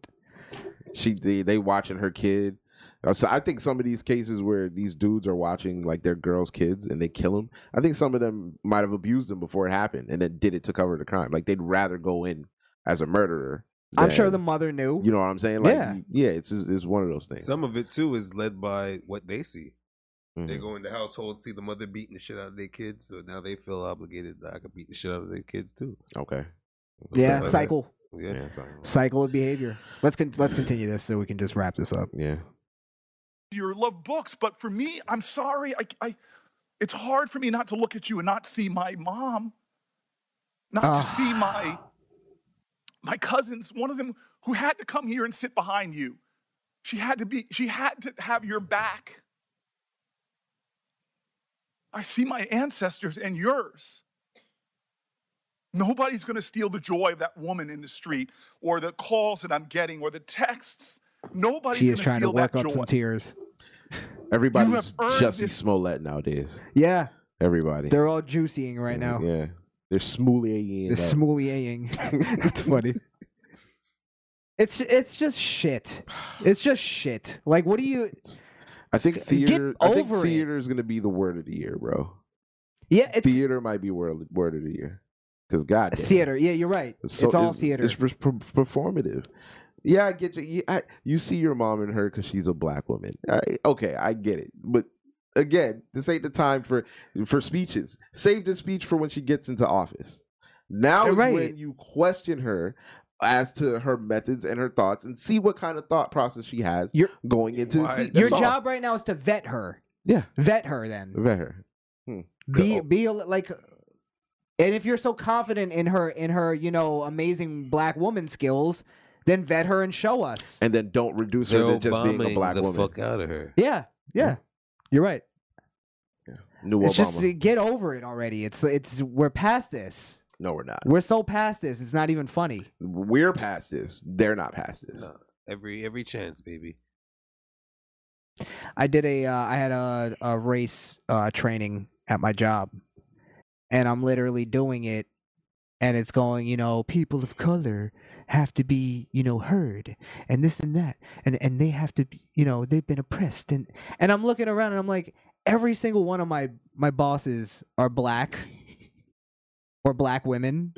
She they, they watching her kid. Uh, So I think some of these cases where these dudes are watching like their girls' kids and they kill them. I think some of them might have abused them before it happened and then did it to cover the crime. Like they'd rather go in as a murderer.
i'm sure the
than-
mother knew
You know what I'm saying? Like
Yeah.
yeah, yeah it's just- it's one of those things.
Some of it too is led by what they see.
Mhm.
They go in the household, see the mother beating the shit out of their kids, so now they feel obligated that I could beat the shit out of their kids too.
Okay.
yeah
Something like
cycle
that. Yeah.
Yeah. Sorry.
cycle of behavior let's con- let's continue this so we can just wrap this up
Yeah.
You love books, but for me, I'm sorry. I, I, it's hard for me not to look at you and not see my mom, not
Ah.
to see my my cousins, one of them who had to come here and sit behind you. She had to be, she had to have your back. I see my ancestors and yours. Nobody's going to steal the joy of that woman in the street or the calls that I'm getting or the texts. Nobody's
She
going
is trying to
steal
work up
that joy.
some tears.
Everybody's
You have earned
Jussie
this-
Smollett nowadays.
Yeah,
Everybody.
they're all juicying right now.
Yeah. They're smoothing
They're
it. up.
smoolying. [laughs]
[laughs]
That's funny. It's it's just shit. It's just shit. Like, what do you?
I think theater. I think
over it.
theater is going to be the word of the year, bro.
Yeah, it's theater.
theater might be word word of the year because God,
Yeah, you're right. it's all theater.
It's per- per- performative. Yeah, I get you. You, I, you see your mom and her because she's a black woman. I, okay, I get it, but again, this ain't the time for for speeches. Save the speech for when she gets into office. Now is
Right.
when you question her as to her methods and her thoughts, and see what kind of thought process she has
Your-
going into the
Why-
seat.
Your
That's all.
job right now is to vet her.
Yeah.
Vet her then.
Vet her. Hmm.
Be
Go.
be a, li- like and if you're so confident in her in her, you know, amazing black woman skills, then vet her and show us.
and then don't reduce her
They're
to just being a
Obamaing
black
the
woman.
fuck out of her.
Yeah. Yeah. You're right.
New
It's
Obama.
just uh, get over it already. It's it's we're past this.
no, we're not.
We're so past this. It's not even funny.
We're past this. They're not past this.
No. Every every chance, baby.
I did a uh, I had a a race uh, training at my job, and I'm literally doing it, and it's going you know people of color have to be you know heard and this and that and and they have to be, you know they've been oppressed and and I'm looking around and I'm like every single one of my my bosses are black or black women.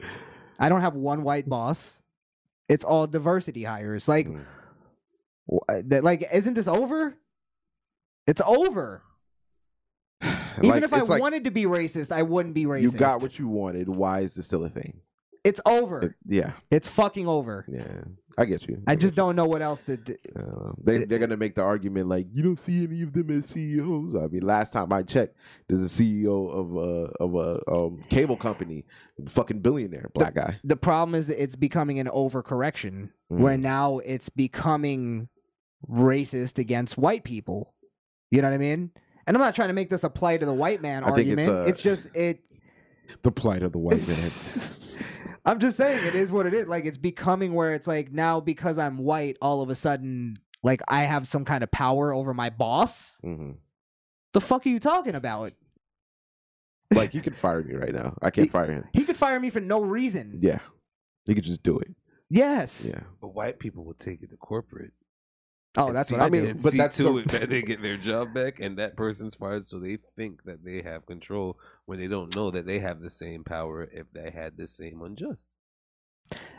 I don't have one white boss. It's all diversity hires. Like
Mm.
wh- uh, that like isn't this over? It's over. Even
Like,
if I
it's like,
wanted to be racist, I wouldn't be racist.
you got what you wanted. Why is this still a thing?
it's over.
It- yeah,
it's fucking over.
yeah. I get you.
I just
get
don't know what else to. Do.
you. Uh, they, they're gonna make the argument like you don't see any of them as CEOs. I mean, last time I checked, there's a CEO of a of a um, cable company, fucking billionaire, black guy.
The problem is it's becoming an overcorrection
Mhm.
where now it's becoming racist against white people. You know what I mean? And I'm not trying to make this apply to the white man
I think it's
argument.
a-
it's just it.
The plight of the white [laughs]
[laughs] I'm just saying it is what it is. Like it's becoming where it's like now because I'm white, all of a sudden, like I have some kind of power over my boss.
man.
The fuck are you talking about?
hmm Like you could fire me right now. I can't
He-
fire him.
He could fire me for no reason.
Yeah, you could just do it.
Yes.
Yeah.
But white people will take it to corporate.
Oh,
and
that's
see-
what I,
I mean,
do.
and
but
see
that's
to
the-
it that they get their job back, and that person's fired, so they think that they have control when they don't know that they have the same power if they had the same unjust.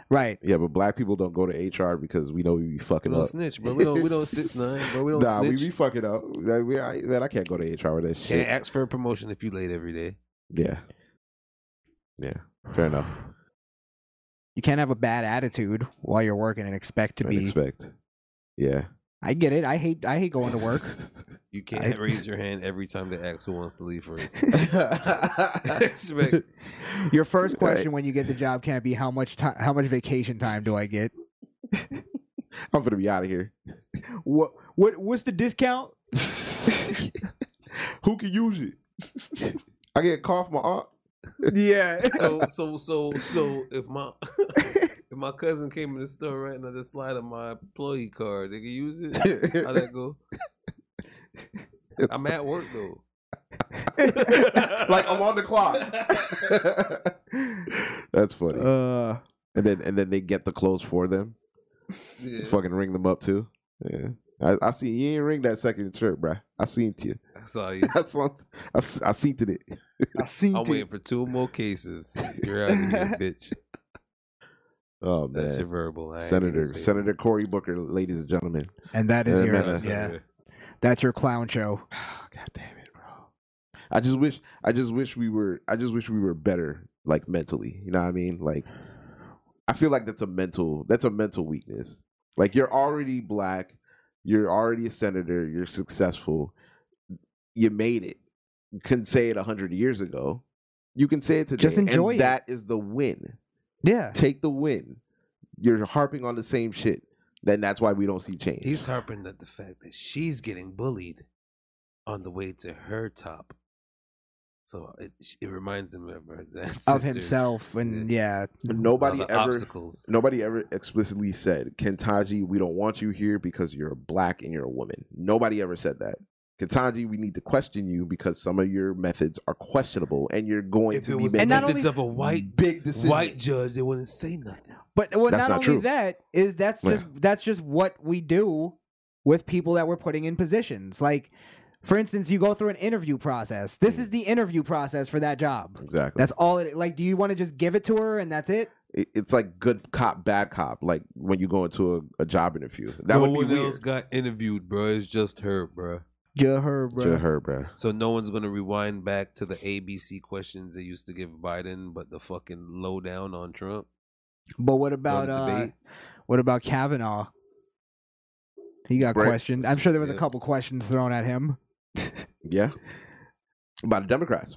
Right.
Yeah, but black people don't go to HR because we know we be
We
fucking
don't
up.
snitch, bro. We don't.
[laughs]
We don't six nine, bro. We don't
nah,
snitch.
we be fucking up. Like, we, I, man, I can't go to HR with that shit.
Can't ask for a promotion if you late every day.
Yeah. Yeah. Fair enough.
You can't have a bad attitude while you're working and expect to
I
be.
expect. Yeah.
I get it. I hate. I hate going to [laughs] work.
You
[laughs]
can't raise your hand every time they ask who wants to leave first.
expect.
Expect.
Your [laughs] first question when you get the job can't be how much time, how much vacation time do I get?
I'm gonna be out of here.
What what what's the discount?
Who can use it? I get a call from my aunt.
Yeah.
so so so so if my [laughs] if my cousin came in the store right and I just slide on my employee card, they can
[laughs]
use it. How that go? I'm at work though.
[laughs] like I'm on the clock. [laughs] That's funny.
uh,
and then and then they get the clothes for them.
Yeah.
Fucking ring them up too. Yeah. I, I see you ain't ring that second shirt, bruh. I seen you. [laughs]
I saw you.
That's what I, s- I seen to it.
I seen
I'm waiting for two more
[laughs]
cases. You're out of here, bitch.
Oh man,
That's your verbal. I ain't
Senator
gonna say it.
Senator Cory Booker, ladies and gentlemen.
and that is
Uh,
your
no, no, no.
yeah.
Senator.
That's your clown show.
God damn it, bro. I just wish I just wish we were I just wish we were better like mentally. You know what I mean? Like I feel like that's a mental that's a mental weakness. Like you're already black, you're already a senator, you're successful. You made it. You couldn't say it 100 years ago. You can say it today.
Just enjoy it.
and that is the win.
Yeah.
Take the win. you're harping on the same shit. Then that's why we don't see change.
He's harping at the fact that she's getting bullied on the way to her top. So it, it reminds him of, her
of
ancestors.
himself and yeah.
nobody
All the
ever
obstacles.
nobody ever explicitly said Kentaji, we don't want you here because you're black and you're a woman. Nobody ever said that. Kentaji, we need to question you because some of your methods are questionable and you're going
If it
to be
was
making
the
And not
methods
only-
of a white
big decisions.
white judge, they wouldn't say nothing.
But well, not,
That's not
only
true.
that is that's
Yeah.
just that's just what we do with people that we're putting in positions. Like, for instance, you go through an interview process. This
Mm.
is the interview process for that job.
Exactly.
That's all it. Like, do you want to just give it to her and that's it?
It- it's like good cop, bad cop. Like when you go into a, a job interview, that
no
would be
one
weird.
else got interviewed, bro. It's just her, bro.
Yeah, her, bro.
Just her, bruh.
So no one's gonna rewind back to the ABC questions they used to give Biden, but the fucking lowdown on Trump.
But what about
Wanna
uh,
debate?
what about Kavanaugh? He got
Brett-
questioned. I'm sure there was a
Yeah.
couple questions thrown at him,
Yeah. By the Democrats,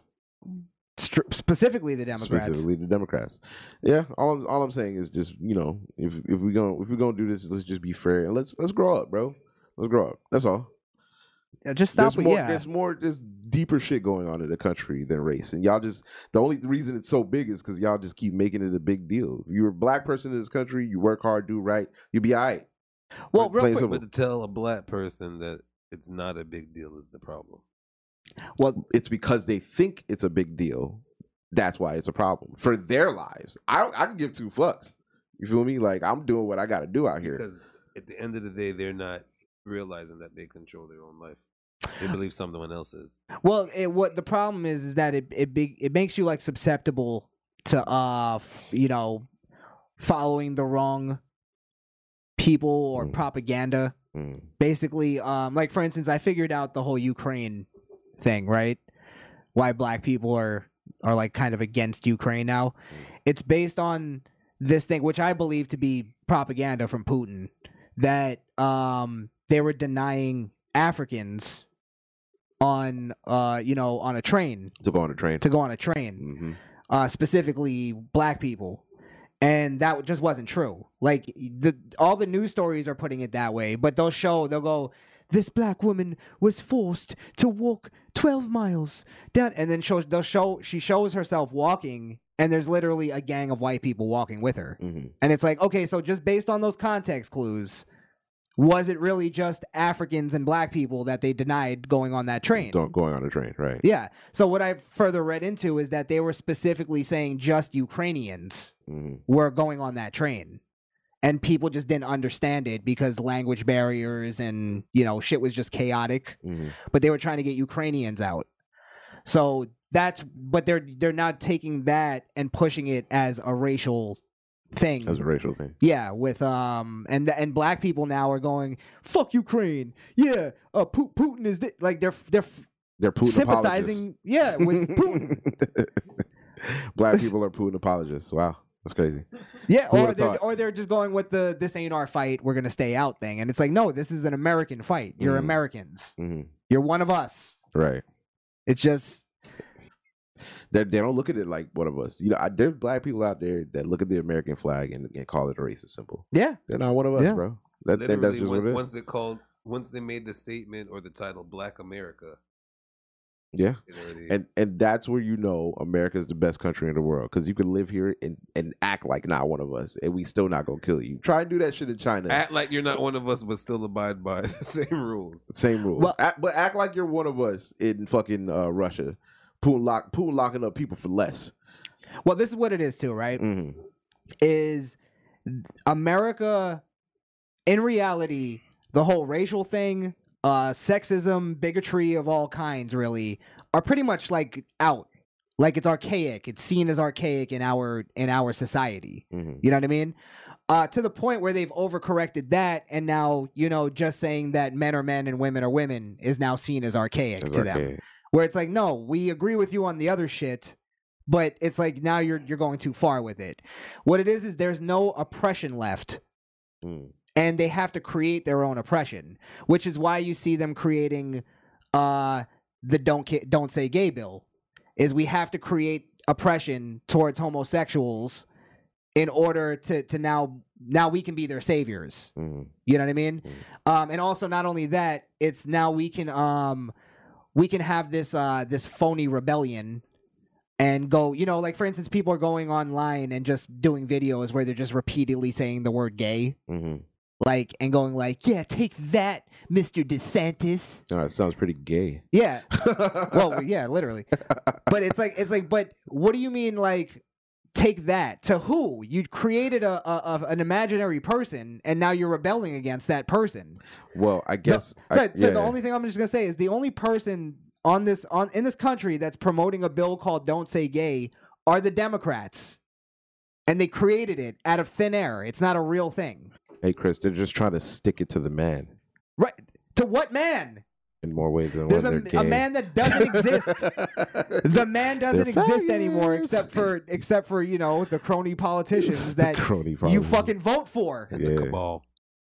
Str- specifically the Democrats.
specifically the Democrats. Yeah, all I'm, all I'm saying is just you know if if we going if we're gonna do this, let's just be fair and let's let's grow up, bro. Let's grow up. That's all.
Yeah, just stop.
There's
with
more.
yeah,
There's more. There's deeper shit going on in the country than race, and y'all just the only reason it's so big is because y'all just keep making it a big deal. If you're a black person in this country, you work hard, do right, you'll be all right.
well,
plain
real quick.
simple.
But to tell a black person that it's not a big deal is the problem.
Well,
It's because they think it's a big deal. That's why it's a problem for their lives. I I can give two fucks. You feel me? Like I'm doing what I got to do out here.
Because at the end of the day, they're not realizing that they control their own life. They believe someone else is.
Well, it, what the problem is is that it it big, it makes you like susceptible to uh f- you know following the wrong people or
Mm.
propaganda.
Mm.
Basically, um, like for instance, I figured out the whole Ukraine thing, right? Why black people are are like kind of against Ukraine now. It's based on this thing, which I believe to be propaganda from Putin, that um they were denying Africans on uh you know on a train
To go on a train.
to go on a train
hmm
uh specifically black people and that just wasn't true like the all the news stories are putting it that way but they'll show they'll go this black woman was forced to walk 12 miles down and then show they'll show she shows herself walking and there's literally a gang of white people walking with her
hmm
and it's like, okay, so just based on those context clues, was it really just Africans and black people that they denied going on that train?
Don't going on a train, right?
Yeah. So what I further read into is that they were specifically saying just Ukrainians
hmm
were going on that train. And people just didn't understand it because language barriers and, you know, shit was just chaotic.
hmm
But they were trying to get Ukrainians out. So that's but they're they're not taking that and pushing it as a racial thing.
That's a racial thing.
Yeah, with um and and black people now are going fuck Ukraine. Yeah, uh, Pu- Putin is thi-" like they're they're f
They're Putin apologists.
sympathizing. Yeah,
[laughs]
with Putin.
Black people are Putin apologists. Wow, that's crazy.
Yeah,
Who
or
would've
they're
thought?
or they're just going with the this ain't our fight. We're gonna stay out thing, and it's like no, this is an American fight. You're
Mhm.
Americans.
hmm
You're one of us.
Right.
It's just
They're, they don't look at it like one of us. You know, I, there's black people out there that look at the American flag and, and call it a racist symbol.
yeah.
They're not one of us,
Yeah.
bro. That, that- that's
Literally,
just
when-
what it is.
once they called, once they made the statement or the title "Black America,"
yeah.
it already,
And and that's where you know America is the best country in the world because you can live here and, and act like not one of us and we still not gonna kill you. Try and do that shit in China.
act like you're not one of us, but still abide by [laughs] the same rules.
Same rule.
Well-
Act- but act like you're one of us in fucking uh, Russia. Putin lock Putin locking up people for less.
Well, this is what it is too, right?
hmm
is America in reality the whole racial thing, uh sexism, bigotry of all kinds really are pretty much like out. Like it's archaic. It's seen as archaic in our in our society.
hmm
You know what I mean? Uh, to the point where they've overcorrected that, and now you know just saying that men are men and women are women is now seen as archaic
That's
to them
archaic.
where it's like, no, we agree with you on the other shit, but it's like now you're you're going too far with it. What it is is there's no oppression left,
Mm.
and they have to create their own oppression, which is why you see them creating uh the don't ki- don't say gay bill is we have to create oppression towards homosexuals in order to to now now we can be their saviors.
Mhm.
You know what I mean? Um, and also not only that, it's now we can um, we can have this uh, this phony rebellion and go, you know, like for instance, people are going online and just doing videos where they're just repeatedly saying the word gay,
Mhm.
like and going like, yeah, take that, Mister DeSantis.
All right, sounds pretty [laughs] gay.
Yeah. well, yeah, literally. But it's like it's like, but what do you mean like take that to who? You created a, a, a an imaginary person and now you're rebelling against that person.
Well, I guess.
So,
I-
so
yeah.
the only thing I'm just gonna say is the only person on this on in this country that's promoting a bill called "Don't Say Gay" are the Democrats, and they created it out of thin air. It's not a real thing,
Hey, Chris, they're just trying to stick it to the man
right? To what man?
in more ways than
There's
one.
a,
they're gay.
a
[laughs]
man [laughs] that doesn't exist. the man doesn't
They're
exist
faggots.
anymore, except for except for you know the crony politicians
[laughs] The
that
crony
you
problem.
fucking vote for.
and
Yeah.
the cabal.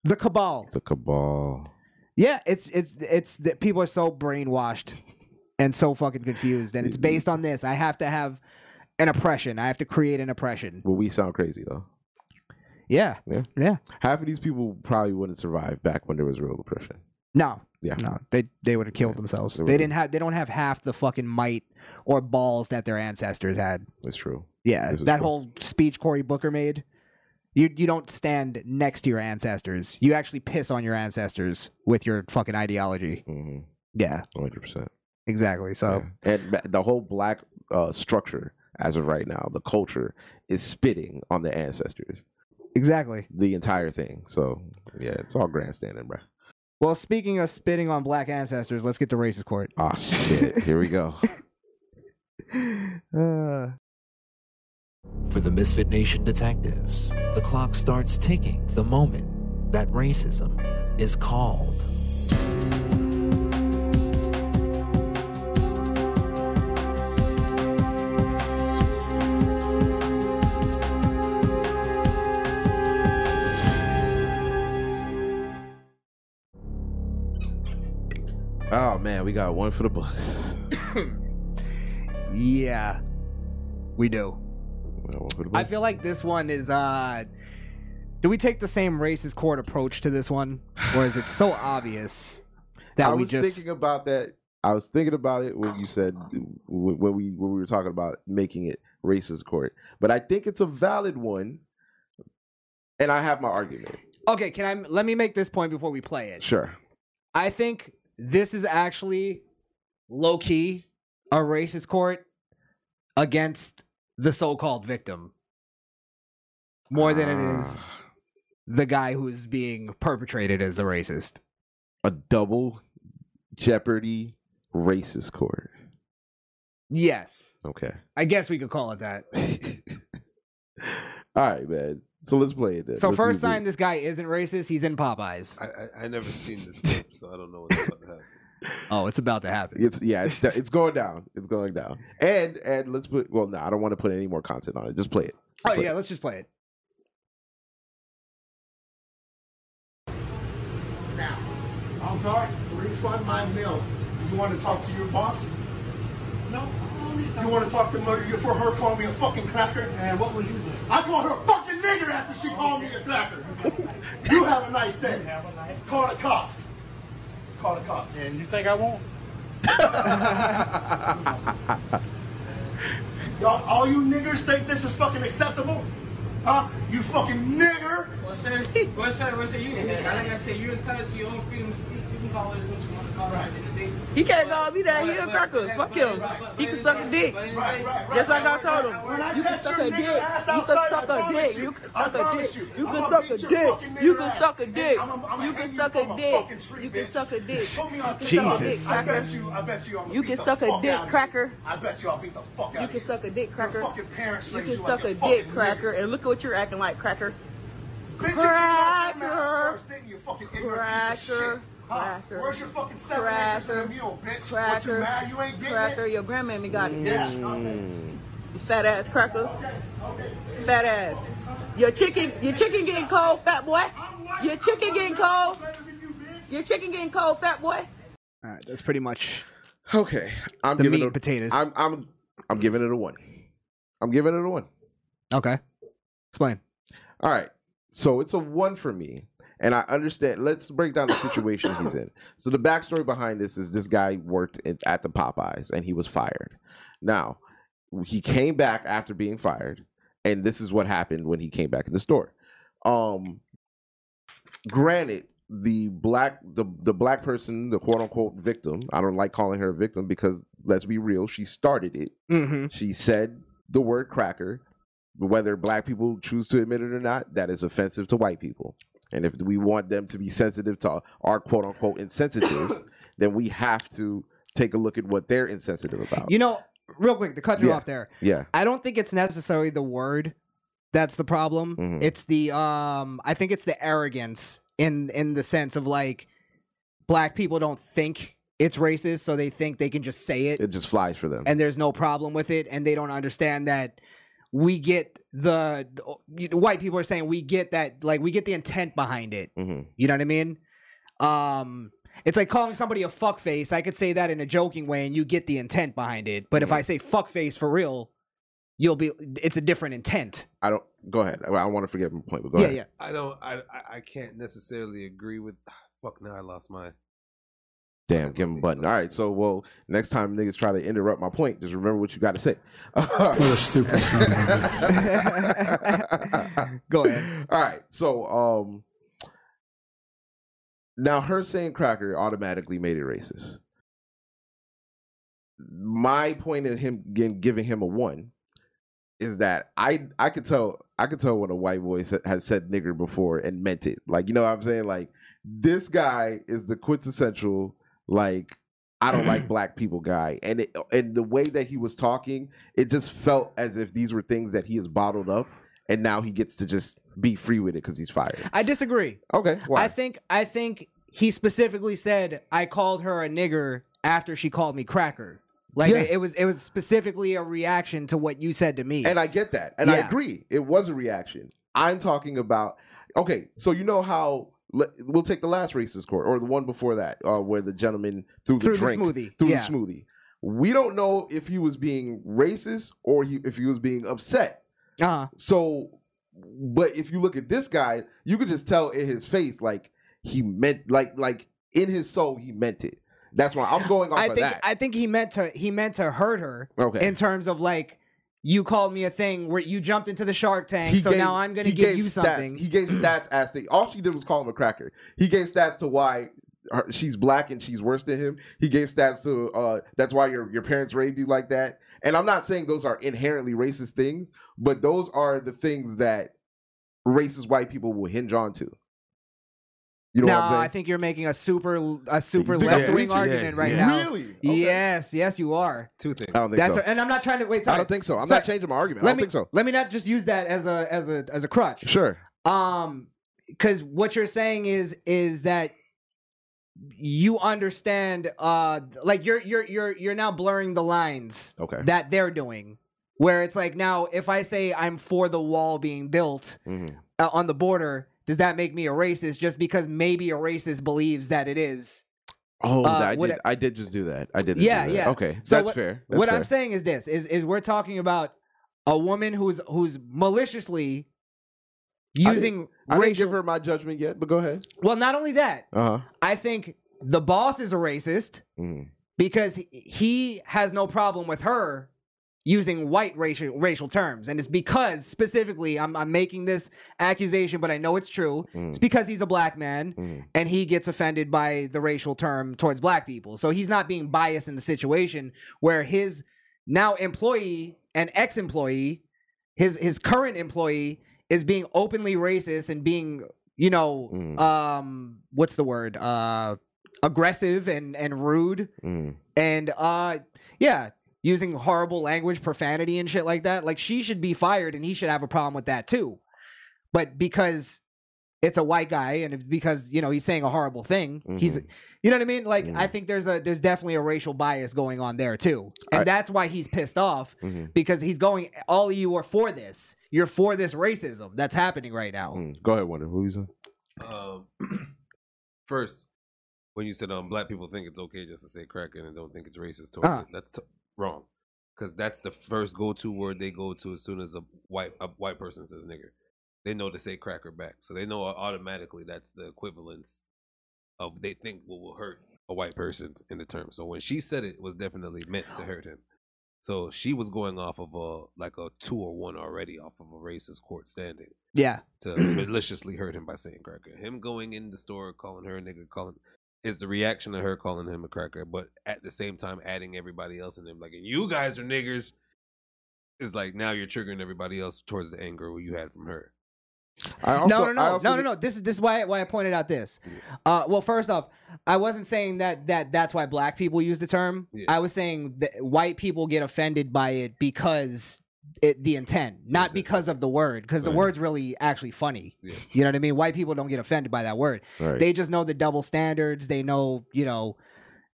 The cabal.
The cabal.
Yeah, it's it's it's that people are so brainwashed and so fucking confused, and it's based on this. I have to have an oppression. I have to create an oppression.
Well, we sound crazy though.
Yeah,
Yeah.
yeah.
Half of these people probably wouldn't survive back when there was real oppression.
No,
Yeah.
no, they they would have killed themselves.
they
They
would've-
didn't have. They don't have half the fucking might or balls that their ancestors had.
It's true.
Yeah,
This is
that
true.
whole speech Cory Booker made. You you don't stand next to your ancestors. You actually piss on your ancestors with your fucking ideology.
Mm-hmm.
Yeah,
100%.
exactly. So
Yeah. And ma- the whole black uh, structure as of right now, the culture is spitting on the ancestors,
exactly.
the entire thing. So, yeah, it's all grandstanding, bro.
Well, speaking of spitting on black ancestors, let's get to racist court. [laughs]
Ah, shit. Here we go. Uh,
For the Misfit Nation detectives, the clock starts ticking the moment that racism is called.
oh, man, we got one for the books.
Yeah, we do.
We got one for the
I
books.
feel like this one is. uh Do we take the same racist court approach to this one, or is it so obvious that
I
we
was
just?
thinking about that. I was thinking about it when you said when when we when we were talking about making it racist court, but I think it's a valid one, and I have my argument.
Okay, can I? Let me make this point before we play it.
Sure,
I think this is actually low key a racist court against the so called victim more than it is the guy who's being perpetrated as a racist.
a double jeopardy racist court.
Yes,
Okay, [laughs]
I guess we could call it that.
all right, man. So let's play it. Then.
So,
Let's
first
see if
sign this guy isn't racist, he's in Popeyes.
I, I I never seen this clip, so I don't know what's about to happen.
Oh, it's about to happen.
It's yeah, it's it's going down. It's going down. And and let's put. Well, no, I don't want to put any more content on it. Just play it.
Oh, yeah, let's just play it.
now. I'm sorry. Refund my meal. You want to talk to your boss? No. You want to talk to mother? You for her calling me a fucking cracker? And what was you doing? I called her a fucking nigger after she called me a cracker. you have a nice day. Have a nice. Call the cops. Call the cops. And you think I won't? [laughs] Y'all, all you niggers think this is fucking acceptable? Huh? You fucking nigger! Well, sir, well, sir, well, sir, you nigger. Like I said, you're entitled to your own freedom of speech. You can call it what you want to call it.
He can't call me that. He a cracker. Fuck him. He can suck a dick. Just like I told him. You can suck a dick. You can suck a dick. You can suck a dick. You can suck a dick. You can suck a dick. You can suck a dick. You can suck a dick.
Jesus.
I bet you, I bet you, I'm
You can suck a dick, cracker.
I bet you, I'll beat the fuck out
You
of you.
can suck a dick,
Your
cracker.
fucking parents
You
raised
can
like
suck a
fucking
dick,
nigger.
cracker. And look at what you're acting like, cracker.
Bitch, you came out your
Cracker.
mouth first, didn't you, fucking ignorant piece of
Cracker.
shit? Huh?
Cracker.
Where's your fucking seven acres and a
Cracker.
mule, bitch? What, you
Cracker.
mad you ain't getting
Cracker.
it?
Your grandmammy got it.
Yeah. Okay.
You fat ass cracker. Fat ass. Your chicken, your chicken getting cold, Oh, fat boy. Your chicken getting cold. Your chicken getting cold, fat boy.
All right, that's pretty much.
Okay, I'm
The
giving
meat
it
and potatoes.
I'm I'm I'm giving it a one. I'm giving it a one.
Okay. Explain.
All right. So it's a one for me. And I understand. Let's break down the situation he's in. So the backstory behind this is this guy worked at, at the Popeyes and he was fired. Now he came back after being fired, and this is what happened when he came back in the store. Um, granted, the black the the black person, the quote unquote victim. I don't like calling her a victim because let's be real, she started it. She said the word cracker. Whether black people choose to admit it or not, that is offensive to white people. And if we want them to be sensitive to our quote unquote
[coughs]
insensitives, then we have to take a look at what they're insensitive about.
You know, real quick to cut you
Yeah.
off there.
Yeah.
I don't think it's necessarily the word that's the problem.
Mhm.
It's the um I think it's the arrogance in in the sense of like black people don't think it's racist, so they think they can just say it
It just flies for them.
and there's no problem with it and they don't understand that we get the, the- white people are saying we get that like we get the intent behind it.
Mhm.
You know what I mean? Um it's like calling somebody a fuckface. I could say that in a joking way and you get the intent behind it. But if
Mm-hmm.
I say fuckface for real, you'll be it's a different intent.
I don't go ahead. I, I want to forget my point, but go ahead.
I don't. I I- I can't necessarily agree with. [sighs] Fuck. Now I lost my.
Damn, give him a button. All right, so well, next time niggas try to interrupt my point, just remember what you got to say. what a stupid [laughs]
[laughs] Go ahead.
All right, so um, now her saying cracker automatically made it racist. My point of him gin- giving him a one is that I I could tell I could tell when a white boy sa- has said nigger before and meant it. Like you know what I'm saying? Like this guy is the quintessential like I don't
[clears throat]
like black people guy, and it, and the way that he was talking, it just felt as if these were things that he has bottled up, and now he gets to just be free with it because he's fired.
I disagree.
Okay,
I think I think he specifically said I called her a nigger after she called me cracker. Like
Yeah.
it, was it was specifically a reaction to what you said to me.
And I get that. And I
Yeah.
agree. It was a reaction. I'm talking about okay, so you know how le- we'll take the last racist court or the one before that, uh, where the gentleman threw the
Through the
drink
smoothie.
through
Yeah.
the smoothie. We don't know if he was being racist or he, if he was being upset.
Uh-huh.
So, but if you look at this guy, you could just tell in his face, like he meant, like like in his soul, he meant it. That's why I'm going off
I
of
think
that.
I think he meant to he meant to hurt her.
Okay.
In terms of like you called me a thing where you jumped into the shark tank,
He
so
gave-
now I'm gonna
he
give
gave
you
stats-
something.
He gave stats as to all she did was call him a cracker. He gave stats to why her, she's black and she's worse than him. He gave stats to uh, that's why your your parents raised you like that. And I'm not saying those are inherently racist things, but those are the things that racist white people will hinge on to. You know
no,
what I'm saying?
I think you're making a super a super
You think I'm
left wing
preaching?
argument
Yeah,
right
yeah.
now.
Really?
Yes, yes, you are.
Two things.
I don't think
That's
so.
a- and I'm not trying to wait.
I
sorry.
don't think so. I'm
Sorry.
not changing my argument.
Let
I don't
me,
think so.
Let me not just use that as a as a as a crutch.
Sure.
Um, because what you're saying is is that you understand uh like you're you're you're you're now blurring the lines
Okay.
that they're doing where it's like now if i say i'm for the wall being built
Mhm.
uh, on the border does that make me a racist just because maybe a racist believes that it is
Oh,
Uh,
I
what
did. I did just do that. I did. just
yeah
do that.
yeah
Okay,
So
that's
what-
fair. That's
what
fair.
i'm saying is this is is we're talking about a woman who's who's maliciously
I didn't-
using
I didn't
racial
give her my judgment yet, but go ahead.
well not only that
Uh huh.
i think the boss is a racist
Mm,
because he- he has no problem with her using white racial racial terms and it's because specifically I'm I'm making this accusation but I know it's true it's because he's a black man and he gets offended by the racial term towards black people so he's not being biased in the situation where his now employee and ex-employee his his current employee is being openly racist and being you know um what's the word uh aggressive and and rude
mm,
and uh yeah using horrible language profanity and shit like that like she should be fired and he should have a problem with that too but because it's a white guy and it's because you know he's saying a horrible thing he's you know what i mean like i think there's a there's definitely a racial bias going on there too and that's why he's pissed off
mm.
because he's going all of you are for this you're for this racism that's happening right now
Go ahead, Wonder. Who you saying?
Um, [clears throat] first, when you said um, black people think it's okay just to say crack and don't think it's racist towards
Uh-huh.
it, that's t- wrong. Because that's the first go-to word they go to as soon as a white a white person says nigger. They know to say cracker back, so they know automatically that's the equivalence of they think what will hurt a white person in the term. So when she said it, it was definitely meant to hurt him. So she was going off of a like a two or one already off of a racist court standing.
Yeah.
To maliciously hurt him by saying cracker. Him going in the store calling her a nigga calling is the reaction to her calling him a cracker, but at the same time adding everybody else in him like and you guys are niggers is like now you're triggering everybody else towards the anger you had from her.
I also,
no, no, no,
I also
no, no, no. This is this is why why I pointed out this. Uh, well, first off, I wasn't saying that that that's why black people use the term.
Yeah.
I was saying that white people get offended by it because it the intent, not because of the word, because the
Right.
word's really actually funny.
Yeah.
You know what I mean? White people don't get offended by that word.
Right.
They just know the double standards. They know you know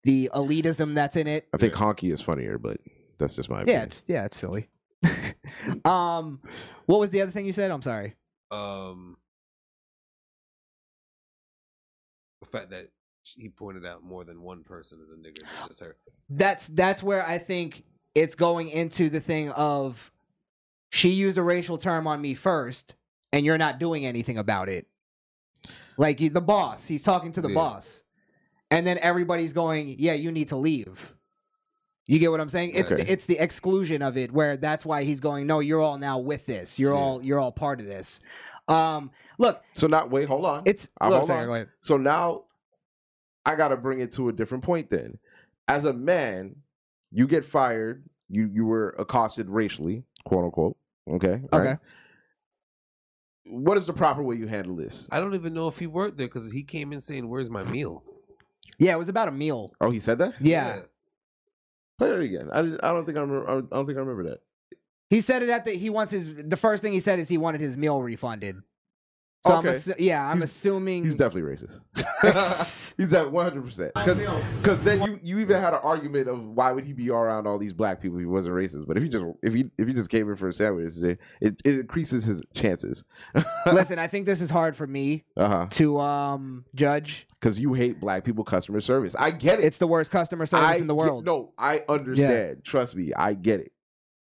the elitism that's in it.
I think honky is funnier, but that's just my
yeah,
opinion.
it's yeah, it's silly. [laughs] um, what was the other thing you said? I'm sorry.
Um the fact that he pointed out more than one person is a nigger, not just her.
that's that's where I think it's going into the thing of she used a racial term on me first, and you're not doing anything about it. Like you- the boss, he's talking to the
Yeah.
boss, and then everybody's going, "Yeah, you need to leave." You get what I'm saying? It's
Okay.
the, it's the exclusion of it where that's why he's going. No, you're all now with this. You're all you're all part of this. Um, look,
So not wait, hold on.
It's-
I-
look,
Uh, hold
sorry,
on.
go ahead.
So now I gotta bring it to a different point then. As a man, you get fired, you you were accosted racially, quote unquote. Okay. right?
Okay.
What is the proper way you handle this?
I don't even know if he worked there because he came in saying, "Where's my meal?"
yeah, it was about a meal.
Oh, he said that?
Yeah,
Play it again. I, didn't- I don't think I remember I don't think I remember that.
he said it at the he wants his. The first thing he said is he wanted his meal refunded. So I'm
Okay.
assu- yeah, I'm
He's-
assuming
[laughs] He's definitely racist. [laughs] He's at one hundred percent. Because then you, you even had an argument of why would he be around all these black people if he wasn't racist. But if he just if he if he just came in for a sandwich, it it increases his chances. uh
Listen, I think this is hard for me
huh.
to um judge.
Because you hate black people customer service. I get it.
It's the worst customer service
I
in the
get-
world.
no, I understand. Trust me, I get it.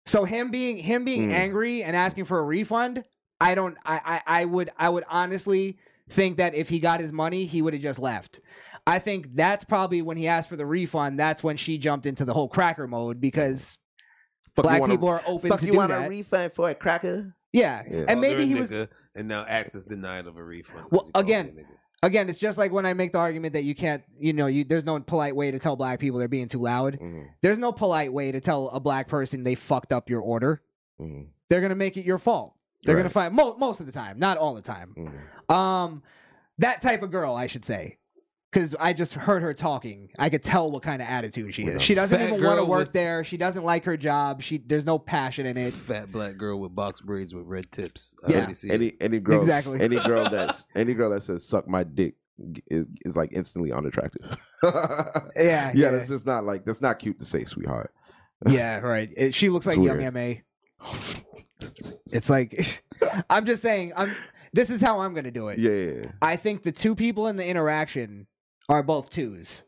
So him being him being
Mm.
angry and asking for a refund, I don't I, I I would I would honestly think that if he got his money, he would have just left. I think that's probably when he asked for the refund, that's when she jumped into the whole cracker mode because
Fuck, you
black
want a-
people are open
fuck
to
you
do
want
that.
a refund for a cracker?
yeah.
Yeah.
And
Oh, they're
maybe
a
he was
nigga, and now access denied of a refund. 'cause
Well,
you called
again-
him a nigga.
again, it's just like when I make the argument that you can't, you know, you there's no polite way to tell black people they're being too loud.
Mhm.
There's no polite way to tell a black person they fucked up your order.
Mhm.
They're gonna make it your fault. They're gonna
Right.
find mo- most of the time, not all the time.
Mhm.
Um, that type of girl, I should say, because I just heard her talking. I could tell what kind of attitude she
With
is.
a
She doesn't
fat
even want to
girl
work
with-
there. She doesn't like her job. She there's no passion in
[laughs]
it.
Fat black girl with box braids with red tips. I
Yeah.
already see it.
Any any girl
Exactly.
any
[laughs]
girl that's any girl that says suck my dick is, is like instantly unattractive.
[laughs] Yeah,
yeah,
yeah,
that's just not like that's not cute to say, sweetheart.
[laughs] yeah, right. It- she looks
It's
like Young
weird.
Ma. It's like [laughs] I'm just saying. I'm. This is how I'm gonna do it.
Yeah, yeah, yeah.
I think the two people in the interaction are both twos.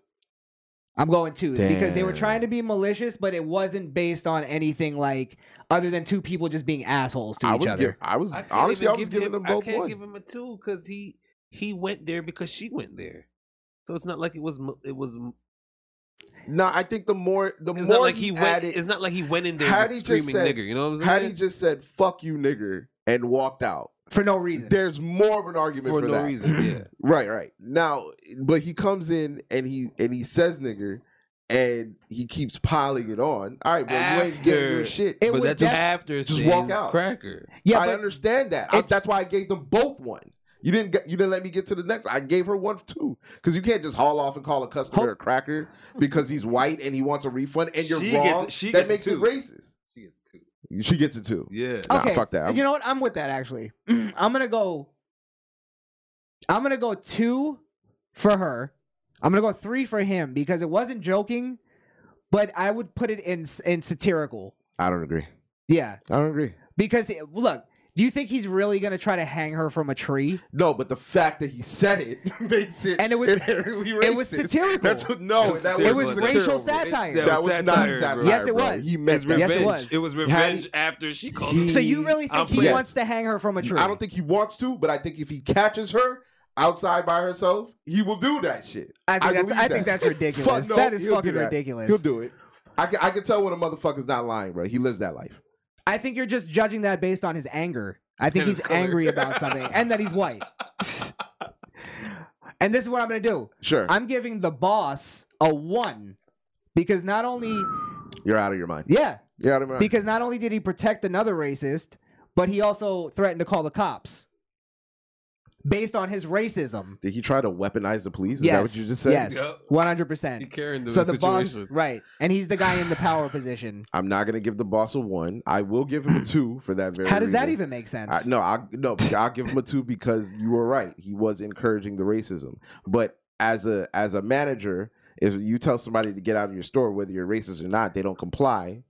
I'm going twos because they were
Damn.
trying to be malicious, but it wasn't based on anything like other than two people just being assholes to
I
each
was
other.
gi- I was
can't
honestly I
even
was
give
giving
him-
them
I
both
can't
one.
give him a two because he he went there because she went there. So it's not like it was m- it was. m-
no, I think the more the
It's
more
not like he went.
added-
it's not like he went in there
had
and
he
was
just
screaming
said-
nigger. You know what I'm
had
saying?
he just said "fuck you, nigger" and walked out,
For no reason.
there's more of an argument
for
for,
no
that.
reason. Yeah.
Right, right. Now, but he comes in and he and he says "nigger," and he keeps piling it on. All right, bro, you ain't getting your
After.
shit.
It was
but that's
def-
after
Just
saying
walk out.
Cracker.
yeah,
I
but
understand that. I-
it's-
that's why I gave them both one. You didn't get, you didn't let me get to the next. I gave her one too because you can't just haul off and call a customer
Hold-
a cracker because he's white and he wants a refund and you're
She
wrong.
gets- she
that
gets a
makes it
two.
racist.
She gets two.
She gets it too.
Yeah.
Nah,
okay.
fuck that. I'm-
You know what? I'm with that actually. [clears throat] I'm gonna go. I'm gonna go two for her. I'm gonna go three for him because it wasn't joking, but I would put it in in satirical.
I don't agree.
Yeah,
I don't agree.
because eh, look, Do you think he's really gonna try to hang her from a tree?
No, but the fact that he said it [laughs] makes it
and it was
inherently
it was
racist.
satirical.
That's what- no,
it,
Oh, that
was
was
racial
satirical.
satire.
It- that That was was not satire, satire, bro.
Yes, it
bro.
was.
He
yes,
meant that.
it
Revenge.
was.
It was revenge Had he-
after she
called him-
So you really think
Mm, I'm
he
playing.
wants to hang her from a tree?
I don't think he wants to, but I think if he catches her outside by herself, he will do that shit.
I think that's-
believe
I think that's ridiculous.
Fuck no,
That is
he'll do
fucking
that.
ridiculous.
He'll do it. I can, I can tell when a motherfucker's not lying, bro. He lives that life.
I think you're just judging that based on his anger. I think
And his
he's
color.
angry about something and that he's
[laughs]
white. and this is what I'm going to do.
Sure.
I'm giving the boss a one because not only,
You're out of your mind.
yeah,
You're out of your mind.
because not only did he protect another racist, but he also threatened to call the cops based on his racism.
Did he try to weaponize the police? Is
yes.
that what you just said?
Yes. 100%.
He carried the
so the boss,
situation.
right. And he's the guy in the power
[sighs]
position.
I'm not gonna give the boss a one. I will
[clears throat]
give him a two for that very.
How does that
reason.
even make sense?
I, no, I no, I'll give him a two because you were right. He was encouraging the racism, but as a as a manager, if you tell somebody to get out of your store, whether you're racist or not, they don't comply.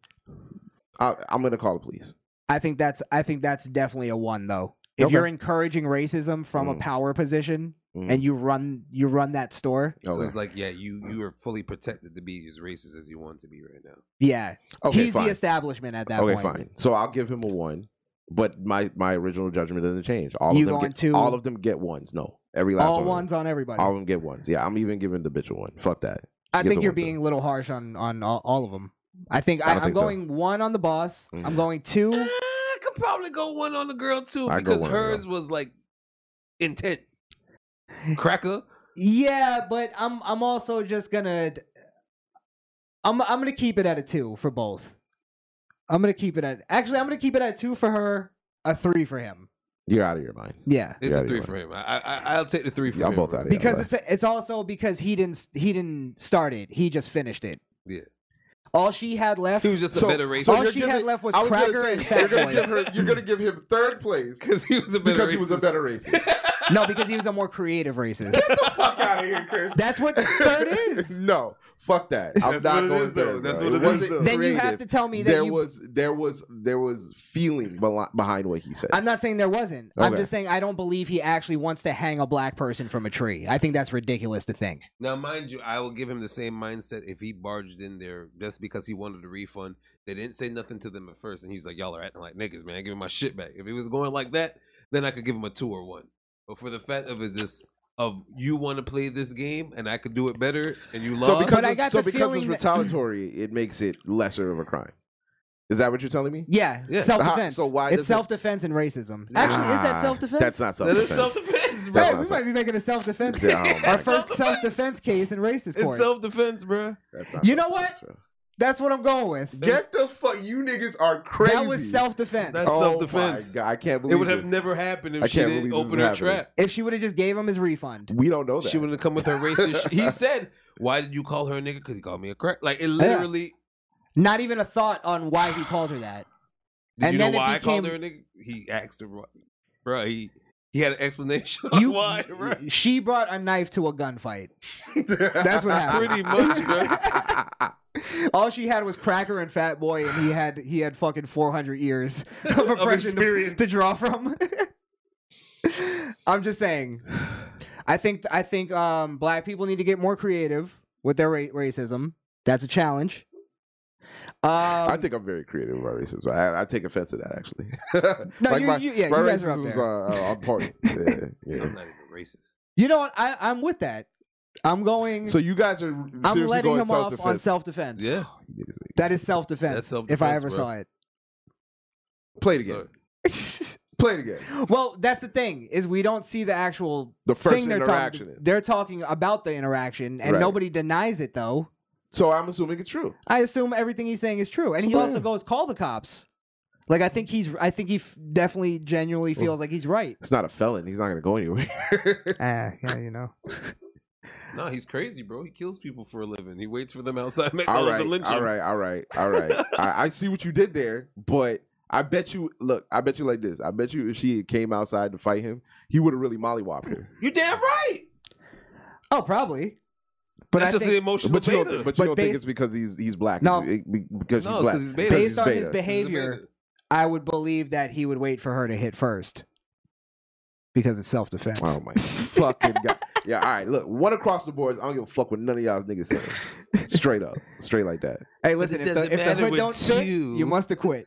I, I'm gonna call the police.
I think that's I think that's definitely a one though. If
Okay.
you're encouraging racism from a power position
Mm.
and you run you run that store,
So it's like, yeah, you you are fully protected to be as racist as you want to be right now.
yeah,
Okay,
he's
fine.
the establishment at that
okay,
point.
fine. So I'll give him a one, but my my original judgment doesn't change. All
You
of them
going
get,
to-
all of them get ones. No, every last
All
one of them.
ones on everybody.
All of them get ones. Yeah, I'm even giving the bitch a one. Fuck that.
I
Gets a
think you're
one, too.
being a little harsh on on all, all of them. I think I,
I don't
I'm
think so.
going one on the boss. I'm
Mhm.
going two.
Ah, I could probably go one on the girl too
I go
because
one on the
hers was like intent. Cracker.
Yeah, but I'm I'm also just gonna I'm I'm gonna keep it at a two for both. I'm gonna keep it at actually I'm gonna keep it at a two for her, a three for him.
You're out of your mind.
Yeah,
It's a three for him. I, I I'll take the three for
Y'all
him.
both out of your
because
mind.
it's it's also because he didn't he didn't start it. He just finished it.
Yeah.
All she had left.
He was just a
so,
better racist.
All
you're
[laughs]
she had
giving-
left was
I gonna
cracker
say,
and
you're
fat
gonna give
boy.
her. You're gonna give him third place because
he was a
better because he was a better racist.
No, because he was a more creative racist.
[laughs] Fuck out of here, Chris.
That's what third is.
[laughs] no, fuck that. I'm
That's
not
what it
going
is,
there.
though.
bro.
That's what
it
it is,
wasn't
though.
Then you have
creative.
to tell me that
there
you-
was there was there was feeling beli- behind what he said.
I'm not saying there wasn't. I'm
Okay.
just saying I don't believe he actually wants to hang a black person from a tree. I think that's ridiculous to think.
Now, mind you, I will give him the same mindset if he barged in there just because he wanted a refund. They didn't say nothing to them at first, and he's like, "Y'all are acting like niggas, man. Give me my shit back." If he was going like that, then I could give him a two or one. But for the fact of it's just of you want to play this game and I could do it better, and you lost.
So because
I
it's-
got
so
the
because it's
feeling that-
retaliatory, it makes it lesser of a crime. Is that what you're telling me?
Yeah, self defense.
How- So why
it's
does it-
self defense and racism. Actually, is that
Nah,
self defense?
That's not self defense. That's
self-defense,
Right,
not
we
self-
might be making a self defense.
Yeah, oh my
[laughs] Our first self defense case in racist
it's
court.
self defense, bro.
That's not
You
self-
know what? That's what I'm going with.
Get the fuck! You niggas are crazy.
That was self defense.
That's
Oh my
self defense.
God, I can't believe
It would have
this.
never happened if
I
she
can't
didn't
believe this
open
is
her
happening.
trap.
If she would have just gave him his refund.
We don't know that.
She wouldn't have come
[laughs]
with her racist. sh- he said, "Why did you call her a nigga? Because he called me a crack." Like it literally.
Not even a thought on why he called her
[laughs]
that.
Did
and
you
then
know
it
why I
became
called her a nigga? He asked her, why- bro. He he had an explanation.
You-
on why, bro?
she brought a knife to a
[laughs]
gunfight. That's what happened.
[laughs] Pretty much, bro.
All she had was cracker and fat boy, and he had he had fucking four hundred years of oppression to,
experience.
to draw from. [laughs] I'm just saying. I think I think um, black people need to get more creative with their ra- racism. That's a challenge. Um,
I think I'm very creative about racism. I, I take offense to that actually.
[laughs] No,
Like
you-
my,
you- yeah,
my
you guys are up
racism's
there.
on- uh, on
[laughs]
point. Yeah, yeah.
I'm not even racist.
you know what? I, I'm with that. I'm going.
So you guys are
I'm
seriously
letting
going
him off on
self-defense.
self defense.
Yeah,
That is self defense.
That's
If I
self-defense,
ever
bro.
saw it.
Play it again.
[laughs]
Play it again.
Well, that's the thing is we don't see the actual
The first
thing they're
interaction
talking.
is-
They're talking about the interaction, and
Right.
nobody denies it though.
So I'm assuming it's true.
I assume everything he's saying is true, and he
Yeah.
also goes call the cops. Like I think he's, I think he f- definitely genuinely feels like he's
[laughs]
right.
It's not a felon. He's not going to go
[laughs]
anywhere.
Ah, yeah, you know.
No, he's crazy, bro. He kills people for a living. He waits for them outside [laughs]
all
McDonald's
right,
and lynch
all
them.
right, all right, all
[laughs]
right. I, I see what you did there, but I bet you. Look, I bet you like this. I bet you if she came outside to fight him, he would have really mollywopped her.
You damn right.
Oh, probably. But
That's
I
just
think
the emotional
But you don't,
beta.
but you
But
don't think
based-
it's because he's he's black?
No.
It's be- because
No,
he's
it's
black.
'cause he's beta.
Because
based on
beta.
his behavior, I would believe that he would wait for her to hit first because it's self defense.
Oh my fucking god! Yeah, all right. Look, one across the board. is, I don't give a fuck what none of y'all niggas say. Straight up, straight like that.
Hey, listen, if the, if the hood don't fit, you must have quit.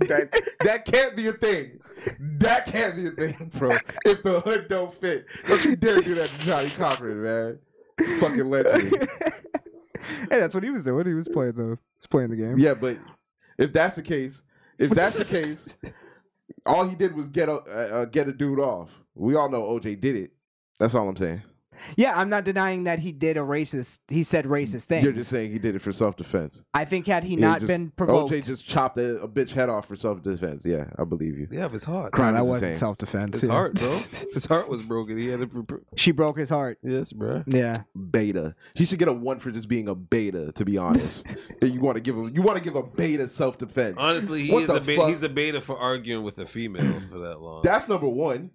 that that can't be a thing. That can't be a thing, bro. If the hood don't fit, don't you dare do that to Johnny Cochran, man. Fucking legend.
Hey, that's what he was doing. He was playing the was playing the game.
Yeah, but if that's the case, if that's
[laughs]
the case, all he did was get a uh, uh, get a dude off. We all know OJ did it. That's all I'm saying.
Yeah, I'm not denying that he did a racist. He said racist things.
You're just saying he did it for self defense.
I think had he not been provoked,
OJ just chopped a, a bitch head off for self defense. Yeah, I believe you.
Yeah, but it's hard.
Crime
is
that
the
wasn't
same.
self defense.
His heart, bro. His heart was broken. He had to. pro-
[laughs] She broke his heart. [laughs]
Yes, bro.
Yeah.
Beta. He should get a one for just being a beta. To
[laughs]
be honest, And you want to give him. You want to give a beta self defense.
Honestly, he is a beta, he's a beta for arguing with a female for that long.
That's number one.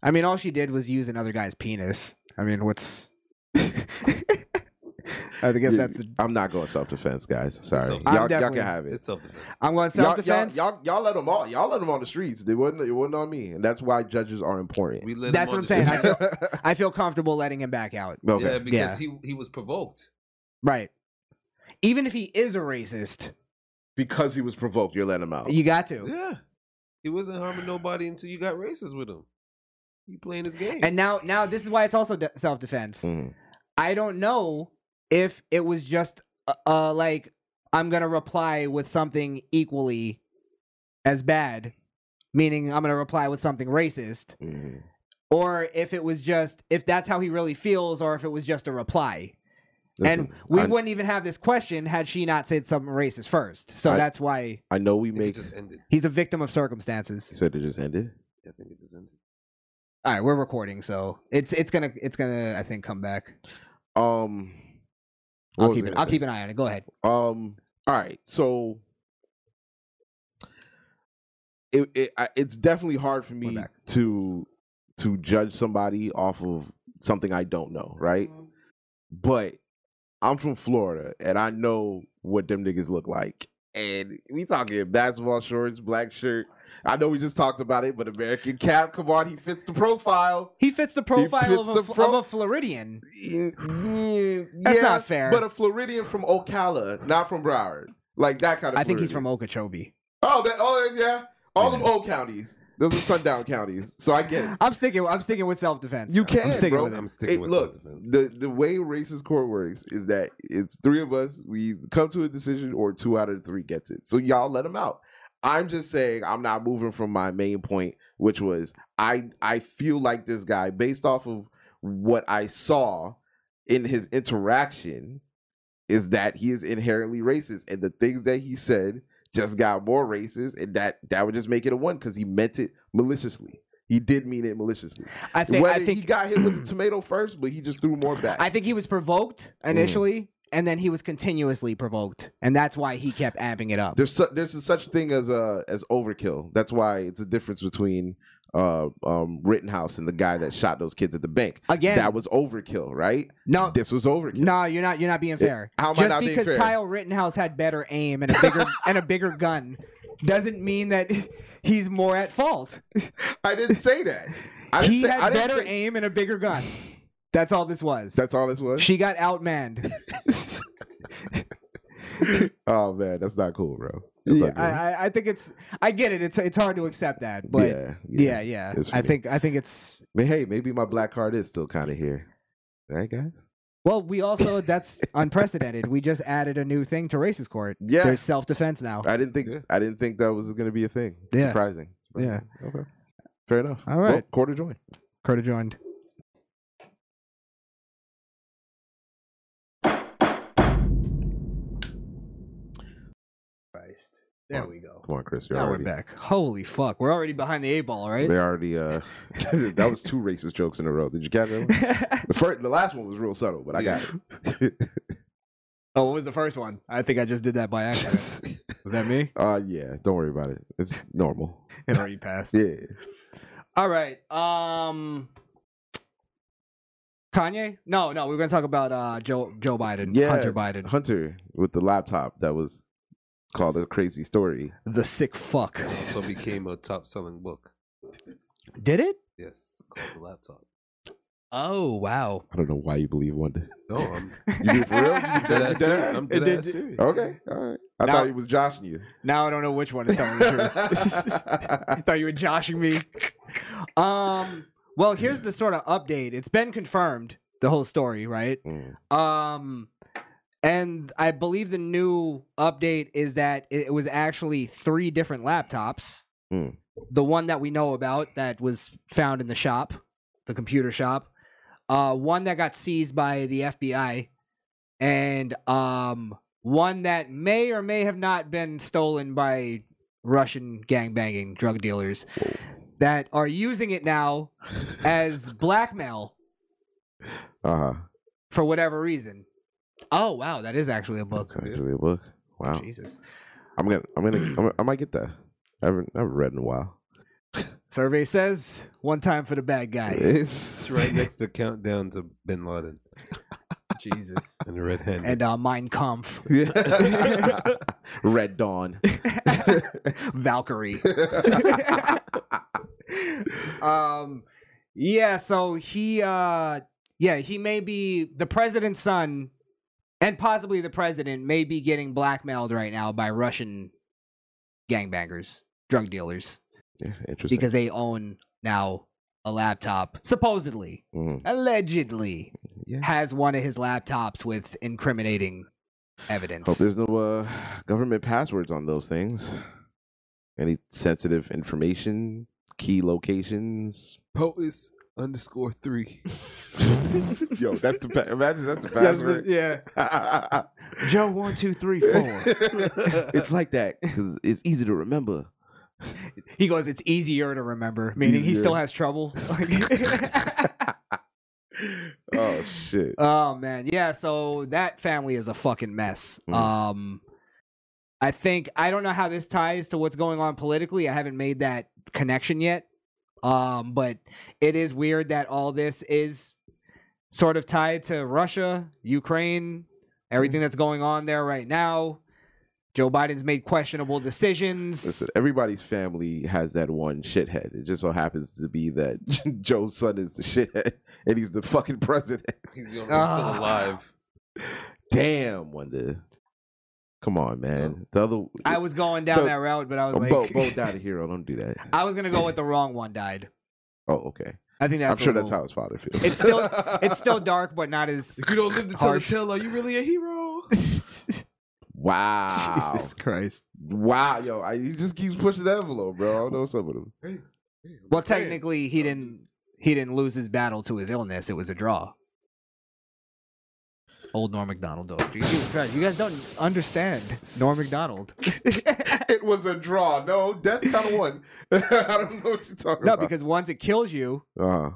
I mean, all she did was use another guy's penis. I mean, what's? [laughs] I guess
Yeah,
that's. the
I'm not going self defense, guys. Sorry,
self-
y'all,
I'm
y'all
definitely-
can have it.
It's self defense.
I'm going
Y'all-
self defense.
Y'all, y'all, y'all let them all. Y'all let them on the streets. They wasn't. It wasn't on me, and that's why judges are important. [laughs]
We let
That's what
him
I'm
on
saying. I
the-
feel, I feel comfortable letting him back out.
Okay.
Yeah, because
Yeah.
he he was provoked.
Right. Even if he is a racist,
because he was provoked, you're letting him
Oh.
out.
you got to.
Yeah, he wasn't harming nobody until you got racist with him. You playing his game.
And now, now this is why it's also de- self defense.
Mhm.
I don't know if it was just uh, uh like I'm gonna reply with something equally as bad, meaning I'm gonna reply with something racist,
Mhm.
or if it was just if that's how he really feels, or if it was just a reply. and
Listen,
we
I-
wouldn't even have this question had she not said something racist first. So
I-
that's why
I know we
I think
make.
it just ended.
he's a victim of circumstances.
You said it just ended.
I think it just ended.
All right, we're recording, so it's it's gonna it's gonna I think come back.
Um, what
I'll
was
keep
I
it.
gonna
I'll
say?
keep an eye on it. Go ahead.
Um. All right. So. It, it I- it's definitely hard for me
back.
to to judge somebody off of something I don't know, right? But I'm from Florida, and I know what them niggas look like. And we talking basketball shorts, black shirt. I know we just talked about it, but American cap. Come on, he fits the profile.
He fits the profile
fits
of, a,
the
Fl-
pro-
of a Floridian. [sighs]
That's
That's not fair.
But a Floridian from Ocala, not from Broward. Like that kind of.
I think he's
Floridian.
from Okeechobee.
Oh, that, oh yeah. All them old counties. Those are sundown counties. So I get it.
I'm sticking. I'm sticking with self defense.
You can,
I'm sticking
bro.
with it.
I'm sticking
Hey,
with
look,
self-defense.
the the way racist court works is that it's three of us. We come to a decision, or two out of the three gets it. So y'all let them out. I'm just saying I'm not moving from my main point, which was I I feel like this guy based off of what I saw in his interaction is that he is inherently racist, and the things that he said just got more racist, and that that would just make it a one because he meant it maliciously. He did mean it maliciously.
I think.
Whether
I
he
think.
got hit with the tomato first, but he just threw more back.
I think he was provoked initially,
Mm.
and then he was continuously provoked, and that's why he kept amping it up.
there's su- there's a such thing as uh as overkill. That's why it's a difference between uh um Rittenhouse and the guy that shot those kids at the bank.
Again.
that was overkill, right?
No.
This was overkill.
No, you're not. You're not being fair.
how am I
Just
not being
because
fair?
Kyle Rittenhouse had better aim and a
[laughs]
bigger and a bigger gun doesn't mean that he's more at fault.
I didn't say that. I didn't
he
say, I
had
didn't
better
say-
aim and a bigger gun. That's all this was.
That's all this was.
she [laughs] got outmanned.
[laughs] oh man, that's not cool, bro. That's
yeah,
not cool.
I, I- I think it's. I get it. It's it's hard to accept that, but yeah,
yeah,
yeah.
It's for
I
me.
think I think it's.
But hey, maybe my black card is still kind of here. Right, guys.
Well, we also
[laughs]
that's unprecedented. We just added a new thing to racist court.
Yeah.
there's self defense now.
I didn't think I didn't think that was going to be a thing.
Yeah.
Surprising.
Yeah.
Okay. Fair enough.
All right.
Well, quarter joint.
Carter joined. Christ. There we go.
Come on, Chris. You're
Now
already
we're back. Holy fuck. We're already behind the eight ball, right?
They already. Uh, [laughs] that was two racist jokes in a row. Did you catch
[laughs]
that? One? The first, the last one was real subtle, but I got it.
[laughs] oh, what was the first one? I think I just did that by accident. was that me?
[laughs] uh, yeah. Don't worry about it. It's normal.
It already passed.
Yeah.
All right. Um Kanye? No, no, we were gonna talk about uh Joe Joe Biden.
Yeah.
Hunter Biden.
Hunter with the laptop that was called A Crazy Story.
The Sick Fuck.
also became a top selling book.
Did it?
Yes, called The Laptop.
Oh wow!
I don't know why you believe Wanda.
No, I'm
You do for
[laughs]
real? You dead-
Dead
dead
ass serious.
ass?
I'm dead
It did-
ass serious.
Okay, all right. I
Now-
thought he was
[laughs]
joshing you.
Now I don't know which one is telling the
[laughs]
truth. [laughs] I thought you were joshing me. Um. Well, here's the sort of update. It's been confirmed the whole story,
[laughs]
right?
Mm.
Um. And I believe the new update is that it was actually three different laptops. The one that we know about that was found in the shop, the computer shop. Uh, one that got seized by the FBI, and um, one that may or may have not been stolen by Russian gangbanging drug dealers that are using it now as blackmail
Uh huh.
for whatever reason. Oh wow, that is actually a book.
Actually, a book. Wow.
Jesus.
I'm gonna. I'm
[clears throat]
gonna. I'm gonna I might get that. I haven't. I haven't read in a while.
Survey says one time for the bad
[laughs]
guy.
It's right next to Countdown to Bin Laden.
Jesus.
And the Red Hand.
And uh, Mein
[laughs]
Kampf, [laughs]
Red Dawn. [laughs]
Valkyrie. um yeah so he uh yeah he may be the president's son and possibly the president may be getting blackmailed right now by russian gangbangers drug dealers
Yeah, interesting.
because they own now a laptop supposedly
Mhm.
allegedly has one of his laptops with incriminating evidence
Hope there's no uh, government passwords on those things. Any sensitive information, key locations. [laughs]
POTUS underscore three.
Yo, that's the pa- imagine that's the
[laughs] That's the-
password. [laughs]
yeah [laughs] joe one two three four
it's like that because it's easy
[laughs]
to remember.
he goes it's easier to remember meaning he still
Easier.
has trouble [laughs]
Oh shit!
Oh man, yeah. So that family is a fucking mess.
Mm.
Um, I think I don't know how this ties to what's going on politically. I haven't made that connection yet. Um, but it is weird that all this is sort of tied to Russia, Ukraine,
Mm-hmm.
everything that's going on there right now. Joe Biden's made questionable decisions.
Listen, everybody's family has that one shithead. It just so happens to be that [laughs] Joe's son is the shithead, [laughs] and he's the fucking president. [laughs]
He's the only one still
Ah.
alive.
Damn, Wanda. Come on,
Oh.
man. The other
I was going down
Bo-
that route, but I was
Oh,
like,
Bo,
[laughs]
Bo died a hero. Don't do that.
I was gonna go with the wrong one. Died.
Oh, okay.
I think that's.
I'm sure
a
that's
little-
how his father feels.
It's
[laughs]
still it's still dark, but not as
If you don't live to tell the
harsh.
tale, are you really a hero?
[laughs]
wow.
Jesus Christ.
Wow, yo, I, he just keeps pushing the envelope, bro. I don't know some of them.
Well, technically, he didn't he didn't lose his battle to his illness. It was a draw. Old Norm Macdonald, though. [laughs] Jesus Christ, you guys don't understand Norm [laughs] Macdonald.
it was a draw. No, death kind of won. [laughs] I don't know what you're talking
No,
about.
because once it kills you,
uh, it,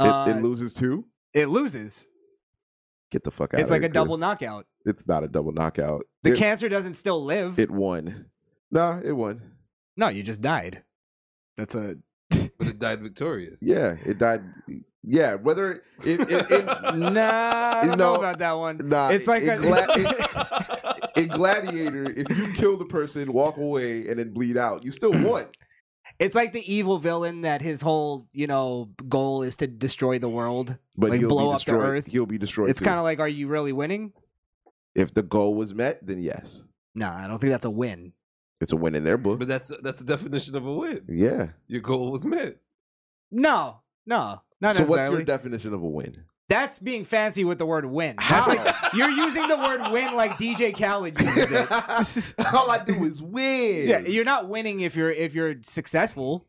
Uh,
it loses two.
it loses.
Get the fuck out.
It's
of
like
here,
a double
Chris.
knockout.
It's not a double knockout.
The
it,
cancer doesn't still live.
it won. Nah, it won.
no, you just died. That's
[laughs]
a
But it died victorious.
Yeah, it died. Yeah, whether it, it, it, it [laughs]
nah. I
You
don't know
know,
about that one.
nah,
it's like
in,
a,
Gla-
[laughs]
in- in Gladiator, if you kill the person, walk away, and then bleed out, you still won.
It's like the evil villain that his whole, you know, goal is to destroy the world,
But
like
he'll
blow
be
up the
destroyed.
earth.
He'll be destroyed.
It's
too.
kind of like, are you really winning?
if the goal was met, then yes,
No, I don't think that's a win.
it's a win in their book.
But that's that's the definition of a win.
Yeah.
Your goal was met.
No, no, not
so what's
necessarily.
your definition of a win?
that's being fancy with the word win. That's like you're using the word win like DJ Khaled uses
[laughs]
it. [laughs]
All I do is win.
Yeah, you're not winning if you're if you're successful.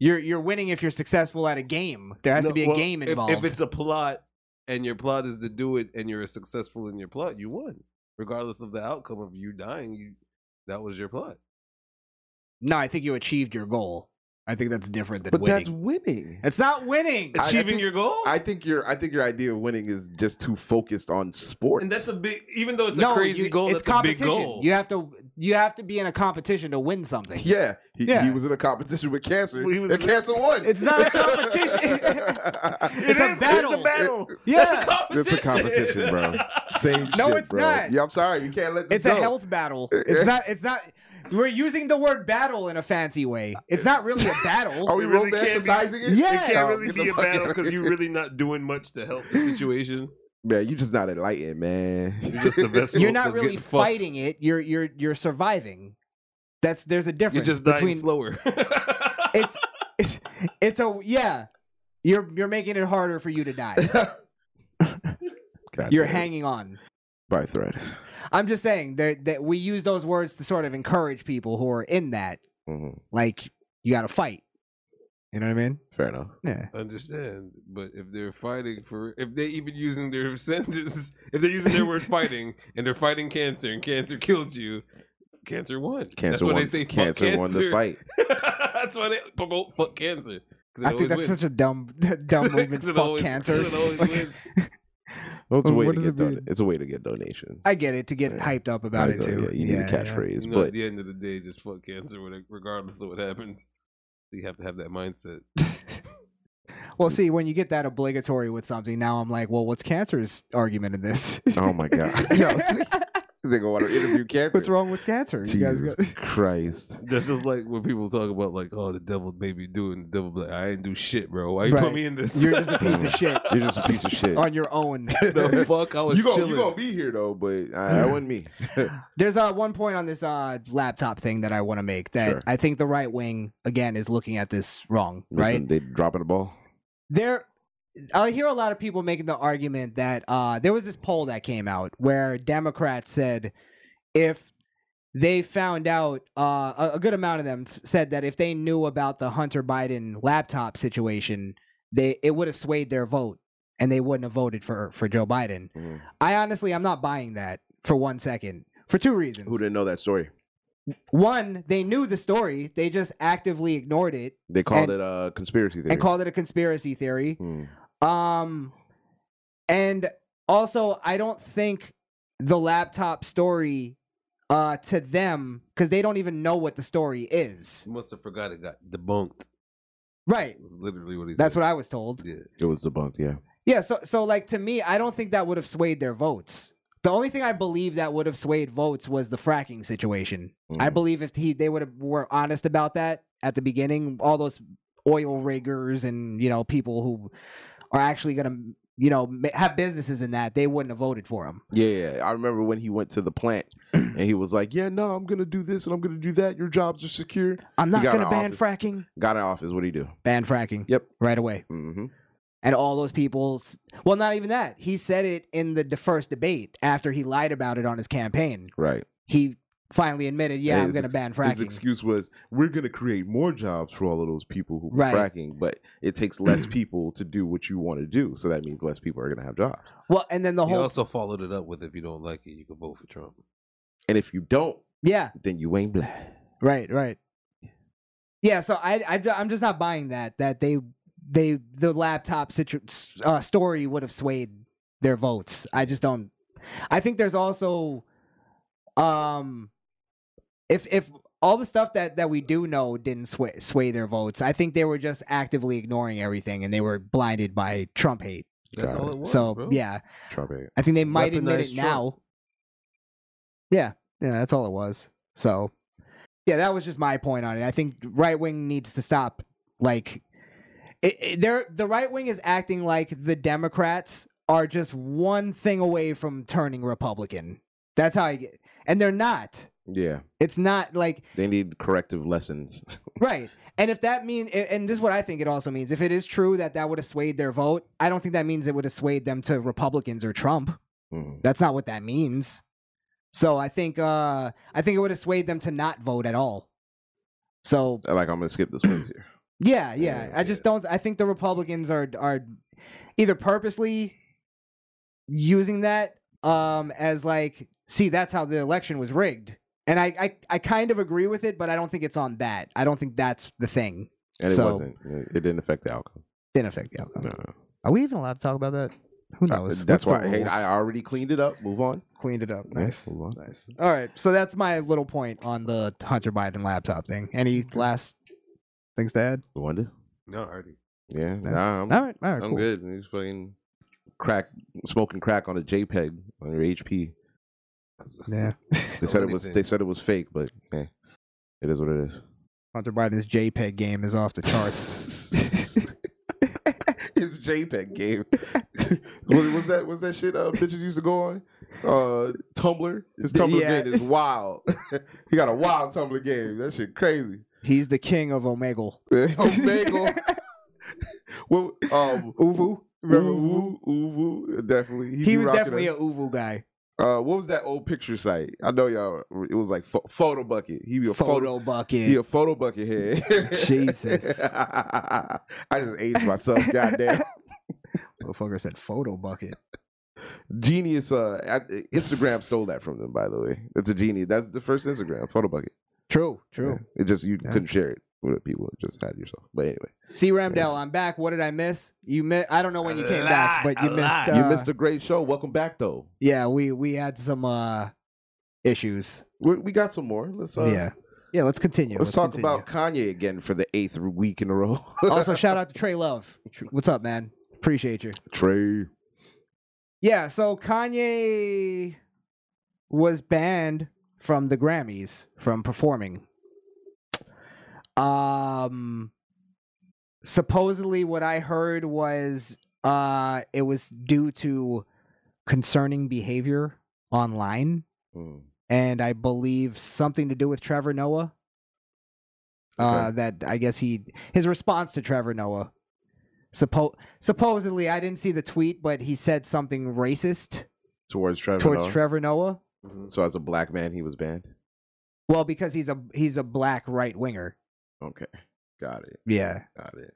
You're you're winning if you're successful at a game. There has
No,
to be a
well,
game
if-
involved.
If, it's a plot and your plot is to do it and you're successful in your plot, you won. Regardless of the outcome of you dying, you that was your plot.
no, I think you achieved your goal. I think that's different than
but
winning.
that's winning.
It's not winning.
I- I
Achieving
think-
your goal?
I think your I think your idea of winning is just too focused on sports.
and that's a big even though it's a
no,
crazy
you-
goal,
It's
that's a big
competition.
goal.
You have to you have to be in a competition to win something.
Yeah, he,
Yeah.
he was in a competition with cancer.
He was-
and cancer won.
It's not a competition.
[laughs] it's
a battle. It's a battle. Yeah.
It's a competition, bro. Same shit,
No, it's
bro.
not.
Yeah, I'm sorry. You can't let this
It's
go.
a health battle. It's not. It's not. We're using the word battle in a fancy way. It's not really
[laughs]
a battle.
Are we It really can't be- romanticizing it?
Yeah.
It
[laughs] can't
No,
really
get the
be a
fuck
battle
outta
because you're
here.
really not doing much to help the situation.
Man, you just not enlightened,
[laughs]
man. [laughs]
You're
[laughs]
just the vessel
You're not really fighting it. You're you're you're surviving. That's there's a difference.
just dying
between,
slower.
it's it's it's a yeah. You're you're making it harder for you to
[laughs]
die.
God
you're
damn it.
hanging on.
by a thread.
I'm just saying that that we use those words to sort of encourage people who are in that.
Mhm.
Like you got to fight. You know what I mean?
Fair enough.
Yeah.
Understand, but if they're fighting for, if they even using their [laughs] sentence, if they're using their
[laughs]
word fighting, and they're fighting cancer, and cancer killed you, cancer won. that's
Cancer
why
won.
they say fuck
cancer, won the
cancer.
fight.
[laughs] that's why they promote fuck cancer. 'cause they
I think
always
that's
win.
such a dumb [laughs]
[laughs]
dumb movement.
'Cause it
Fuck
always-
cancer.
[laughs] 'cause it always
[laughs]
wins.
Well, it's a
Oh, What
way to
does
get
it
don-
mean?
it's a way to get donations.
I get it to get hyped up about
I
it
know,
too.
yeah, you need a catchphrase,
You know,
but
at the end of the day, just fuck cancer, with- regardless of what happens. So you have to have that mindset.
Well, see, when you get that obligatory with something, now I'm like, well, what's cancer's argument in this?
oh my god,
[laughs]
[laughs] Yo, they gonna want to [laughs] interview cancer.
what's wrong with cancer? You guys
Jesus
got- [laughs]
Christ.
[laughs] That's just like when people talk about like, oh, the devil made me do it. And the devil be like, I didn't do shit, bro. Why you
Right.
put me in this?
You're
[laughs]
just a piece of shit.
[laughs] You're just a
[laughs]
piece of shit.
on your
[laughs]
own.
the fuck. I was
you gonna,
chilling.
you gonna be here though, but uh, that wasn't me.
There's uh, one point on this uh, laptop thing that I want to make that
Sure.
I think the right wing again is looking at this wrong. right?
Listen, they dropping the ball.
there I hear a lot of people making the argument that uh, there was this poll that came out where Democrats said if they found out uh, a, a good amount of them f- said that if they knew about the Hunter Biden laptop situation, they it would have swayed their vote and they wouldn't have voted for for Joe Biden.
Mm-hmm.
I honestly I'm not buying that for one second for two reasons.
Who didn't know that story?
One, they knew the story, they just actively ignored it
They called
And-
it a conspiracy theory.
and called it a conspiracy theory.
Hmm.
Um, and also, I don't think the laptop story uh, to them, because they don't even know what the story is.
You must have forgot it got debunked.
Right.
That's literally what he
That's
said.
what I was told.
Yeah.
It was debunked. Yeah.
Yeah. So, so like to me, I don't think that would have swayed their votes. The only thing I believe that would have swayed votes was the fracking situation. I believe if he they would have were honest about that at the beginning, all those oil riggers and you know people who are actually gonna you know ma- have businesses in that they wouldn't have voted for him.
Yeah, yeah. I remember when he went to the [clears throat] plant and he was like, "Yeah, no, I'm gonna do this and I'm gonna do that. Your jobs are secure.
I'm
He
not
got
gonna
an
ban
office.
fracking.
Got an office. What do you do?
Ban fracking.
Yep.
Right away.
Mm-hmm.
And all those people. s- Well, not even that. He said it in the, the first debate after he lied about it on his campaign.
Right.
He finally admitted, yeah, I'm
His
gonna
ex-
ban
His
fracking.
excuse was, "We're gonna create more jobs for all of those people who were
Right.
fracking, but it
[clears throat]
takes less people to do what you want to do, so that means less people are gonna have jobs.
Well, and then the
He
whole
also followed it up with, if you don't like it, you can vote for Trump.
And if you don't,
yeah,
then you ain't black."
right, right. Yeah, so I, I am just not buying that that they they the laptop situ- s- uh, story would have swayed their votes. I just don't. I think there's also, um, if if all the stuff that that we do know didn't sway sway their votes, I think they were just actively ignoring everything and they were blinded by Trump hate.
That's
Got
all
it.
it was.
so
bro.
yeah,
Trump ain't.
I think they might admit
Weaponized
it
Trump.
now. Yeah, yeah, that's all it was. So, yeah, that was just my point on it. I think right wing needs to stop. Like, it, it, they're the right wing is acting like the Democrats are just one thing away from turning Republican. That's how I get, and they're not.
Yeah,
It's not like
they need corrective lessons.
Right. And if that means, and this is what I think it also means, if it is true that that would have swayed their vote, I don't think that means it would have swayed them to Republicans or Trump.
Mm.
That's not what that means. So I think, uh, I think it would have swayed them to not vote at all. So
like I'm gonna skip this one
[clears throat]
here.
yeah, yeah. I just don't. I think the Republicans are are either purposely using that um as like, see, that's how the election was rigged. And I, I, I kind of agree with it, but I don't think it's on that. I don't think that's the thing.
And it
So-
wasn't. It it didn't affect the outcome.
Didn't affect the outcome.
No. Uh,
Are we even allowed to talk about that? Who knows? What's
That's
the
why I, hate,
rules?
I already cleaned it up. Move on.
Cleaned it up. Nice.
move on.
Nice. All right, so that's my little point on the Hunter Biden laptop thing. Any last things to add?
Wonder.
No, I already.
Yeah.
Yeah.
Nah, I'm,
All right, all right,
I'm
cool.
good. He's fucking crack, smoking crack on a JPEG on your HP.
Yeah.
They said it was. They said it was fake, but eh, it is what it [laughs] is.
Hunter Biden's JPEG game is off the charts. [laughs]
His JPEG [laughs] game. what was that? Was that shit? Uh, bitches used to go on. Uh, Tumblr. His Tumblr
Yeah.
game is wild. [laughs] he got a wild Tumblr game. That shit crazy. [laughs]
He's the king of Omegle.
Omegle. well, um,
Uvu. Remember
Uvu, Uvu, definitely.
He,
be
was
rocking
definitely
a-
a Uvu guy.
Uh, what was that old picture site? I know y'all. It was like pho- photo bucket. He be a photo,
Photo bucket.
He a photo bucket head.
Jesus.
[laughs] I just aged myself. Goddamn.
Motherfucker said photo bucket.
Genius. Uh, at- Instagram stole that from them. By the way, that's a genius. That's the first Instagram photo bucket.
True, true.
Yeah. It just you couldn't share it with the people. It just had yourself. But anyway,
See, Ramdell, I'm back. What did I miss? You mi- I don't know when you came back, but you missed. Uh,
you missed a great show. Welcome back though.
Yeah, we we had some uh issues.
We, we got some more. Let's uh,
yeah, yeah. Let's continue.
Let's, talk
continue.
about Kanye again for the eighth week in a row. [laughs]
also, shout out to Trey Love. Tr- What's up, man? Appreciate you.
Trey.
Yeah, so Kanye was banned from the Grammys from performing. Um supposedly what I heard was uh it was due to concerning behavior online
Mm.
and I believe something to do with Trevor Noah. Uh, that I guess he his response to Trevor Noah. Suppo- supposedly, I didn't see the tweet, but he said something racist
Towards Trevor.
towards
Noah.
Trevor Noah.
Mhm. So as a black man, he was banned.
Well, because he's a he's a black right winger.
Okay, got it.
Yeah.
got it.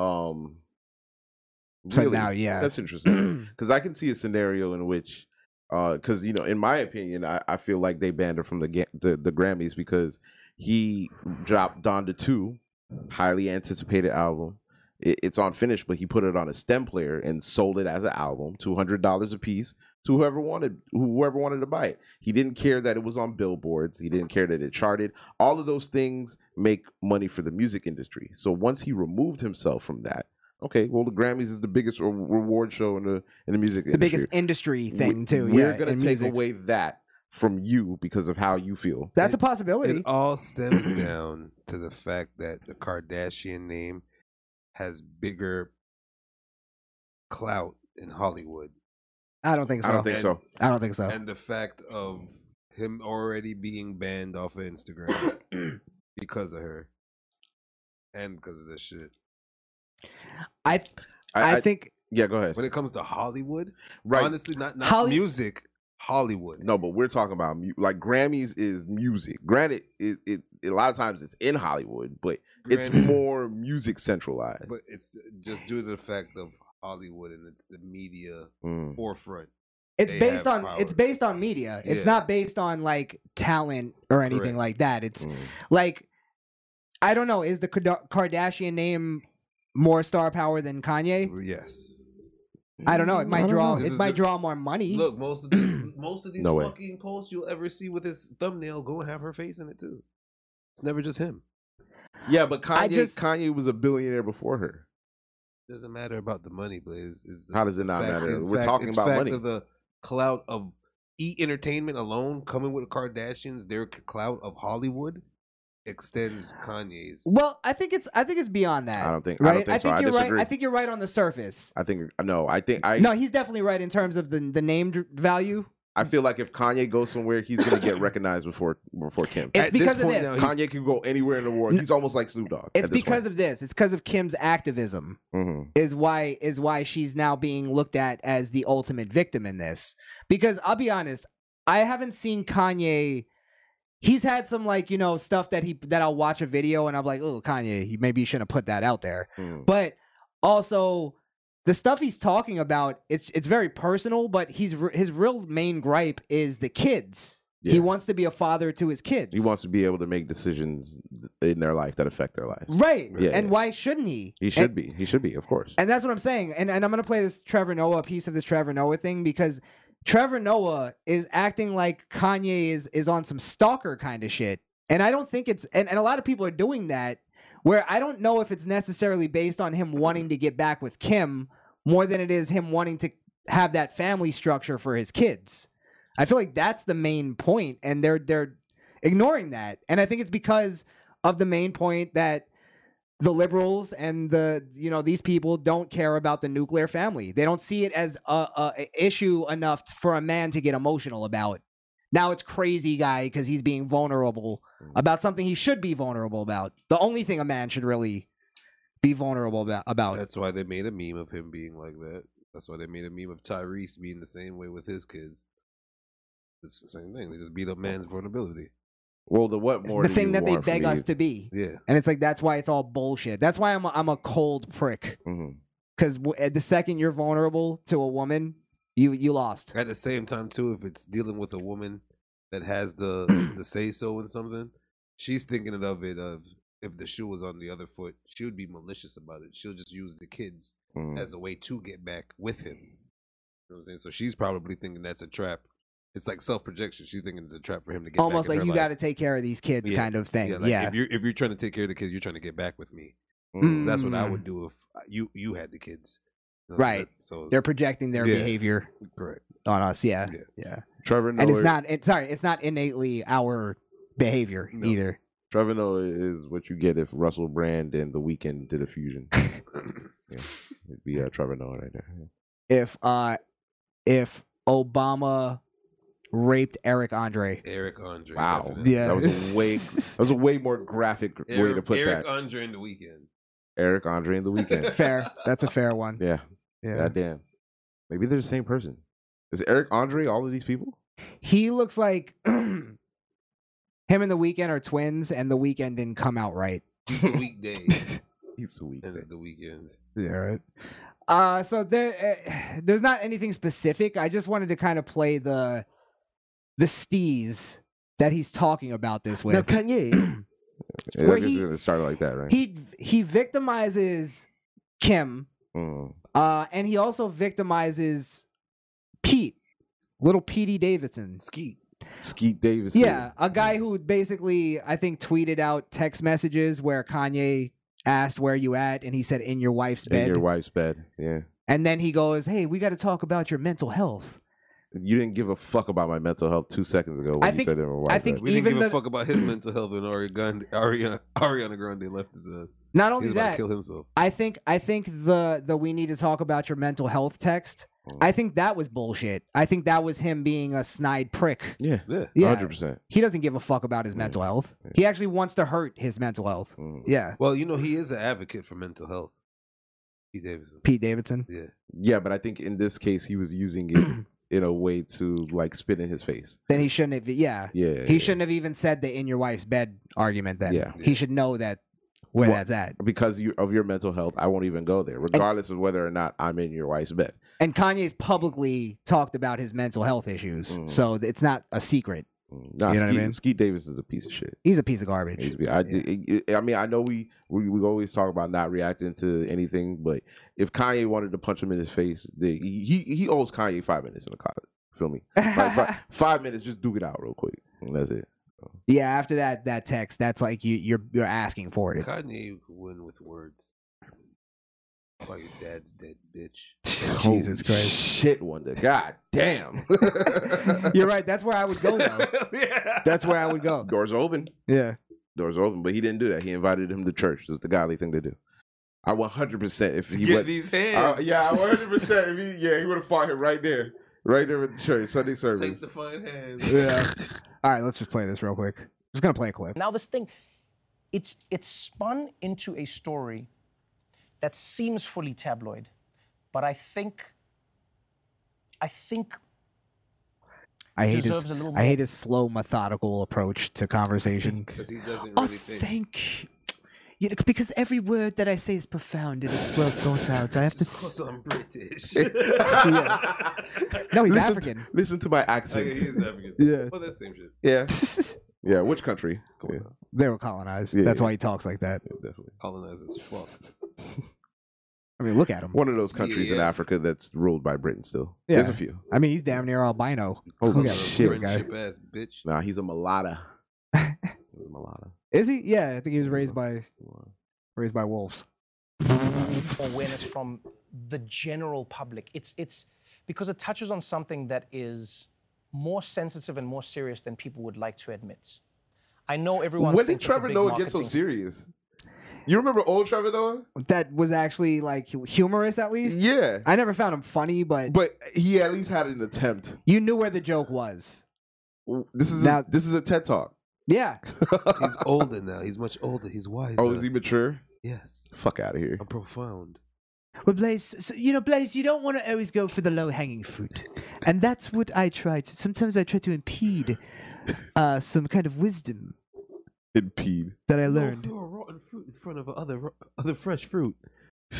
Um.
So now, yeah. [clears throat]
that's interesting because I can see a scenario in which, uh, because you know, in my opinion, I, I feel like they banned her from the, ga- the the Grammys because he dropped Donda Two, highly anticipated album. It, it's unfinished, but he put it on a stem player and sold it as an album, two hundred dollars a piece to whoever wanted whoever wanted to buy it. He didn't care that it was on billboards. He didn't care that it charted. All of those things make money for the music industry. So once he removed himself from that, okay, well the Grammys is the biggest re- reward show in the in the music
The
industry.
biggest industry thing
We-
too.
We're
yeah,
gonna
in
take
music.
away that from you because of how you feel.
That's a possibility.
It all
[clears throat]
stems down to the fact that the Kardashian name has bigger clout in Hollywood.
I don't think so.
I don't think
And-
so.
I don't think so.
And the fact of him already being banned off
[coughs]
of Instagram because of her and because of this shit.
I th- I, think
Yeah, go ahead.
When it comes to Hollywood,
Right.
honestly, not, not
Holly-
music, Hollywood.
No, but we're talking about mu- like Grammys is music. Granted, it, it a lot of times it's in Hollywood, but it's
Granted.
more music centralized.
But it's just due to the fact of Hollywood and it's the media
Mm.
forefront.
it's
They
based
have
on
power.
it's based on media. It's
Yeah.
not based on like talent or anything
Correct.
like that. It's
Mm.
like I don't know. Is the Kada- Kardashian name more star power than Kanye?
Yes.
Eh. I don't know. It
Mm, I
might
don't
draw.
know.
This
It
is
might
the-
draw more money.
Look, most
[clears throat]
of these most of these
No way.
fucking posts you'll ever see with his thumbnail go and have her face in it too. It's never just him.
Yeah, but
I
Kanye
just-
Kanye was a billionaire before her.
doesn't matter about the money, Blaze. Is
How does it not matter? We're talking about money.
Of the clout of E Entertainment alone coming with Kardashians, their c- clout of Hollywood extends Kanye's.
Well, I think it's. I think it's beyond that.
I don't think- I
Right.
don't think so. I
you're
disagree.
right. I think you're right on the surface.
I think no, I think I
no, he's definitely right in terms of the the name dr- value.
I feel like if Kanye goes somewhere, he's gonna
[laughs]
get recognized before before Kim.
It's
At this
because of
point
this.
now, he's-
Kanye can go anywhere in the world. He's almost like Snoop Dogg.
it's because of this. It's because of Kim's activism
of mm-hmm.
is why is why she's now being looked at as the ultimate victim in this. Because I'll be honest, I haven't seen Kanye. He's had some like you know stuff that he that I'll watch a video and I'm like, oh Kanye, you- maybe you shouldn't have put that out there.
mm-hmm.
but also the stuff he's talking about it's it's very personal but he's re- his real main gripe is the kids
Yeah.
he wants to be a father to his kids
he wants to be able to make decisions in their life that affect their life.
Right.
Yeah,
and
yeah.
why shouldn't he?
He should be. He should be, of course.
And that's what I'm saying. And and I'm gonna play this Trevor Noah a piece of this Trevor Noah thing because Trevor Noah is acting like Kanye is is on some stalker kind of shit. And I don't think it's and, and a lot of people are doing that where I don't know if it's necessarily based on him wanting to get back with Kim more than it is him wanting to have that family structure for his kids. I feel like that's the main point, and they're they're ignoring that. And I think it's because of the main point that the liberals and the you know these people don't care about the nuclear family. They don't see it as a, a a issue enough for a man to get emotional about. Now it's crazy guy because he's being vulnerable
Mm.
about something he should be vulnerable about. The only thing a man should really be vulnerable about. about.
That's why they made a meme of him being like that. That's why they made a meme of Tyrese being the same way with his kids. It's the same thing. They just beat up man's vulnerability.
Well, the what more?
the
do
thing
you
that they
want from
beg
me?
us to be.
Yeah.
And it's like that's why it's all bullshit. That's why I'm a, I'm a cold prick.
Mm-hmm,
Because w- eh, the second you're vulnerable to a woman, you you lost.
At the same time, too, if it's dealing with a woman that
[clears throat]
has the the say so in something, she's thinking of it of if the shoe was on the other foot, she would be malicious about it. She'll just use the kids
Mhm.
Mm.
as a way to get back with him. You know what I'm saying? So she's probably thinking that's a trap. It's like self projection. She's thinking it's a trap for him to get
Almost
back in
like
her
you
life.
got to take care of these kids,
Yeah.
kind of thing. Yeah.
like, If you're if you're trying to take care of the kids, you're trying to get back with me.
Mm.
That's what I would do if you you had the kids. You know, so
right.
that- So
they're projecting their
Yeah.
behavior
Correct.
on us. Yeah.
Yeah.
Trevor Noah
And it's not. It, sorry, it's not innately our behavior either.
Trevor Noah is what you get if Russell Brand and The Weeknd did
[laughs]
a fusion. yeah, it'd be uh, Trevor Noah right there.
If uh, if Obama raped Eric Andre.
Eric Andre.
Wow,
definitely.
Yeah.
that was
[laughs]
a way that was a way more graphic way
Eric-
to put
Eric
that.
Andre in the weekend.
Eric Andre and The
[laughs]
Weeknd.
Fair. That's a fair one.
Yeah.
Yeah.
Goddamn. Maybe they're the same person. Is Eric Andre all of
[laughs]
these people?
He looks like [clears throat] him and the weekend are twins, and the weekend didn't come out right.
He's
[laughs]
a weekday.
He's a weekday.
And it's the weekend.
Yeah, right. Uh, so there, uh, there's not anything specific. I just wanted to kind of play the the steez that he's talking about this with.
Kanye. [clears throat] Yeah,
Where
I guess
he-
it started like that, right?
he he victimizes Kim,
Mm.
uh, and he also victimizes Pete, little Petey Davidson,
Skeet.
Skeet Davis.
Yeah, a guy who basically I think tweeted out text messages where Kanye asked where you at and he said in your wife's
in
bed.
your wife's bed. Yeah.
and then he goes, "Hey, we got to talk about your mental health."
You didn't give a fuck about my mental health two seconds ago when
I
you
think-
said they were
I
wife's
think
bed.
We didn't
Even
give
the-
a fuck about his mental health when Ari Grande, Ariana, Ariana Grande left his ass.
Not only
He's about
that,
to kill himself.
I think I think the the we need to talk about your mental health text. I think that was bullshit. I think that was him being a snide prick.
Yeah.
Yeah.
Yeah.
100%.
He doesn't give a fuck about his mental health. He actually wants to hurt his mental health.
Mm.
Yeah.
Well, you know, he is an advocate for mental health. Pete Davidson.
Pete Davidson.
Yeah.
Yeah, but I think in this case he was using
[clears throat]
it in a way to like spit in his face.
Then he shouldn't have. Yeah.
Yeah,
He
yeah.
shouldn't have even said the in your wife's bed argument. Then.
Yeah.
He should know that where
Well,
that's at.
Because you, of your mental health, I won't even go there, regardless of whether or not I'm in your wife's bed.
And Kanye's publicly talked about his mental health issues,
Mhm.
so it's not a secret.
Mm, Nah,
you know what I
Skeet,
mean?
Skeet Davis is a piece of shit.
He's a piece of garbage.
He's be- I, it- it- I mean, I know we, we we always talk about not reacting to anything, but if Kanye wanted to punch him in his face, the, he he owes Kanye five minutes in the closet.
[laughs]
Feel me? Like, fi- five minutes, just duke it out real quick. And that's it.
Yeah, after that that text, that's like you you're you're asking for it.
Kanye could win with words. Call your dad's dead, bitch.
[laughs]
Oh,
Jesus
Holy
Christ.
Shit, Wonder. God
[laughs]
damn.
You're right. That's where I would go
[laughs]
though. That's where I would go.
Doors open.
Yeah.
Doors open, but he didn't do that. He invited him to church. That's the godly thing to do. I 100% if he
Get
let-
these
Uh,
hands.
yeah, I 100% if he, yeah, he would have fought him right there. Right there at the church, Sunday
[laughs]
service.
Sanctifying hands.
Yeah. All right, let's just play this real quick. Just gonna play a clip.
Now this thing, it's it's spun into a story that seems fully tabloid, but I think I think
I hate
deserves
his
a little
I hate his slow methodical approach to
[laughs]
conversation.
Because he doesn't really
I
think. [laughs]
think you know, because every word that I say is profound and it's well thought out. I have to
Because
[laughs]
I'm British. [laughs]
No, he's
listen
African.
To, listen to my accent.
Okay, he is African.
Yeah.
Well, that's the same shit.
[laughs] Yeah. Yeah, which country? Yeah.
They were colonized.
Yeah,
That's
yeah.
why he talks like that.
definitely.
Colonized as fuck.
I mean, look at him.
One of those countries in
Yeah.
Africa that's ruled by Britain still.
Yeah.
There's a few.
I mean, he's damn near albino.
Holy
Look at him.
shit,
Look at him.
ass bitch.
Nah, he's a mulatto.
[laughs]
he's a mulatto.
Is he? Yeah, I think he was raised by raised by wolves.
awareness from the general public. It's it's because it touches on something that is more sensitive and more serious than people would like to admit. I know everyone.
When did
thinks it's a
Trevor
big
Noah get so
marketing-
serious? You remember old Trevor Noah?
That was actually like hu- humorous, at least.
Yeah,
I never found him funny, but
but he at least had an attempt.
You knew where the joke was.
This is
Now-
a, this is a TED
[laughs]
talk.
Yeah,
He's older now. He's much older. He's wiser.
oh, is he mature?
Yes.
Fuck out of here.
I'm profound.
Well, Blaze, so, you know, Blaze, you don't want to always go for the low hanging fruit. And that's what I tried. Sometimes I try to impede uh, some kind of wisdom
Impede.
that I
No,
learned.
throw a rotten fruit in front of other ro- other fresh fruit.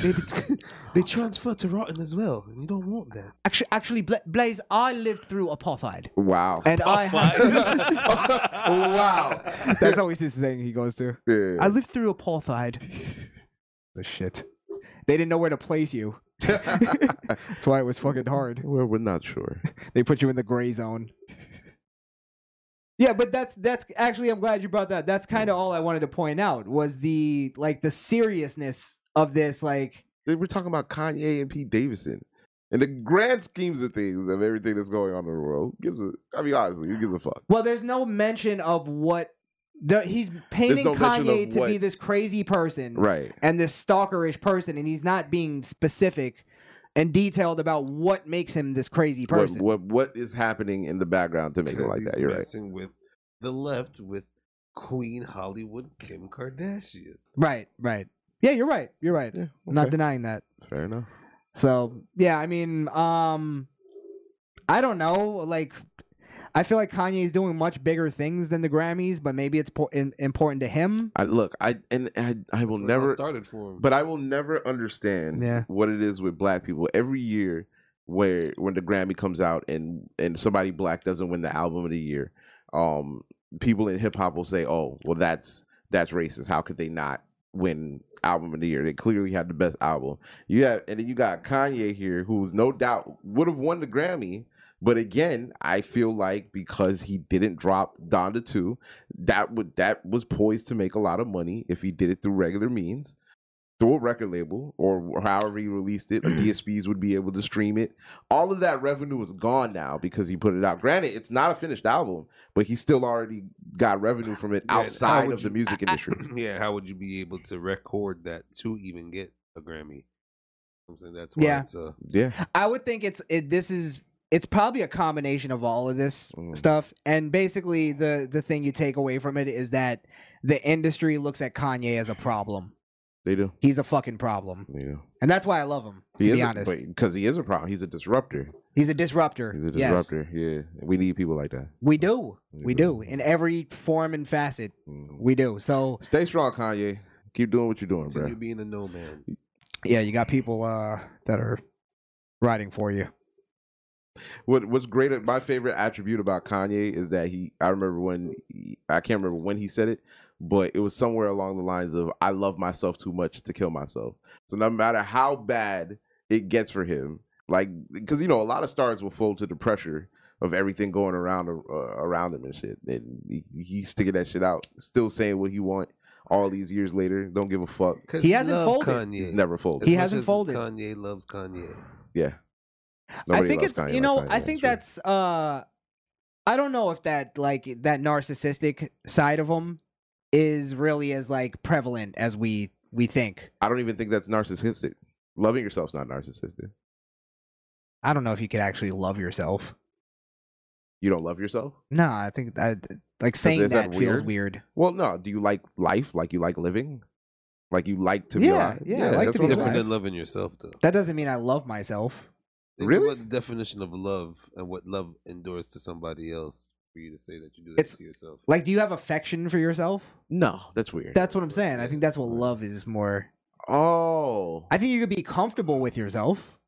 They, be-
[laughs]
they transfer to rotten as well, and you don't want that.
Actually, actually Bla- Blaze, I lived through apartheid.
Wow.
And I
[laughs]
[laughs]
wow.
[laughs] That's always his thing he goes to.
Yeah.
I lived through apartheid. [laughs] the shit. They didn't know where to place you.
[laughs]
[laughs] That's why it was fucking hard.
Well, we're not sure.
They put you in the gray zone. Yeah, but that's that's actually I'm glad you brought that. That's kind of all I wanted to point out was the like the seriousness of this like
They We're talking about Kanye and Pete Davidson. In the grand schemes of things, of everything that's going on in the world, who gives a. I mean, honestly, who gives a fuck?
well there's no mention of what the, he's painting
no mention
Kanye
of
to be
what-
this crazy person.
Mm.
Right.
and this stalkerish person, and he's not being specific and detailed about what makes him this crazy
What,
person.
what what is happening in the background to make it
Because
like
he's
that? You're right.
messing with the left with Queen Hollywood Kim Kardashian.
Right, right. Yeah, you're right. You're right. I'm not
okay.
denying that.
Fair enough.
So yeah, I mean, um, I don't know. Like, I feel like Kanye is doing much bigger things than the Grammys, but maybe it's po- in- important to him.
I look, I and I, I will
That's where it all
never
started for him.
but [clears throat] I will never understand
Yeah.
what it is with black people every year where when the Grammy comes out and and somebody black doesn't win the album of the year, um, people in hip hop will say, "Oh, well, that's that's racist. How could they not win album of the year? They clearly had the best album." You have, and then you got Kanye here, who's no doubt would have won the Grammy. But again, I feel like because he didn't drop Donda 2, that would that was poised to make a lot of money if he did it through regular means through a record label or however he released it. DSPs would be able to stream it. All of that revenue is gone now because he put it out. Granted, it's not a finished album, but he still already got revenue from it
Yeah, how
outside
would
of the
you-
music industry.
[clears throat] yeah, how would you be able to record that to even get a Grammy? I'm saying that's why
Yeah.
it's a
Yeah.
[clears throat] I would think it's it, this is it's probably a combination of all of this
um,
stuff, and basically the the thing you take away from it is that the industry looks at Kanye as a problem.
They do.
He's a fucking problem,
They do.
and that's why I love him. To
He
be
is
honest,
because he is a problem. He's a disruptor.
he's a disruptor.
He's a
Yes,
disruptor. Yeah. We need people like that.
we do, we do in every form and facet.
Mm-hmm.
We do. So
Stay strong, Kanye. Keep doing what you're doing,
continue
bro.
being a no man.
yeah, you got people uh, that are riding for you.
What What's great? My favorite attribute about Kanye is that he. I remember when he- I can't remember when he said it, but it was somewhere along the lines of "I love myself too much to kill myself." So no matter how bad it gets for him, like because you know a lot of stars will fold to the pressure of everything going around uh, around him and shit, and he, he's sticking that shit out, still saying what he want all these years later. Don't give a fuck.
'Cause
He hasn't
love
folded.
Kanye.
He's never folded.
As
He
much
hasn't
as
folded.
Kanye loves Kanye.
Yeah.
I
Nobody
think
loves
it's
Kanye
you
like
know
Kanye,
I think
true.
that's uh I don't know if that like that narcissistic side of him is really as like prevalent as we we think.
I don't even think that's narcissistic. Loving yourself's not narcissistic.
I don't know if you could actually love yourself.
You don't love yourself.
No, I think that like saying
is
that,
that
feels
weird?
weird.
Well, no. Do you like life? Like you like living? Like you like to be
Yeah,
alive?
yeah, I like
that's
to be alive.
what I'm
Different
saying.
than loving yourself, though.
That doesn't mean I love myself.
Think
Really?
About the definition of love and what love endures to somebody else for you to say that you do that
It's-
to yourself.
Like do you have affection for yourself?
No, that's weird.
That's what I'm saying. I think that's what love is more.
oh,
I think you could be comfortable with yourself.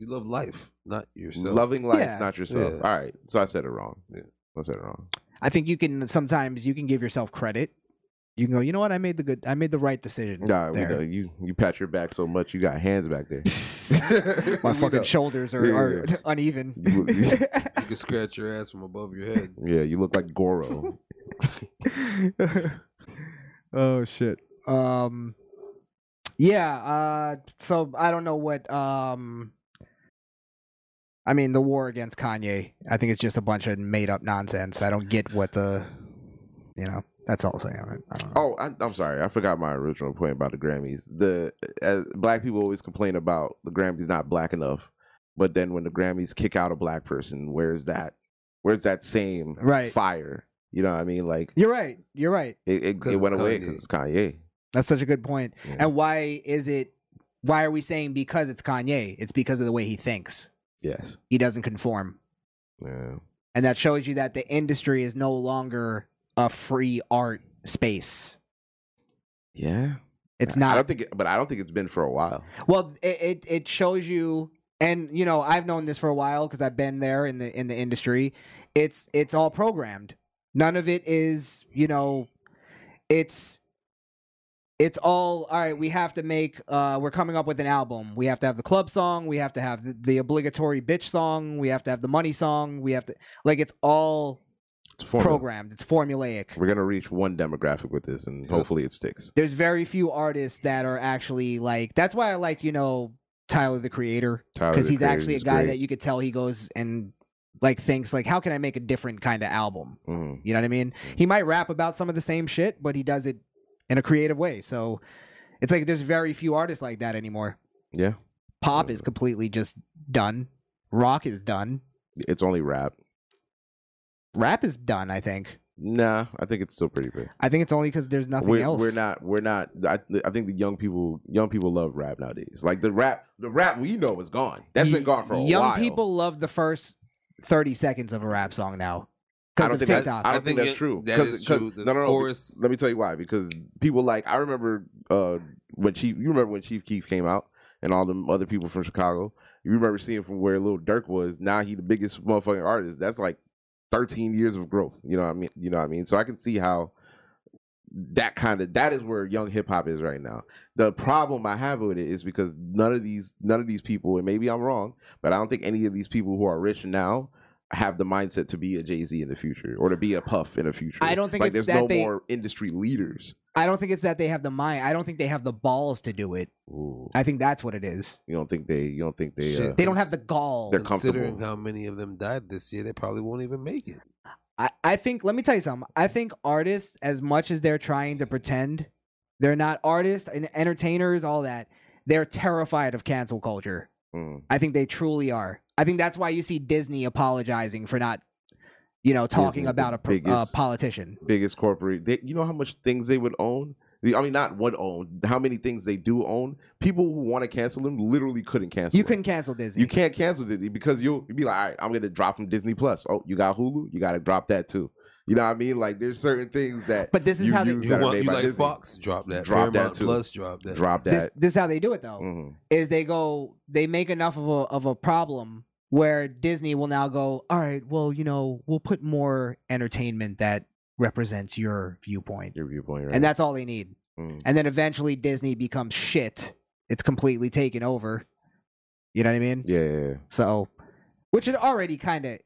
You love life, not yourself.
loving life,
Yeah.
not yourself.
Yeah.
All right. So I said it wrong.
Yeah.
I said it wrong.
I think you can sometimes you can give yourself credit. You can go, you know what? I made the good, I made the right decision.
Nah, we
there."
[laughs] know you you pat your back so much, you got hands back there.
[laughs] My
[laughs] We
fucking
know.
shoulders are,
Yeah,
are
yeah.
[laughs] uneven.
You look- you-
You can scratch your ass from above your head.
yeah, you look like Goro.
[laughs] oh shit. [laughs] Um yeah, uh so I don't know what um I mean the war against Kanye. I think it's just a bunch of made up nonsense. I don't get what the you know, that's all I'm saying. I don't- I don't know.
Oh, I, I'm sorry. I forgot my original point about the Grammys. The as black people always complain about the Grammys not black enough, but then when the Grammys kick out a black person, where's that? Where's that same
Right.
fire? You know what I mean? Like
You're right. You're right.
it, it,
'Cause
it went
it's
away
Kanye.
because it's Kanye.
That's such a good point.
Yeah.
And why is it why are we saying because it's Kanye? It's because of the way he thinks.
Yes.
He doesn't conform.
Yeah.
and that shows you that the industry is no longer a free art space.
Yeah.
It's
I
not.
don't think, it, but I don't think it's been for a while.
Well, it it, it shows you, and you know, I've known this for a while because I've been there in the in the industry. It's it's all programmed. None of it is, you know, it's it's all all right. We have to make. Uh, we're coming up with an album. We have to have the club song. We have to have the, the obligatory bitch song. We have to have the money song. We have to like it's all
It's a formula.
programmed. It's formulaic.
We're gonna reach one demographic with this, and hopefully it sticks.
there's very few artists that are actually like that's why I like you know Tyler the Creator
Tyler,
because
the
he's actually a
Creator's
guy
great.
that you could tell he goes and like thinks like how can I make a different kind of album
Mhm.
you know what I mean he might rap about some of the same shit but he does it in a creative way so it's like there's very few artists like that anymore
Yeah,
pop is completely just done rock is done
it's only rap.
rap is done I think
Nah, I think it's still pretty big.
I think it's only because there's nothing
we're,
else
we're not. We're not. I, I think the young people, young people love rap nowadays. Like the rap, the rap we know is gone. That's been gone for a
young
while.
people love the first 30 seconds of a rap song now
I
because
don't
of
think that's,
TikTok.
[laughs] I don't
I
think
think
that's
it-
true.
that
'Cause-
is
'cause-
true. The
No, no, no.
chorus-
Let me tell you why. Because people like I remember uh, when Chief. You remember when Chief Keef came out and all them other people from Chicago. You remember seeing from where Lil Durk was. Now he the biggest motherfucking artist. That's like thirteen years of growth. You know what I mean? You know what I mean? So I can see how that kind of that is where young hip hop is right now. The problem I have with it is because none of these none of these people, and maybe I'm wrong, but I don't think any of these people who are rich now have the mindset to be a Jay Z in the future or to be a Puff in the future.
I don't think
like
it's
there's
that
no
they-
more industry leaders.
I don't think it's that they have the mind. I don't think they have the balls to do it. I think that's what it is.
You don't think they? You don't think they? Uh,
They don't have the gall.
They're
Considering
comfortable.
how many of them died this year, they probably won't even make it.
I, I think, let me tell you something. I think artists, as much as they're trying to pretend they're not artists and entertainers, all that, they're terrified of cancel culture.
Mm.
I think they truly are. I think that's why you see Disney apologizing for not, you know, talking
Disney, the
about a, pro- a
biggest-
politician.
biggest corporate. They, you know how much things they would own. The- I mean, not would own. How many things they do own? People who want to cancel them literally couldn't cancel.
You
them.
couldn't cancel Disney.
You can't cancel Disney because you'll you'll be like, all right, I'm gonna drop from Disney Plus. Oh, you got Hulu, you gotta drop that too. You know what I mean? Like there's certain things that
But this is
you
how they-
use
You,
that are
want,
made
you
by
like
Disney.
Fox? Drop that.
Drop that
Paramount
too.
Plus. Drop that.
Drop that.
This, this is how they do it though.
Mhm.
Is they go they make enough of a of a problem where Disney will now go, all right, well, you know, we'll put more entertainment that represents your viewpoint.
Your viewpoint, right?
And that's all they need.
Mm.
And then eventually Disney becomes shit. It's completely taken over. You know what I mean?
yeah, yeah, yeah.
So which had already kind of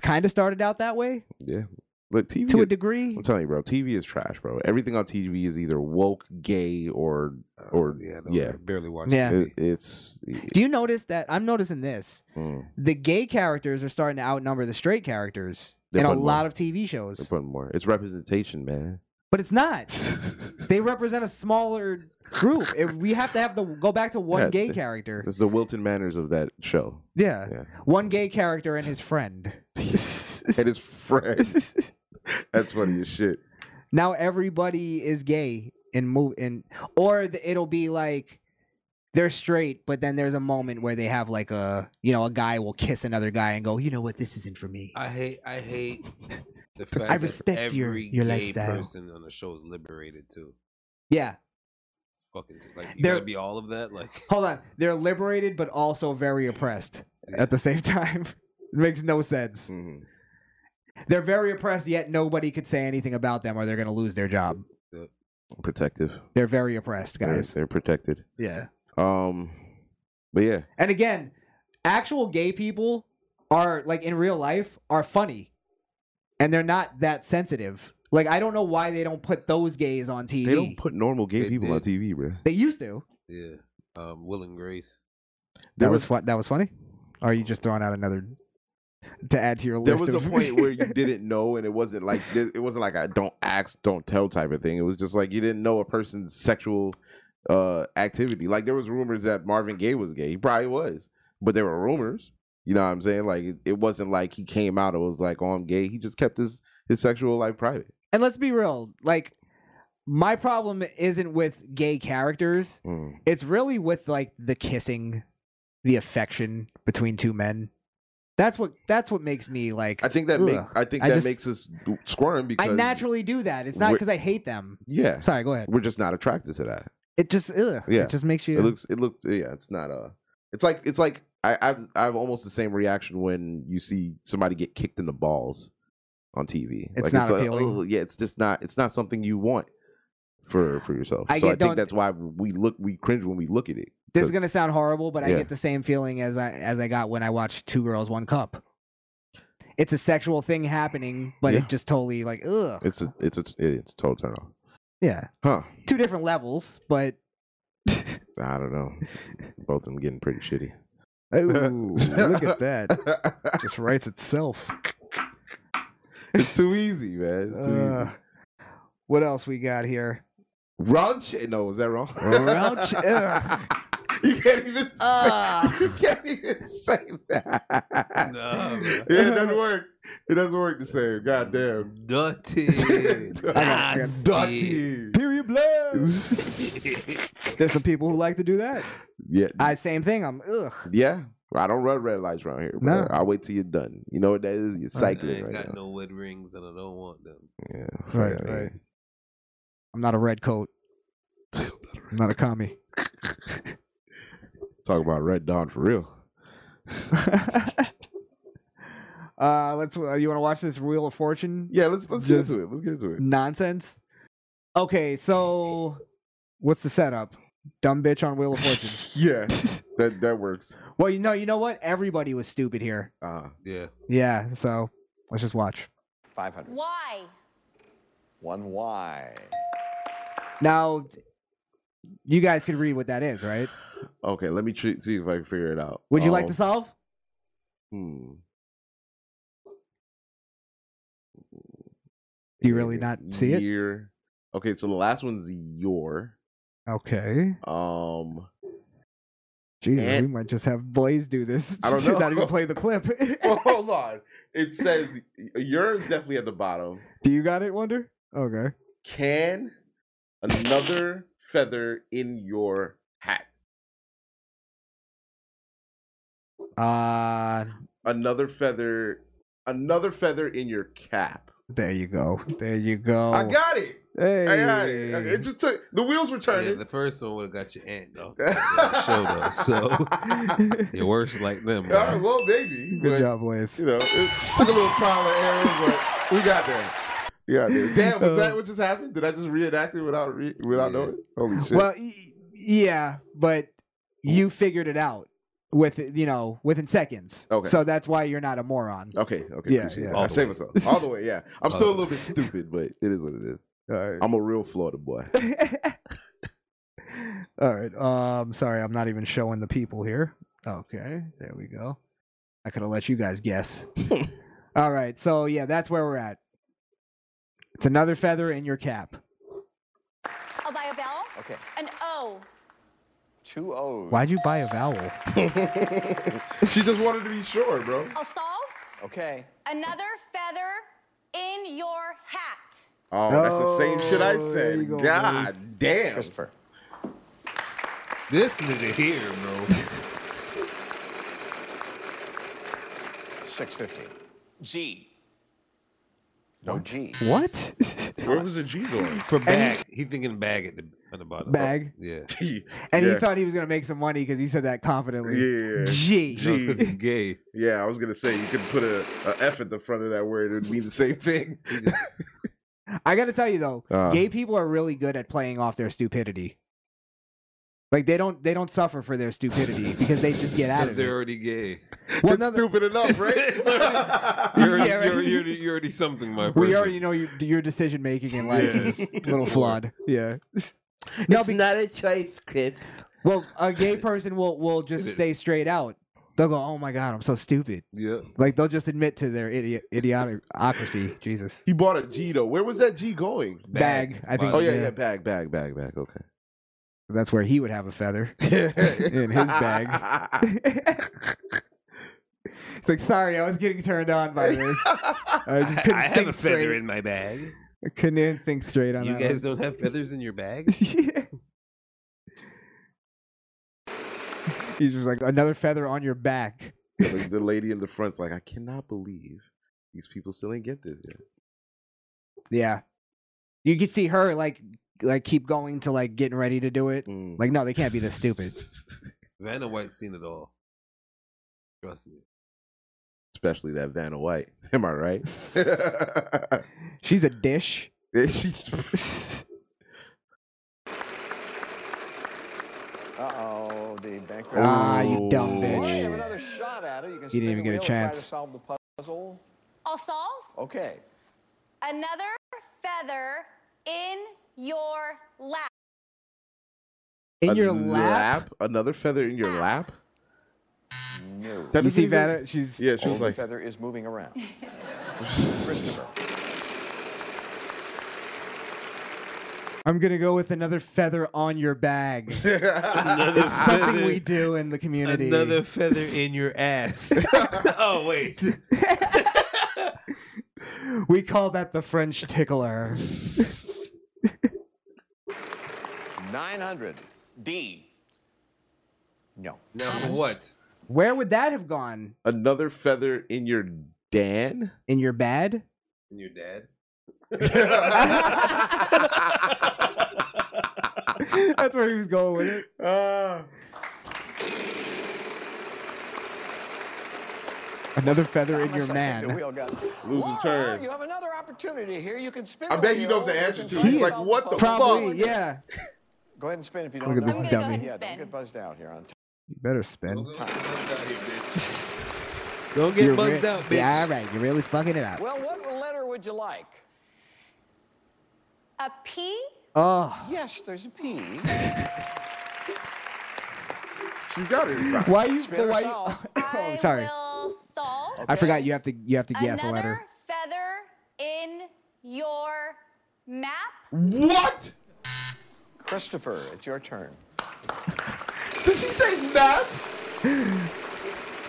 kind of started out that way
Yeah. Look, TV
to a
is-
degree.
I'm telling you, bro. TV is trash, bro. Everything on TV is either woke, gay, or or
Uh, yeah,
yeah,
no, I barely watch
Yeah.
TV.
It- it's
Do you notice that I'm noticing this?
mm,
the gay characters are starting to outnumber the straight characters
They're
in a
putting more-
lot of TV shows.
they're putting more. It's
[laughs]
representation, man.
but it's not. they represent a smaller group. It- we have to have the go back to one
Yeah,
gay
th-
character.
It's the Wilton Manners of that
[laughs]
show.
Yeah.
Yeah.
One gay character and his friend. [laughs]
and his friend. That's funny as shit.
now everybody is gay in move in or the, it'll be like they're straight, but then there's a moment where they have like a you know a guy will kiss another guy and go, you know what, this isn't for me.
I hate.
[laughs]
I hate. The fact
I
that
respect your-
every
your
gay
lifestyle.
person on the show is liberated too.
yeah,
Fucking like you
They're-
gotta be all of that. Like
Hold on. They're liberated but [laughs] also very oppressed at the same time. it makes no sense.
Mhm.
They're very oppressed, yet nobody could say anything about them, or they're going to lose their job.
Protective.
They're very oppressed,
They're-
guys.
They're, protected.
Yeah.
Um, but yeah,
And again, actual gay people are like in real life are funny, and they're not that sensitive. Like I don't know why they don't put those gays on TV.
they don't put normal gay people on TV, bro.
They used to.
Yeah. Um, Will and Grace.
That was, fun. That was funny. Or are you just throwing out another to add to your
There
list?
was a
of...
point
[laughs]
where you didn't know, and it wasn't like this, it wasn't like a don't ask, don't tell type of thing. It was just like you didn't know a person's sexual uh activity. Like there was rumors that Marvin Gaye was gay. He probably was, but there were rumors. You know what I'm saying? Like it, it wasn't like he came out. It was like, oh, I'm gay. He just kept his his sexual life private.
And let's be real, like my problem isn't with gay characters.
Mm.
It's really with like the kissing, the affection between two men. That's what that's what makes me like
I think that
ugh.
makes I think that
just-
makes us squirm because
I naturally do that. It's not
We're-
because I hate them.
yeah.
Sorry, go ahead.
We're just not attracted to that.
It just ugh.
Yeah,
It just makes you
It looks. It looks. Yeah, it's not a. It's like. It's like. I, I've. I've almost the same reaction when you see somebody get kicked in the balls on TV.
It's
like,
not
it's like,
appealing.
oh, yeah, it's just not. It's not something you want for for yourself.
I
so
get-
I
don't-
think that's why we look. We cringe when we look at it.
This is gonna sound horrible, but I
Yeah.
get the same feeling as I as I got when I watched Two Girls One Cup. It's a sexual thing happening, but
Yeah.
it just totally like ugh.
It's a. It's a. It's a total turn off.
Yeah.
Huh.
Two different levels,
[laughs]
but
I
[laughs]
don't know. Both of them getting pretty shitty. [laughs]
Ooh, look at that. Just writes [laughs] itself.
It's too easy, man. It's too
Uh,
easy.
What else we got here?
Round shit. No, was that wrong? [laughs]
Round sh- ugh.
you can't even.
Ah.
Uh.
Say, you can't even say that.
No,
Yeah, it doesn't work. It doesn't work the same.
[laughs]
Goddamn.
Dirty.
[laughs]
Ah,
Dirty.
Period [laughs] There's some people who like to do that.
Yeah.
I same thing. I'm ugh.
Yeah. I don't run red lights around here. Bro.
No.
I wait till you're done. You know what that is? You're
I
cycling
ain't
right
got
now.
no wet rings and I don't want them.
Yeah.
Right,
fuck outta
right.
here.
I'm not a red coat. I'm not a [laughs] commie.
Talk about red dawn for real.
Uh, let's. Uh, you want to watch this Wheel of Fortune?
Yeah, let's let's
Just-
get into it. Let's get
[laughs]
into it.
Nonsense. Okay, so what's the setup? Dumb bitch on Wheel of Fortune. [laughs]
Yeah. that that works.
well, you know, you know what? Everybody was stupid here.
Uh
yeah.
Yeah. So let's just watch.
500.
Why?
One Y.
Now, you guys can read what that is, right?
Okay, let me tr- see if I can figure it out.
Would you like
Um,
to solve?
Hmm.
Do you really not see it?
Year. Okay, so the last one's your.
Okay.
Um,
Jeez,
Eh.
we might just have Blaze do this.
I don't
[laughs]
know.
Not even play the
[laughs]
clip.
[laughs] well, hold on. It says yours definitely at the bottom.
Do you got it, Wonder? Okay.
Can another feather in your hat?
Uh
Another feather. Another feather in your cap.
there you go. There you go.
I got it.
Oh. Hey.
I got it. It just took the wheels were
Yeah,
turning.
the first one would have got your aunt [laughs] though. Yeah, Show though. So [laughs]
[laughs]
you're worse like them.
All right,
bro.
well, maybe.
Good
but,
job, Blaze.
You know, it took a little trial and error, but we got there. Yeah, dude. Damn, was
Uh,
that what just happened? Did I just reenact it without re- without knowing? Holy shit!
Well, y- yeah, but you figured it out with you know within seconds.
Okay.
So that's why you're not a moron.
okay, okay.
Yeah,
Yeah,
yeah.
yeah.
All
I
the
saved
way.
myself all the way. Yeah, I'm still
All
a
the
[laughs]
little bit stupid, but it is what it is.
All right.
I'm a real Florida boy.
[laughs] All right. Um, sorry, I'm not even showing the people here. Okay, there we go. I could have let you guys guess. All right, so yeah, that's where we're at. It's another feather in your cap.
I'll buy a vowel.
Okay.
An O.
Two O's.
Why'd you buy a vowel?
she just wanted to be sure, bro.
I'll solve
Okay.
another feather in your hat.
Oh, that's the same shit I said. God damn,
Christopher.
This nigga here, bro.
650. G. No G.
What? [laughs]
Where was the G going?
For
And he-
bag. he thinking bag at the, at the bottom.
Bag?
Yeah.
[laughs] And he thought he was gonna make some money because he said that confidently.
Yeah.
Gee.
No, it's 'cause he's
gay.
Yeah, I was gonna say you could put a, a F at the front of that word; it would mean the same thing.
I gotta tell you though,
Uh.
gay people are really good at playing off their stupidity. Like they don't they don't suffer for their stupidity because they just get out
Because
of it.
they're already [laughs] gay.
Well, no,
[laughs]
[laughs]
Stupid enough, right?
It's already- you're, already, you're, you're already- you're already something, my person.
we already know your, your decision making in life
Yeah.
is
[laughs]
a
It's
little
more.
flawed. [laughs] Yeah. No, it's not a choice, Chris. Well, a gay person will will
It
just
is.
say straight out. They'll go, "Oh my god, I'm so stupid."
Yeah.
Like they'll just admit to their idiot
[laughs]
idiocracy. Jesus.
He bought a G though. Where was that G going?
Bag, I think,
Oh yeah,
yeah.
yeah, bag, bag, bag, bag. Okay.
That's where he would have a feather [laughs] in his bag. it's like, sorry, I was getting turned on
[laughs]
by this. I, couldn't
I have
think
a feather
straight.
in my bag.
I couldn't think straight on
You
that. one.
guys don't
[laughs]
have feathers in your bag?
He's just like another feather on your back.
[laughs] Yeah, like, the lady in the front's like, I cannot believe these people still ain't get this yet.
Yeah. You could see her like like keep going to like getting ready to do it.
Mm.
Like, no, they can't be this stupid.
Vanna White's seen it all. Trust me.
Especially that Vanna White. [laughs] Am I right?
She's a dish.
Uh-oh, the bankrupt.
[laughs] Ah, you
[laughs] Oh,
dumb bitch.
Well, you have another shot at it. You can
You didn't even
spin
get
the
a
wheel and Try
chance.
to solve the puzzle.
I'll solve
Okay.
another feather in your lap.
In your lap?
Another feather in your lap?
No.
You see Vanna? She's
yeah. She's
Only
like [laughs]
feather is moving around. Christopher.
I'm gonna go with another feather on your bag.
Another
it's something
feather-
we do in the community.
Another feather in your ass. [laughs] oh wait.
we call that the French tickler.
900. D. No.
Now for what?
Where would that have gone?
another feather in your [laughs] Dan?
In your bad?
And your dad?
Ah,
[laughs] That's where he was going with it. Another feather in your
Unless I think The
man.
wheel got...
Lose
Laura,
the turn.
You have another opportunity here. You can spin
I
the
bet he
wheel.
knows the
You
answer
can
to it.
try
He's
to
like,
solve
what
[laughs]
the
Probably,
fuck?
yeah.
Go ahead and spin if you
Look
don't
at
know.
this I'm gonna go dummy. ahead and
Yeah, don't
spin.
get buzzed out here on
You better spin.
Don't get
You're
buzzed
rea-
out, bitch.
Yeah, all right. You're really fucking it up.
Well, what letter would you like?
A P?
Oh,
Yes, there's a P.
She's got it inside.
why you?
Spin or
Why?
solve?
You, [laughs] oh, sorry.
Will solve
I forgot you have to. You have to guess
another [laughs]
a letter.
feather in your map.
What?
Christopher, it's your turn.
Did she say map?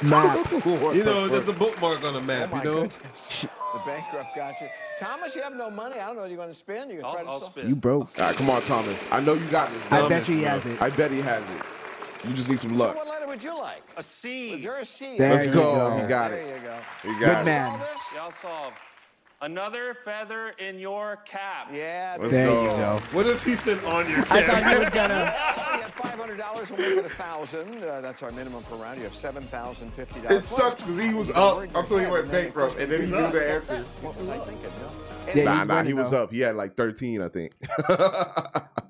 Map.
you know, there's a bookmark on a map,
Oh my
you know?
goodness. The bankrupt got you. Thomas, you have no money. I don't know what you're going to spend. You can try to solve-
You broke.
All right, come on, Thomas. I know you got this.
I bet you he has it.
I bet he has it. You just need some
So
luck.
what letter would you like? A C. Was there a C?
There
Let's
you
go.
go.
He got
there
it.
you go.
He got
Good
it.
man.
Y'all solve. Another feather in your cap.
[laughs]
Yeah.
Let's
There
go.
you go.
What if he said on your
[laughs]
[laughs]
I thought you was gonna.
Well, you had $500. We'll make it 1000 uh, That's our minimum per round. You have $7,050.
It sucks because he was up until he went bankrupt and then he knew the answer.
What was I thinking? No.
Yeah,
nah,
he's
nah, he
winning,
was
though.
up. He had like 13, I think.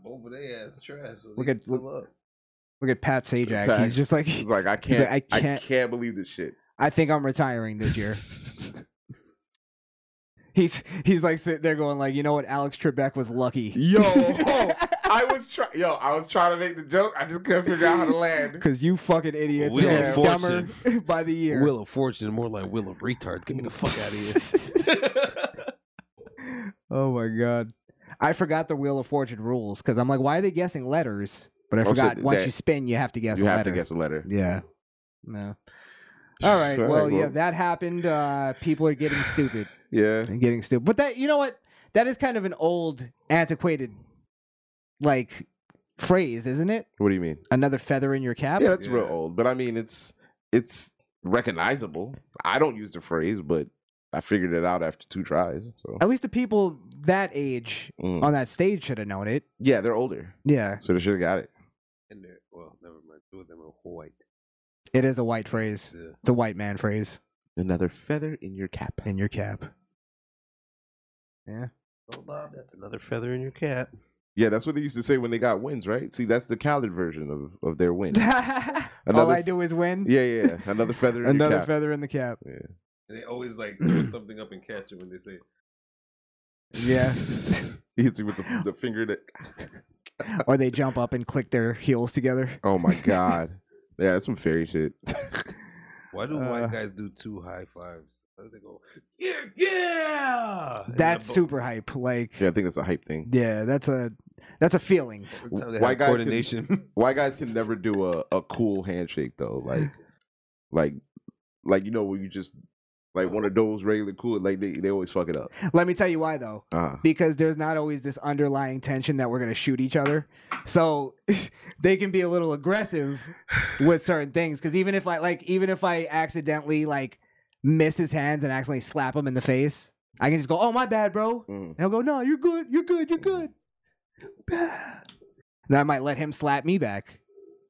Over their ass trash. So
Look
they
at-
still
look-
up.
Look at Pat Sajak.
Facts.
He's just like.
[laughs] He's like, I
he's
can't,
like,
I
I
can't,
can't.
believe this shit.
I think I'm retiring this year. [laughs] He's he's like sitting there going like, you know what? Alex Trebek was lucky. [laughs]
Yo, I was trying. Yo, I was trying to make the joke. I just couldn't figure out how to land.
Because you fucking idiots
Wheel
are
of
dumber
Fortune.
[laughs] by the year.
Wheel of Fortune, more like Wheel of Retard. Get me the fuck out of here.
[laughs] Oh my god. I forgot the Wheel of Fortune rules because I'm like, why are they guessing letters? But I
Oh, so
forgot once
that-
you spin, you have to guess
you
a
have
letter.
to guess a letter.
Yeah. No. All right.
All right,
Well, yeah,
well-
that happened. Uh, people are getting stupid
Yeah.
and getting stupid. But that, you know what? That is kind of an old, antiquated, like, phrase, isn't it?
What do you mean?
Another feather in your cap.
Yeah, that's real old, but I mean, it's it's recognizable. I don't use the phrase, but I figured it out after two tries. So
At least the people that age
Mm.
on that stage should have known it.
yeah, they're older.
Yeah.
so they should have got it.
[laughs] And they're, well, never mind. Two of them are white.
It is a white phrase. It's a white man phrase.
Another feather in your cap.
In your [laughs] cap. Yeah.
Oh, Bob, that's another feather in your cap.
Yeah, that's what they used to say when they got wins, right? See, that's the Khaled version of, [laughs] of their win.
All
Another
I do is win.
Yeah, yeah. Another feather. In
Another
your cap.
feather in the cap.
Yeah.
And they always
[clears throat]
like throw something up and catch it when they say,
Yeah.
He hits [laughs] you with the, the finger. [laughs] That,
or they jump up and click their heels together.
[laughs] oh my god. Yeah, that's some fairy shit. [laughs]
"Why do
Uh.
white guys do two high fives? Why do they go, yeah, yeah?" And
That's
the bo-
super hype. Like
Yeah, I think that's a hype thing.
yeah, that's a that's a feeling.
Sometimes they
White
have
guys can-
coordination. [laughs]
White guys can never do a, a cool handshake though. Like, like, like you know where you just like one of those regular cool. Like they, they always fuck it up.
Let me tell you why though.
Uh-huh.
Because there's not always this underlying tension that we're gonna shoot each other. So [laughs] they can be a little aggressive with certain things. Cause even if I like even if I accidentally like miss his hands and accidentally slap him in the face, I can just go, Oh my bad, bro.
[laughs]
And he'll go, No, you're good, you're good, you're good. then I might let him slap me back.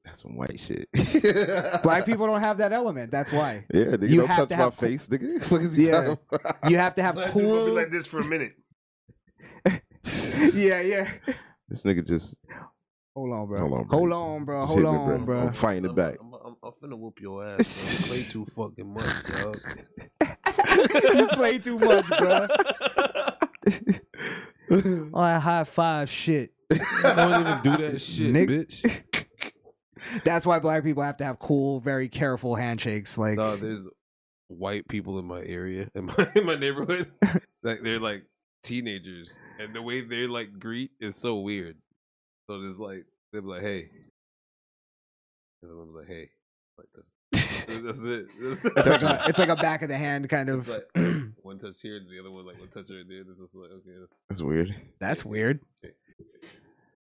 That's some white shit.
[laughs]
[laughs]
Black people don't have that element. That's why.
Yeah, nigga,
You
don't
have
touch
to
my
have cool-
face, nigga. [laughs] Fuck is he
Yeah.
talking about? [laughs]
You have to have
Black people
cool. [laughs]
be like this for a minute.
yeah, yeah.
This nigga
[laughs]
just
Hold on, bro.
hold on, bro.
Hold on, bro.
Just
Hold
hit me,
on, bro.
I'm fighting it back.
I'm, I'm, I'm finna whoop your ass. Bro. You Play too fucking much,
[laughs]
dog.
[laughs] you play too much, bro. All that high five shit.
Don't even do
[laughs]
that shit,
Nick-
bitch.
[laughs] That's why black people have to have cool, very careful handshakes. Like,
No, there's white people in my area, in my, [laughs] in my
[laughs]
neighborhood. Like they're like teenagers, and the way they like greet is so weird. So there's like they're like, "Hey," and I'm like, "Hey," like
[laughs]
that's, that's it. That's
it's, like a, it's like a back of the hand kind of.
[laughs] It's like [clears throat] one touch here, and the other one like one touch right there. It's just like okay, that's-
That's weird.
that's weird.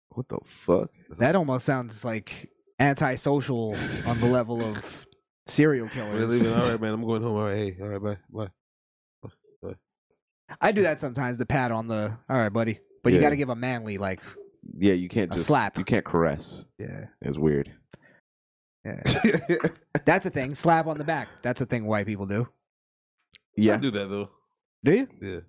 What the fuck?
That almost sounds like antisocial on the level
[laughs]
of serial killers.
we're leaving. All right, man, I'm going home. All right, hey, all right, bye, bye.
[laughs]
[laughs]
I do that sometimes. The pat on the. All right, buddy. But you
Yeah.
got to give a manly like.
Yeah, you can't
A
just
slap.
You can't caress.
Yeah. [laughs]
It's weird.
Yeah. That's a thing. Slap on the back. That's a thing white people do.
Yeah.
I do that though.
Do you?
Yeah.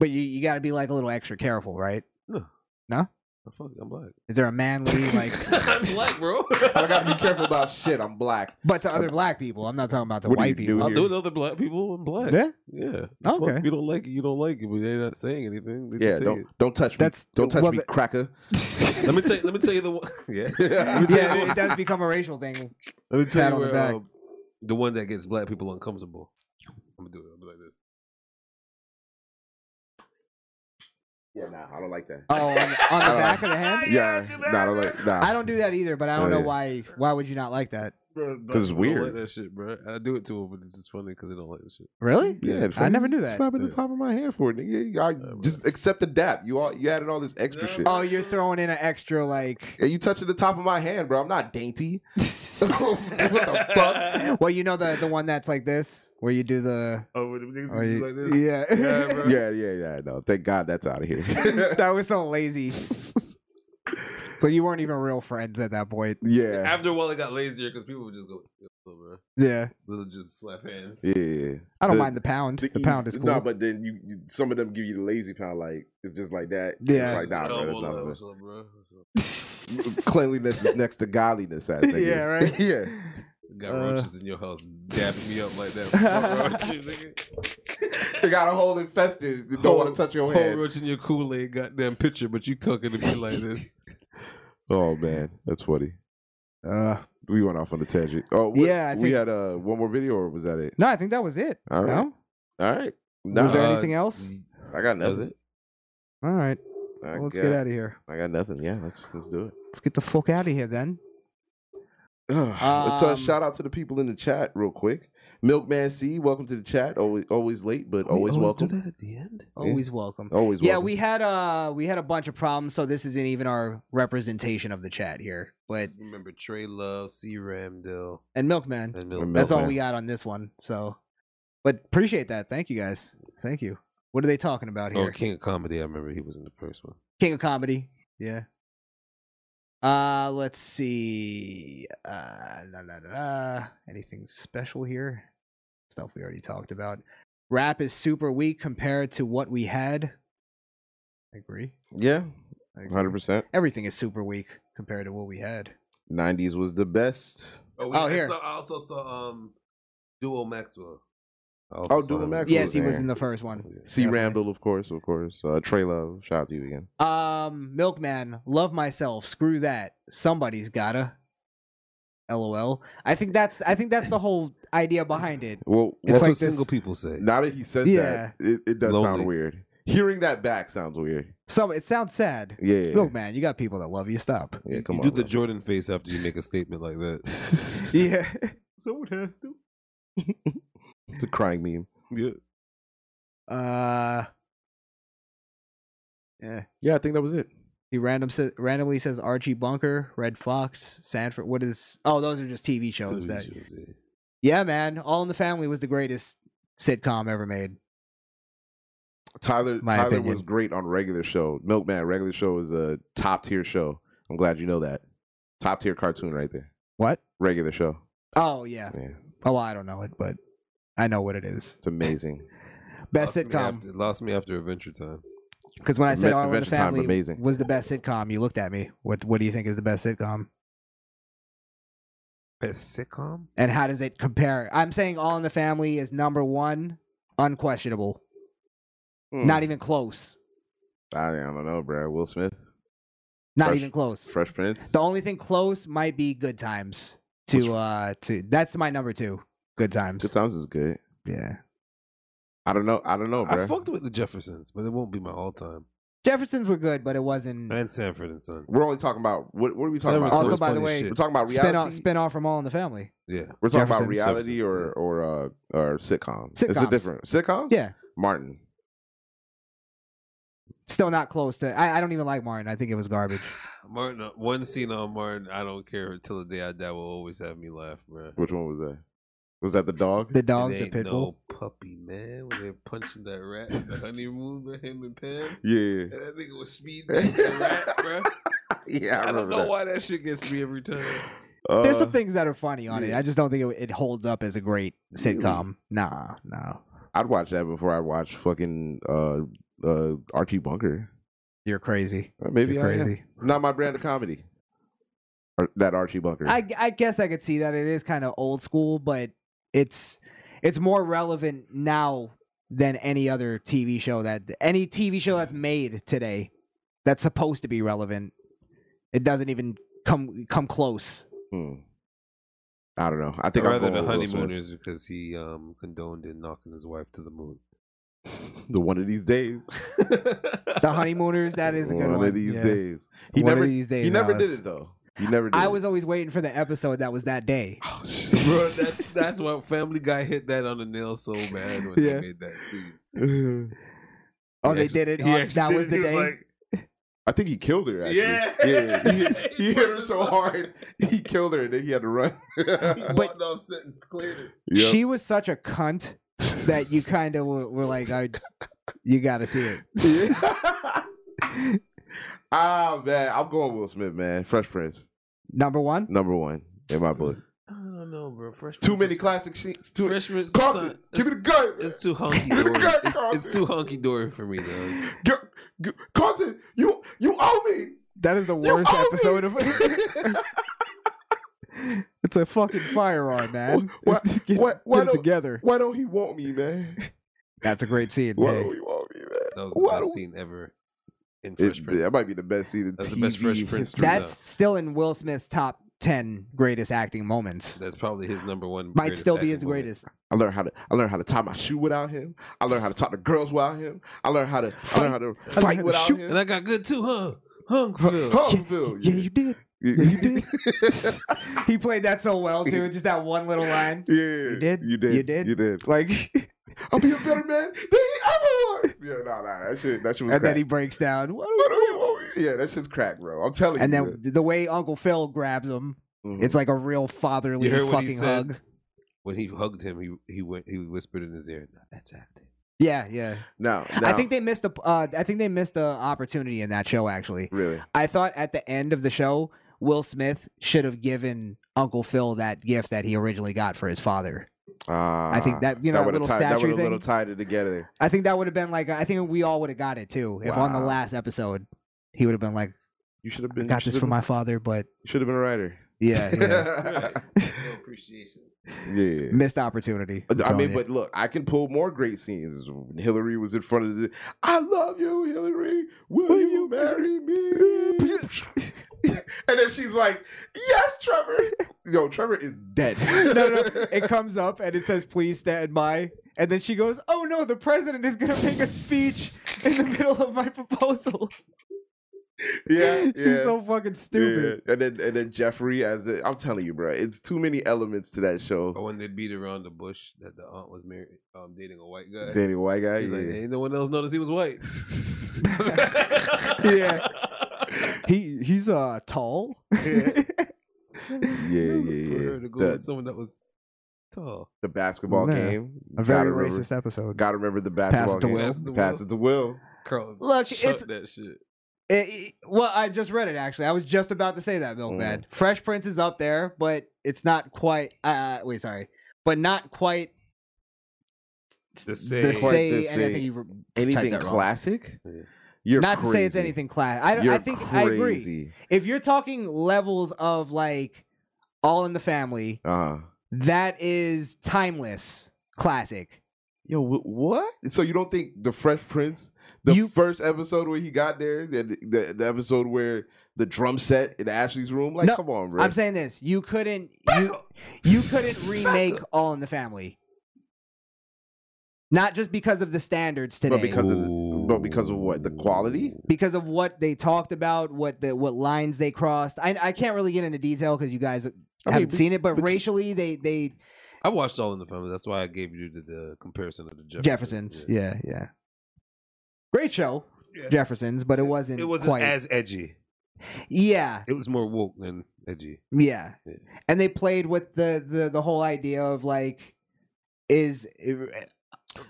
But you, you got to be like a little extra careful, right?
No.
No?
The fuck, I'm black.
Is there a manly like?
I'm
[laughs]
black, bro.
I [laughs] gotta be careful about shit. I'm black.
[laughs]
but to other black people, I'm not talking about the
What do
white
you do
people.
I'll
here?
do it to other black people. I'm black.
Yeah?
Yeah.
Okay.
Fuck, you don't like it. You don't like it, but they're not saying anything. They
Yeah,
just say
don't
it.
don't touch
That's-
me. Don't touch
well,
me,
the-
[laughs] cracker.
Let
[laughs]
me tell. You, let me tell you the one. [laughs] Yeah. Let me tell you the
yeah,
one-
it does become a racial thing.
Let me
Pat
tell you
on the
where,
back.
um, the one that gets black people uncomfortable. I'm gonna do it. I'm gonna do it like this.
Yeah, nah, I don't like that.
Oh, on, on the
[laughs]
Uh,
back of the hand.
Yeah, nah, I don't like. Nah,
I don't do that either, but I don't
Oh,
know
yeah.
why. Why would you not like that?
Bro, black
'Cause it's
people don't
weird.
Like that shit, bro. I do it to them, but it's just funny because they don't like the shit.
Really?
Yeah,
I never knew
just
that.
Slapping the top of my hand for it, nigga. Y'all just accept the dap. You all you added all this extra shit.
Oh, you're throwing in an extra like.
[laughs]
Yeah, you touching the top of my hand, bro. I'm not dainty. [laughs] what the
[laughs]
fuck?
Well, you know the the one that's like this, where you do the.
Oh, when the niggas
Oh,
do
yeah.
like this.
Yeah. [laughs]
Yeah, bro.
Yeah, yeah, yeah. No, thank God that's out of here. [laughs]
that was so
[laughs]
lazy. so you weren't even real friends at that point.
yeah,
After a while, it got lazier because people would just go, "Yo, bro."
Yeah.
They'll just slap hands.
yeah. yeah.
I don't mind the pound. The, pound
ease-
is cool. [laughs]
Nah,
[laughs]
but then you, you some of them give you the lazy pound. Like it's just like that.
Yeah.
It's like nah, bro. That's
Elbow,
not
like,
bad.
"What's up, bro? What's up?"
[laughs] cleanliness is next to godliness. I think.
Yeah, right.
[laughs] yeah.
Got
Uh.
roaches in your house dabbing me up like
[laughs]
that. Fuck roaches, nigga.
They got a whole infested. They don't want to touch your
whole
hand.
roach in your Kool Aid goddamn picture, but you talking to me like this.
Oh man, that's funny.
uh,
We went off on a tangent. Oh what-
Yeah, I
we
think-
had uh, one more video, or was that it?
no, I think that was it.
All right,
No?
all right.
was there
Uh,
anything else?
I got
That was
nothing.
All right.
I
Well, let's
got,
get out of here.
I got nothing. Yeah, let's let's do it.
Let's get the fuck out of here then.
let's uh,
Um,
shout out to the people in the chat real quick. Milkman C, welcome to the chat. Always always late, but always, welcome.
that at the end.
Always welcome.
Always
yeah,
welcome.
we had uh we had a bunch of problems, so this isn't even our representation of the chat here. But
Remember Trey Love, C Ramdell,
and Milkman.
and
And
Milton.
That's all
Milkman.
we got on this one. So But appreciate that. Thank you guys. Thank you. What are they talking about here?
Oh, King of Comedy. I remember he was in the first one.
King of Comedy. Yeah. Uh let's see. Uh la, la, la, la. anything special here? Stuff we already talked about. Rap is super weak compared to what we had. I agree.
Yeah,
I agree.
hundred percent.
Everything is super weak compared to what we had.
Nineties was the best.
Oh,
Oh, here.
I also saw um, Duo Maxwell. I also
Oh,
saw
Duda
him.
Max.
Yes, he was in the first one.
C.
Definitely.
Randall, of course, of course. Uh, Trey Love, shout out to you again.
Um, Milkman, love myself. Screw that. Somebody's gotta. LOL. I think that's I think that's the whole idea behind it.
Well,
That's
well,
what single people say.
Now that he says
Yeah.
that, it, it does
Lonely.
sound weird. Hearing that back sounds weird.
Some it sounds sad.
Yeah.
Milkman, you got people that love you. Stop.
[laughs] Yeah, come
you
on.
do the Jordan face after you make a statement like
[laughs]
that.
Yeah.
Someone has to.
bro. the crying meme.
Yeah.
Uh. Yeah.
Yeah, I think that was it.
He random sa- randomly says Archie Bunker, Red Fox, Sanford. What is? Oh, those are just TV shows. that yeah, man. All in the Family was the greatest sitcom ever made.
Tyler
My
Tyler
opinion.
was great on regular show. Milkman, regular show is a top tier show. I'm glad you know that. Top tier cartoon right there.
What?
Regular show.
Oh yeah.
Yeah.
Oh, I don't know it, but I know what it is.
It's amazing.
Best
Lost me
sitcom.
after- lost me after Adventure Time.
Because when I said
Adve-
All in the
Adventure Time,
Family
amazing.
was the best sitcom, you looked at me. What What do you think is the best sitcom?
Best sitcom?
And how does it compare? I'm saying All in the Family is number one, unquestionable.
Hmm.
Not even close.
e- I, I don't know, bro. Will Smith.
Not
Fresh-
even close.
Fresh Prince.
The only thing close might be Good Times.
What's-
To uh, to that's my number two. Good Times.
Good Times is good.
Yeah.
I don't know. I don't know, Oh, bro.
I fucked with the Jeffersons, but it won't be my all time.
Jeffersons were good, but it
Hmm.
wasn't.
And Sanford and Son.
We're only talking about what, what are we talking about?
Sanford and
Also,
Son's
by the
funny as
way,
shit.
We're talking about
Spin off,
reality.
spin off from All in the Family.
yeah.
We're talking about
Jeffersons.
reality or
Substance,
or uh or sitcom. It's a
Sitcoms.
different sitcom.
Yeah,
Martin.
still not close to. I, I don't even like Martin. I think it was garbage.
Martin, uh, one scene on Martin, I don't care until the day I die will always have me laugh, bro.
Which one was that? Was that the dog?
The dog,
It
the
ain't
pit bull.
No puppy man when they're punching that rat. The honeymoon with him and
[laughs]
Pam.
[laughs]
yeah.
And that nigga was speed dating the
[laughs]
rat, bro.
Yeah, I,
I, don't
remember
know
that.
why that shit gets me every time.
Uh,
There's some things that are funny on it.
yeah.
I just don't think it, it holds up as a great sitcom. Nah, no.
I'd watch that before I watch fucking uh uh Archie Bunker.
You're crazy.
Or maybe
You're
I am.
crazy.
Not my brand of comedy. Or that Archie Bunker.
I, I guess I could see that it is kind of old school, but it's it's more relevant now than any other TV show that any TV show that's made today that's supposed to be relevant. It doesn't even come come close.
Hmm. I don't know. I
Or
think I'm
rather
going with
the
Will Smith.
honeymooners because he um, condoned in knocking his wife to
[laughs]
the moon.
The one of
[laughs]
these days.
The honeymooners, that is a good one.
of these
Yeah.
days. He
One of
never.
these days,
he never
Alice.
did it though. He never did.
I
it. [laughs] Oh,
was always waiting for the episode that was that day.
Bro, that's that's why Family Guy hit that on the nail so bad when
Yeah.
they made that scene.
Oh,
He
they
actually-
did it.
he
on-
actually
that
did
was
[laughs]
it.
the
He was
day.
like-
I think he killed her. Actually.
Yeah.
yeah.
[laughs]
He, hit- he hit her so hard, he killed her, and then he had to run. [laughs]
He
But-
walked off set and cleared it.
Yep.
She was such a cunt that you kind of were, were like, I, you got to see it.
[laughs] ah man, I'm going Will Smith, man. Fresh Prince,
Number one.
number one in my book.
I don't know, bro. Fresh
Too many classic sheets. Too
Freshman,
Carlton,
son,
give me
it's-
the gun.
It's too hunky
Give me the
dory.
gun,
It's,
Carlton.
it's too hunky dory for me though.
G- g- Carlton, you you owe me.
That is the
You
worst
owe me.
episode of.
[laughs]
[laughs] it's a fucking firearm, man.
What-
get
what- why
get it
don't-
together.
[laughs] Why don't he want me, man?
That's a great scene.
Why
hey.
don't he want me, man?
That was the
Why
best
don't-
scene ever in Fresh
It,
Prince.
that might be the best scene in
That's
TV
the best Fresh Prince
history.
That-
That's still in Will Smith's top ten greatest acting moments.
That's probably his number one.
Might
greatest
still be
acting
his
moment.
greatest.
I learned how to I learned how to tie my shoe without him. I learned how to talk to girls without him. I learned how to I learned how to
how
fight
to
without
shoot.
him.
And I got good too, huh? Hung
Hungville,
Yeah, you
[laughs]
did.
yeah,
Yeah, you did. he played that so well too. Just that one little line.
[laughs] Yeah,
You did. [laughs]
You did.
You did.
You did.
Like. [laughs]
I'll be a better man than he ever was. Yeah, nah, nah, that shit, that shit was
and
crack.
then he breaks down. What
Why don't you want me? Yeah, that shit's crack, bro. I'm telling
And
you.
then the way Uncle Phil grabs him,
man. Mhm.
it's like a real fatherly
You heard what he
fucking
said?
hug.
When he hugged him, he he went he whispered in his ear, "No, "That's acting."
Yeah, yeah.
No,
I
no.
think they missed a. Uh, I think they missed a opportunity in that show. Actually,
Really?
I thought at the end of the show, Will Smith should have given Uncle Phil that gift that he originally got for his father.
Ah,
think that, you know, that
would've
little
tied, that
statue
would've little
thing?
tied it together.
I think that would have been like. I think we all would have got it too if on the
Wow.
last episode he would have been like,
You should have been
"Got
you
this
should've
for my
been-
father," but
You should have been a writer. [laughs]
yeah, yeah.
no appreciation. Yeah.
missed opportunity. I'm
I
telling
mean,
you.
but look, I can pull more great scenes. When Hillary was in front of the. I love you, Hillary. Will, you, marry me? [laughs] and then she's like, "Yes, Trevor." Yo, Trevor is dead.
[laughs] no, no, no.
[laughs]
It comes up and it says, "Please stand by." And then she goes, "Oh no, the president is gonna make a speech in the middle of my proposal." [laughs]
yeah,
She's so fucking stupid.
Yeah. And then and then Jeffrey as i I'm telling you, bro, it's too many elements to that show.
But when they beat around the bush that the aunt was married, um, dating a white guy.
Dating a white guy,
He's like,
yeah.
ain't no one else noticed he was white. [laughs]
yeah, [laughs] he he's uh tall. [laughs]
Yeah, yeah, yeah.
For her to go
The-
with someone that was tall.
[laughs] the basketball
Yeah.
game.
A very
Gotta remember-
racist episode.
Gotta remember the basketball
it to
game.
Will.
Pass it to Will. Pass it to Will.
Carl,
Look,
shut
it's-
that shit.
It- it- Eh, well, I just read it actually. I was just about to say that, Bill.
Mm.
Bad. Fresh Prince is up there, but it's not quite. Uh, wait, sorry, but not quite
The
the say anything. You re- typed
anything
that wrong.
classic? You're
not to say it's
crazy.
anything class. I don't. I
You're
think I agree.
crazy.
If you're talking levels of like All in the Family,
Uh-huh.
that is timeless classic.
Yo, wh- what? So you don't think the Fresh Prince, the first episode where he got there, the, the the episode where the drum set in Ashley's room, like,
No,
come on, bro.
I'm saying this. You couldn't. You, you couldn't remake All in the Family. Not just because of the standards today,
but because of the, but because of what the quality?
because of what they talked about, what the what lines they crossed. I I can't really get into detail because you guys haven't
but-
seen it, but, racially they they
I watched All in the Family. That's why I gave you the, the comparison of the Jeffersons.
Jeffersons, yeah, yeah. Great show, Jeffersons, but it wasn't.
It wasn't
quite,
as edgy.
Yeah,
It was more woke than edgy.
yeah, and they played with the the the whole idea of like is eh,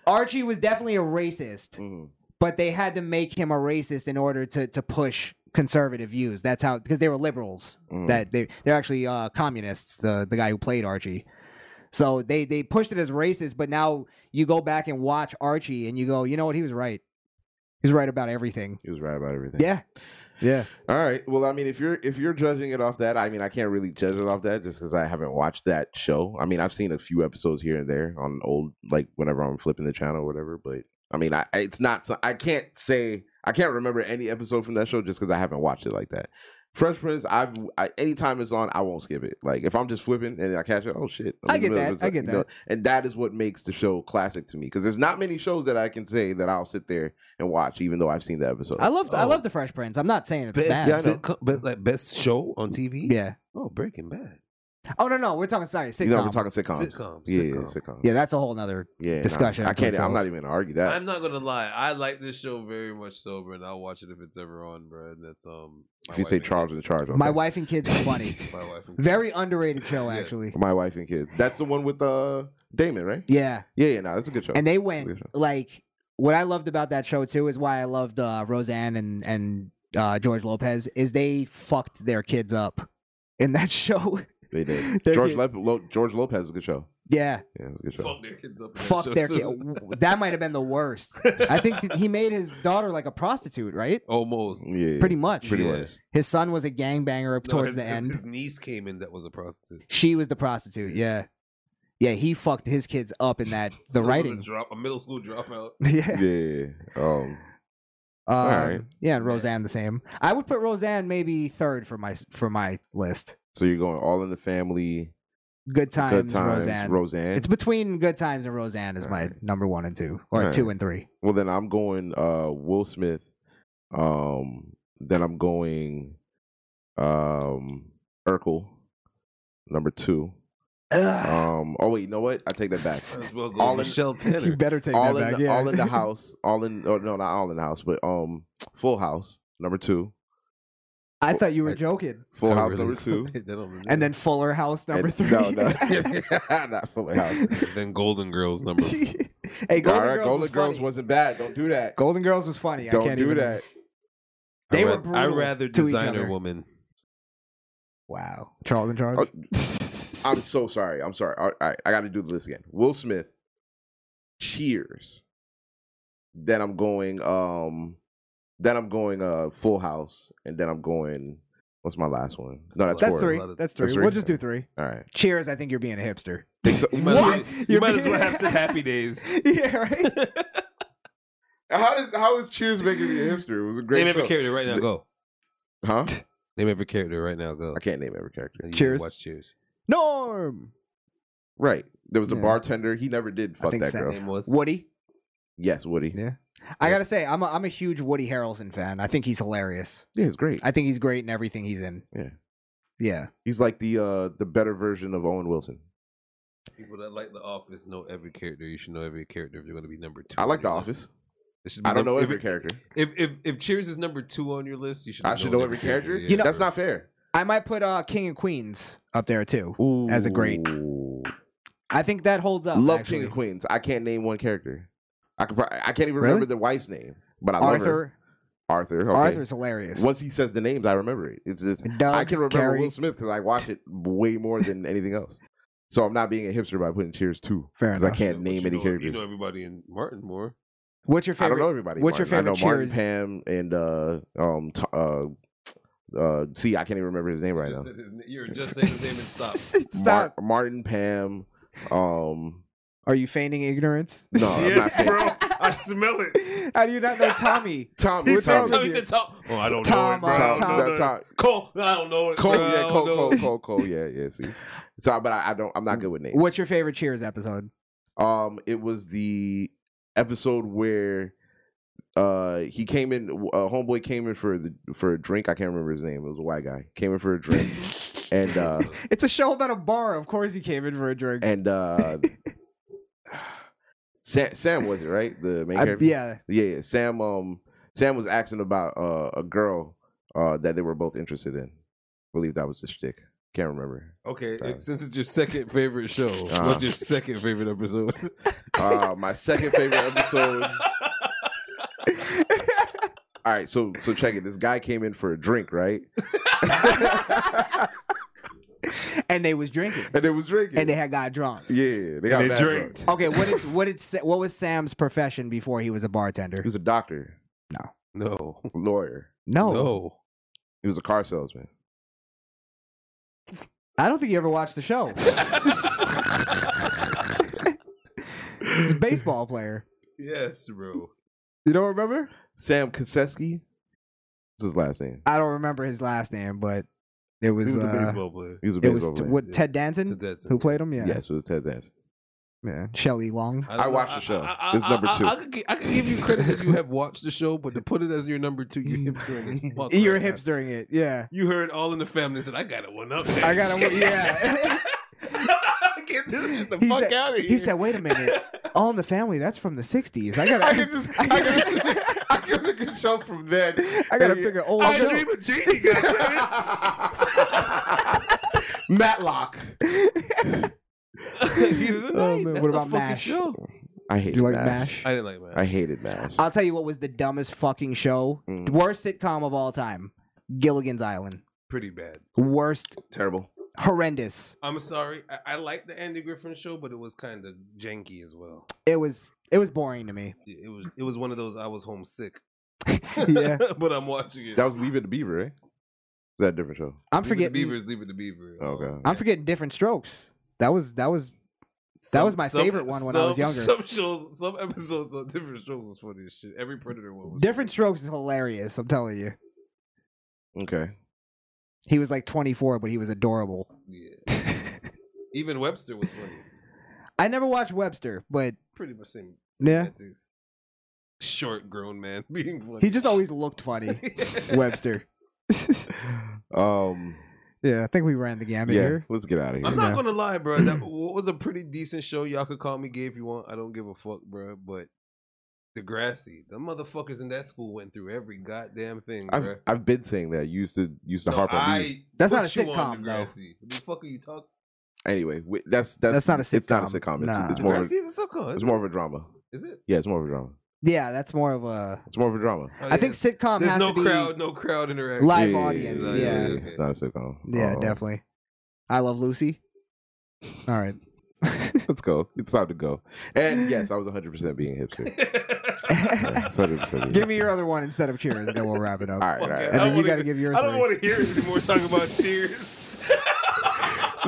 Archie was definitely a racist,
Mm.
but they had to make him a racist in order to to push conservative views. That's how because they were liberals.
Mhm.
That they they're actually uh, communists. The the guy who played Archie. So they they pushed it as racist, but now you go back and watch Archie and you go, you know what, he was right. He was right about everything.
He was right about everything.
Yeah. Yeah.
All right. Well, I mean, if you're if you're judging it off that, I mean, I can't really judge it off that just because I haven't watched that show. I mean, I've seen a few episodes here and there on old like whenever I'm flipping the channel or whatever. But I mean, I I- it's not. so- I can't say I can't remember any episode from that show just because I haven't watched it like that. Fresh Prince, I've I, anytime it's on, I won't skip it. Like if I'm just flipping and I catch it, oh shit! I'm
I
in the
get
middle of
that,
this,
I get
you know,
that.
and that is what makes the show classic to me because there's not many shows that I can say that I'll sit there and watch, even though I've seen the episode.
I love I love the Fresh Prince. I'm not saying Uh, oh. it's bad.
sitcom- but like best show on TV.
Yeah.
Oh, Breaking Bad.
Oh no no, we're talking sorry, sitcom.
You know, we're talking sitcoms.
Sitcoms,
Yeah, yeah,
sitcom.
sitcoms.
Yeah, that's a whole nother
Yeah, nah,
discussion.
I
unto
can't.
itself.
I'm not even gonna argue that.
I'm not gonna lie. I like this show very much so, bro, and I'll watch it if it's ever on, bro. And that's um. my
if you
wife
say
and
Charles
kids.
and Charles, okay.
My wife and kids is funny.
[laughs] My wife and
Very underrated show actually.
my wife and kids. That's the one with uh Damon, right?
Yeah.
yeah, yeah. No, that's a good show.
And they
Good
went
show.
like what I loved about that show too is why I loved uh, Roseanne and and uh, George Lopez is they fucked their kids up in that [laughs] show.
They did.
[laughs] They're
George
good.
Lop- Lo- George Lopez is a good show.
Yeah.
Yeah, it's a good show.
Fuck their kids up. in that
Fuck
show,
their
too.
kid.
[laughs]
w- That might have been the worst. I think that he made his daughter like a prostitute, right? [laughs]
Almost.
Yeah.
Pretty much.
Pretty Yeah. much.
His son was a gangbanger up
No,
towards
his-
the
his-
end.
his niece came in that was a prostitute.
She was the prostitute. Yeah. yeah. he fucked his kids up in that
So
the
it was a
writing.
drop a middle school dropout.
[laughs] yeah.
Yeah. Um.
Um,
All right.
Yeah, and Roseanne the same. I would put Roseanne maybe third for my for my list.
So you're going all in the family.
Good times,
Times,
Roseanne.
Roseanne.
It's between Good Times and Roseanne is my number one and two, or
All right.
two and three.
Well, then I'm going uh Will Smith. Um. Then I'm going um Urkel. Number two. Um. Oh wait. You know what? I take that back.
As well
[laughs]
go Michelle Tanner. You
better take
all
that
in
back,
The,
yeah. [laughs]
All in the house. All in. Oh, no, not all in the house, but um, Full House. Number two.
I thought you were joking.
Full House number
[laughs]
[laughs]
two.
And then Fuller House number
And-
three. [laughs]
No, no, [laughs] not Fuller House.
then Golden
[laughs]
Girls number.
Hey, Golden
All right,
Girls
Golden
was
Girls
funny.
wasn't bad. Don't do that.
Golden Girls was funny.
Don't
I can't
do
even- [laughs]
that.
They
I
were
ra- I
brutal
rather
to each
designer
other. [laughs]
woman.
Wow. Charles in [laughs] charge.
Oh, I'm so sorry. I'm sorry. All right, I got to do the list again. Will Smith, Cheers. Then I'm going. um Then I'm going. uh Full House, and then I'm going. What's my last one? No, that's,
That's
four.
three. That's three. We'll just do three.
All right. [laughs]
Cheers. I think you're being a hipster. [laughs]
You might, as well-
What?
you
You're
might as
being-
well have said Happy Days.
yeah, right. [laughs]
How does how is Cheers making me a hipster? It was a great.
name every
show.
character right now. Go.
[laughs] Huh?
Name every character right now. Go. I
can't name every character.
Cheers.
Watch Cheers.
Norm.
Right. There was a
Yeah.
bartender. He never did fuck that girl.
Woody.
Yes, Woody.
Yeah. I gotta say, I'm a, I'm a huge Woody Harrelson fan. I think he's hilarious.
Yeah, he's great.
I think he's great in everything he's in.
Yeah.
Yeah.
He's like the uh the better version of Owen Wilson.
People that like The Office know every character. You should know every character if you're going to be number two.
I like
on
The
your list.
Office.
It should be
I don't know
number-
every
if it-
character.
If, if if Cheers is number two on your list, you should.
I should know every character.
yeah.
You know-
that's not fair.
I might put uh, King and Queens up there too as a great. I think that holds up.
love
actually.
King of Queens. I can't name one character. I could, prob- I can't even remember
Really?
the wife's name, but I love
Arthur.
her. Arthur. Okay.
Arthur's hilarious.
Once he says the names, I remember it. It's just
Doug,
I can remember
Carrie.
Will Smith because I watch it way more than anything else. So I'm not being a hipster by putting Cheers two
Fair
because I
enough.
can't
But
name
you
any
know-
characters.
You know everybody in Martin Moore.
What's your
I
favorite?
don't
[laughs]
know everybody.
What's your
Martin.
favorite Cheers?
I know Martin Pam and uh um t- uh uh see I can't even remember his name right now.
Just said his na- You're just saying his
[laughs]
name and
[laughs]
stop.
Stop.
Mar- Martin Pam. Um
Are you feigning ignorance?
no,
[laughs]
I'm not saying
I smell it.
How do you not know Tommy?
Tommy.
Who's
Tommy.
that?
Tommy said Tom. Oh, I don't
Tom,
know. It, bro.
uh,
I don't
Tom.
know
That- Tom-
that. Cole, I don't know it.
Cole,
bro. I
yeah,
don't
Cole,
know
Cole,
it.
Cole, Cole, yeah, yeah. See, so but I, I don't. I'm not good with names.
What's your favorite Cheers episode?
Um, it was the episode where uh he came in. Uh, homeboy came in for the for a drink. I can't remember his name. It was a white guy. Came in for
[laughs]
a drink, and uh
It's a show about a bar. Of course, he came in for a drink.
and [laughs] uh Sam, Sam was it right? The main
I-
character.
yeah. [laughs]
yeah, yeah. Sam. Um, Sam was asking about uh, a girl uh that they were both interested in. believe that was the shtick. Can't remember.
Okay,
Sorry.
it- since it's your second favorite show,
[laughs] Uh-huh.
what's your second favorite episode? [laughs]
Uh, my second favorite
[laughs]
episode. All right, so so check it. This guy came in for a drink, right? [laughs]
and they was drinking,
And they was drinking.
and they had got drunk.
yeah, they got
they
mad
drank.
drunk.
Okay, what did what did Sa- what was Sam's profession before he was a bartender?
He was a doctor,
No,
lawyer.
No,
no.
He was a car salesman.
I don't think you ever watched the show. He's a baseball player.
Yes, bro.
You don't remember?
Sam Kaseski. What's his last name?
I don't remember his last name, but it was,
He was
uh,
a baseball player.
He was a
It was
baseball player.
what Ted Danson,
Ted Danson,
who
yeah.
played him. Yeah,
Yes, it was Ted
[laughs]
Danson.
yeah. Shelley Long.
I
don't
watched the show.
know. I- I-
It's
I-
number
I-
two.
I, could, gi- I could give you credit that you have watched the show, but to put it as your number
[laughs]
two, you're hipstering as fuck.
You're
right now.
hipstering it. Yeah,
You heard all in the family and said, "I got a one up."
I got to
[laughs]
Yeah.
Get this the
He
fuck
said,
out of here.
He
[laughs]
said, "Wait a minute, All in the Family. That's from the '60s. I gotta, [laughs] I,
[laughs]
I got a good show
[laughs]
from then.
gotta pick an old
"I
show.
dream of [laughs] Jeannie, goddammit."
[laughs] Matlock.
Oh, man, what about Mash?
I hated
You like
Mash.
Mash?
[laughs] I didn't like Mash.
I hated Mash.
I'll tell you what was the dumbest fucking show,
Mm.
worst sitcom of all time, Gilligan's Island.
Pretty bad.
Worst,
Terrible.
horrendous.
I'm sorry. I, I like the Andy Griffin show, but it was kind of janky as well.
It was, it was boring to me.
It it was it was one of those I was homesick,
[laughs] Yeah,
[laughs] but I'm watching it.
That was Leave It to Beaver, right? Is that a different show? Oh,
I'm
Leave it to
forgetting.
Beavers. Leave it to Beaver.
Okay.
I'm forgetting different strokes. That was that was
Some-
was my
some-
favorite one when I was
some- [laughs]
younger.
Some shows, some episodes on different shows was funny as shit. Every Predator one was
different strokes is hilarious. I'm telling you, [laughs]
Okay.
he was like 24, but he was adorable.
funny.
[laughs]
Yeah. Even Webster was funny.
I never watched Webster, but
Pretty much same.
Yeah.
semantics. Short grown man [laughs] being funny.
he just always looked
[laughs]
funny. Webster.
Um.
Yeah, I think we ran the gamut
Yeah.
here.
Let's get out of here.
I'm not
Yeah.
gonna lie, bro.
[clears throat]
That w- was a pretty decent show. Y'all could call me gay if you want. I don't give a fuck, bro. But Degrassi. The motherfuckers in that school went through every goddamn thing,
I've,
bro.
I've been saying that. You used to used to
No,
harp on
I
me.
That's not put a you on sitcom, though. Degrassi. What the fuck are you talking?
Anyway, wi- that's that's
That's not a
It's not a
sitcom.
sitcom. It's,
Nah.
it's more. Of,
Degrassi is a sitcom,
It's
isn't
more of a drama.
Is it?
Yeah, it's more of a drama.
Yeah, that's more of a.
It's more of a drama.
I think sitcom
Oh, There's
has to
no
be
crowd, no crowd interaction.
live audience. Yeah,
It's
[laughs]
not a sitcom.
Yeah,
Uh,
definitely. I love Lucy. Oh. All right.
Let's go. [laughs] It's time to go. And yes, I was 100 percent being
[laughs]
a hipster. Yeah, it's
[laughs]
100%
Give me your other one instead of Cheers, and then we'll wrap it
[laughs]
up.
All right, all right.
And then you got to give your.
I don't
three.
want to hear anymore
[laughs]
talking about Cheers.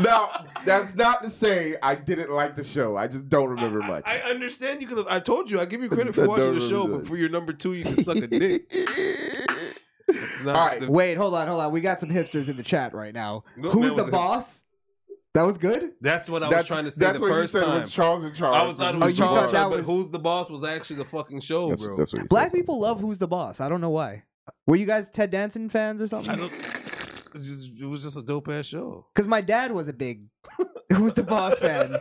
No, that's not to say I didn't like the show. I just don't remember much.
I understand you could have. I told you I give you credit
I
for watching
don't
the show,
remember
but for your number two, you can suck
[laughs]
[laughs]
a dick. It's not
All right,
the-
wait, hold on, hold on. We got some hipsters in the chat right now.
Look,
Who's
man,
the
was it-
boss? That was good.
That's what I
That's-
was trying to say
that's
the
what you
first
said was
time.
Charles in charge.
I was thought it
Oh,
was
you
Charles,
thought
in
that
Charge,
was-
but who's the boss was actually the fucking show,
That's-
bro.
that's what he
Black people love Who's the Boss. I don't know why. Were you guys Ted Danson fans or something?
It, was just, it was just a dope ass show.
Because my dad was a big Who's the Boss fan,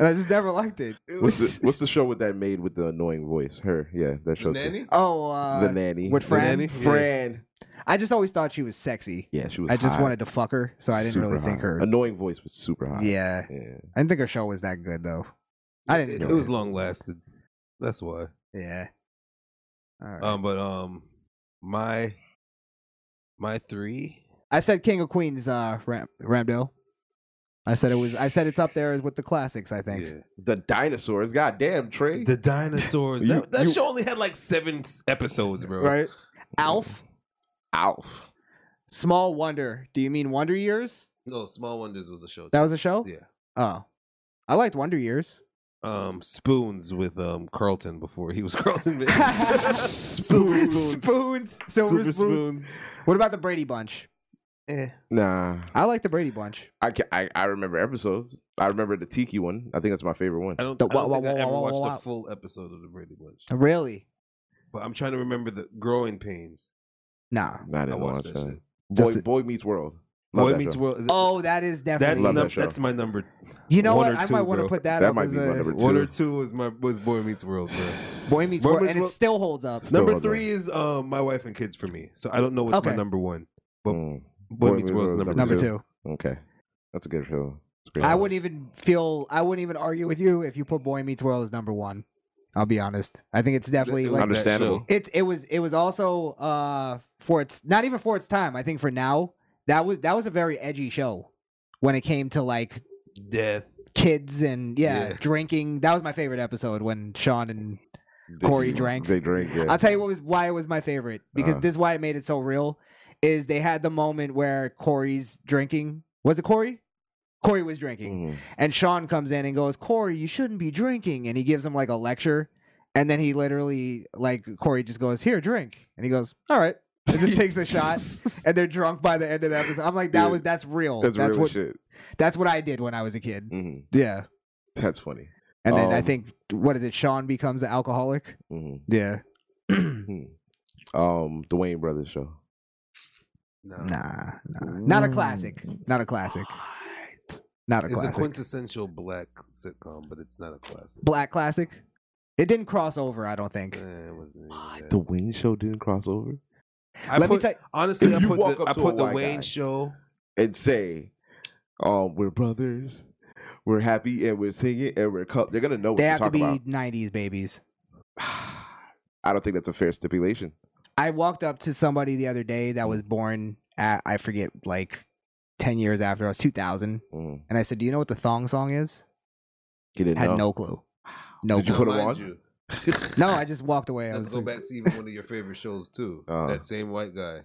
and I just never liked it.
What's the
[laughs]
What's the show with that maid with the annoying voice? Her, yeah, that show. too.
nanny?
Oh, uh,
the nanny
with Fran.
Nanny? Fran.
I just always thought she was sexy.
Yeah, she was.
I just
hot.
wanted to fuck her, so I didn't
Super
really think
hot.
her.
annoying voice was super hot.
Yeah. I didn't think her show was that good though. I didn't.
It,
enjoy
it was long lasted. That's why.
Yeah. All right.
Um, but um, my my three.
I said King of Queens, uh, Ram- Ramdale. I said it was. I said it's up there with the classics. I think.
The dinosaurs, goddamn Trey. [laughs]
The dinosaurs.
You-
that that
you-
show only had like seven s- episodes, bro.
Right. Alf.
Alf.
Small Wonder. Do you mean Wonder Years?
No, Small Wonders was a show.
That was a show.
Yeah.
Oh, I liked Wonder Years.
Um, spoons with um Carlton before he was [laughs] Carlton.
[laughs]
Silver spoons.
[laughs] Spoons. Silver,
Silver
spoon. What about the Brady Bunch?
Eh.
Nah,
I like the Brady Bunch.
I, ca- I I remember episodes. I remember the Tiki one. I think that's my favorite one.
I don't,
The
I don't
wah,
think
wah,
I
wah,
ever
wah,
watched
wah, wah.
a full episode of the Brady Bunch,
Really?
but I'm trying to remember the growing pains.
Nah.
Nah, I didn't
I
watch
watched
that.
that shit.
Boy,
Just-
Boy Meets World. Love
Boy
that
Meets
show.
World. is-
Oh, that is
that's
definitely.
Love
num-
that show.
that's my number.
you know
one
what?
or
I
two,
might want to
bro.
put that,
That
up
might
as
be
a
my number
One or
two.
two was my was Boy Meets World, bro.
[sighs]
Boy Meets
Boy
World,
Meets
and it
World-
still holds up.
Still
number
on that.
three is uh, my wife and kids for me. So I don't know what's my
Okay.
number one.
Mm.
Boy, Meets World is number,
Number
two.
two.
Okay, that's a good show. It's a great
I
show.
wouldn't even feel. I wouldn't even argue with you if you put Boy Meets World as number one. I'll be honest. I think it's definitely
It was
like
that
Understandable.
show.
it. It was. It was also uh for its not even for its time. I think for now that was that was a very edgy show when it came to like
Death.
kids and yeah,
Yeah.
drinking. That was my favorite episode when Sean and
They-
Corey drank.
They drank. Yeah.
I'll tell you what was why it was my favorite because
Uh.
this is why it made it so real. Is they had the moment where Corey's drinking. Was it Corey? Corey was drinking.
Mhm.
And Sean comes in and goes, Corey, you shouldn't be drinking. And he gives him like a lecture. And then he literally, like, Corey just goes, Here, drink. And he goes, All right. And just takes a
[laughs]
shot. And they're drunk by the end of the episode. I'm like, That
Yeah.
was, that's real.
That's, real
what,
shit.
that's what I did when I was a kid.
Mhm.
Yeah.
That's funny.
And then I
Um,
think, what is it? Sean becomes an alcoholic.
mhm.
[clears throat] Yeah.
um, the Wayne Brothers show.
No.
Nah, nah. Not
Mm.
a classic. Not a classic. Not a
It's a
classic.
quintessential black sitcom, but it's not a classic.
Black classic. It didn't cross over, I don't think.
Eh,
Uh,
it wasn't even that.
The Wayne show didn't cross over.
I
Let me
put,
tell-
honestly,
If
I
you
put
walk
the,
up
I
to a
put the
white
Wayne
guy-
show.
and say, um, we're brothers, we're happy, and we're singing, and we're cup. They're gonna know what
They
you're
have to be
talking about.
90s babies.
I don't think that's a fair stipulation.
I walked up to somebody the other day that was born at I forget like ten years after I was two thousand,
Mm.
and I said, "Do you know what the thong song is?"
You didn't
Had
know. [laughs]
no [laughs]
[sighs]
clue. No,
Did you
clue.
put 'em
Mind
on?
you,
[laughs]
no. I just walked away. I
let's
was
go
like,
back to even one of your favorite shows too.
Uh-huh.
That same white guy,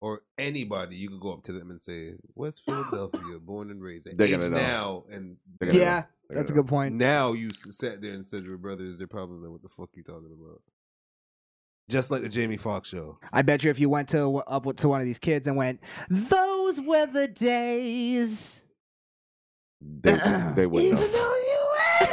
or anybody, you could go up to them and say, "West
[laughs]
Philadelphia, born and raised." At
They're
age
gonna know.
now, and
They're gonna
Yeah,
know. They're
that's a
gonna
good point.
now you s- sat there and said, "We're brothers." They're probably like, "What the fuck you talking about?" Just like the Jamie Foxx show.
I bet you if you went to up with- to one of these kids and went, "Those were the days," [clears throat]
know. They, they would
even
know.
though you were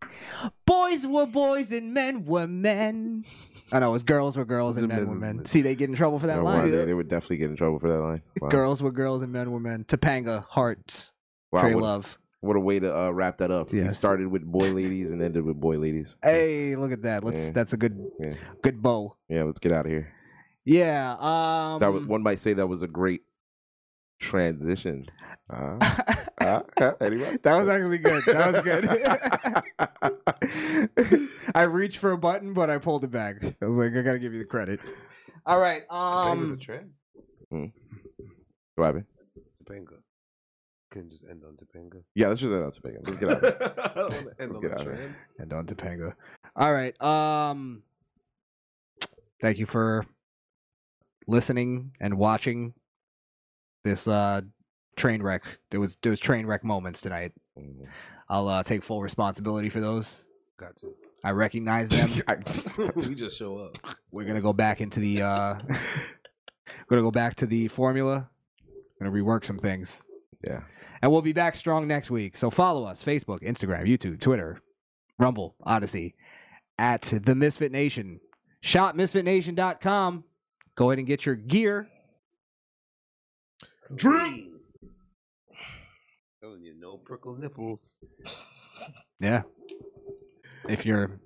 there, [laughs] boys were boys and men were men. I know it was girls were girls and men were men. See, they get in trouble for that
No, why
line.
they, they would definitely get in trouble for that line. Wow.
Girls were girls and men were men. Topanga Hearts.
Wow,
Trey
what-
Love.
What a way to uh, wrap that up. We started with boy ladies and ended with boy ladies.
[laughs] Hey, look at that. Let's.
Yeah.
That's a good,
Yeah.
good bow.
Yeah, let's get out of here.
Yeah. Um,
that
[laughs]
was one might say that was a great transition. Uh,
[laughs]
uh, uh, anyway,
That was actually good. That was
[laughs]
good. [laughs] I reached for a button, but I pulled it back. I was like, I gotta give you the credit. All right. Um.
Topanga's a trend.
Robin.
Topanga. Can just end on Topanga.
Yeah, let's just end on Topanga. Let's get out.
[laughs]
Of here.
End
let's
on
get
the
out. Of here.
trend.
And on Topanga. All right. Um. Thank you for listening and watching this uh train wreck. There was there was train wreck moments tonight. I'll uh, take full responsibility for those.
Got [laughs] to.
I recognize them.
[laughs]
[laughs] we just show up.
We're gonna go back into the uh [laughs] gonna go back to the formula. Gonna rework some things.
Yeah.
And we'll be back strong next week. So follow us Facebook, Instagram, YouTube, Twitter, Rumble, Odyssey, at the Misfit Nation. ShopMisfitNation.com. Go ahead and get your gear.
Drew. Telling you, no prickle nipples.
Yeah. If you're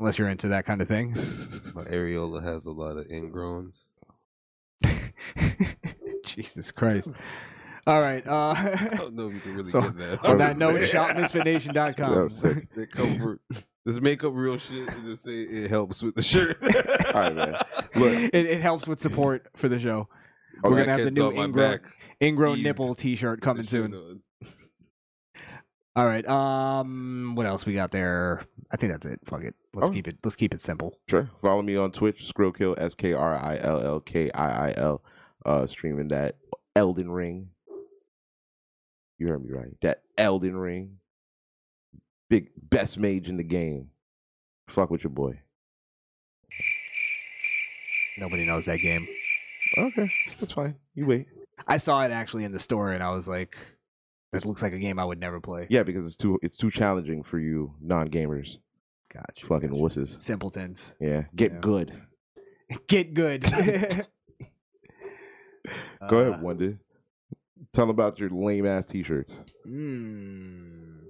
unless you're into that kind of thing. [laughs]
My areola has a lot of [laughs] ingrowns.
Jesus Christ. All right. Uh, [laughs] I
don't know if you can really
so,
get that.
On
That
that
was
note,
sick. [laughs]
shopmisfitnation.com.
That was sick. They cover this makeup real shit and just say it helps with the shirt.
All right,
[laughs]
man.
Look, [laughs] it, it helps with support for the show.
Oh,
We're
that
gonna have the
kid's
new
on my
ingrown
back.
ingrown
Eased.
nipple T-shirt coming
This shit
soon. All right. Um, what else we got there? I think that's it. Fuck it. Let's keep it. Let's keep it simple.
Sure. Follow me on Twitch, Skrillkill, S K R I L L K I I L. Uh, streaming that Elden Ring. You heard me right. That Elden Ring. Big best mage in the game. Fuck with your boy.
Nobody knows that game.
Okay, that's fine. You wait.
I saw it actually in the store, and I was like, "This looks like a game I would never play."
Yeah, because it's too it's too challenging for you non gamers.
Gotcha.
Fucking wusses.
Simpletons.
Yeah. Get
Yeah.
good.
Get good. [laughs] Uh,
Go ahead, Wanda. Tell 'em about your lame ass t shirts.
Mm.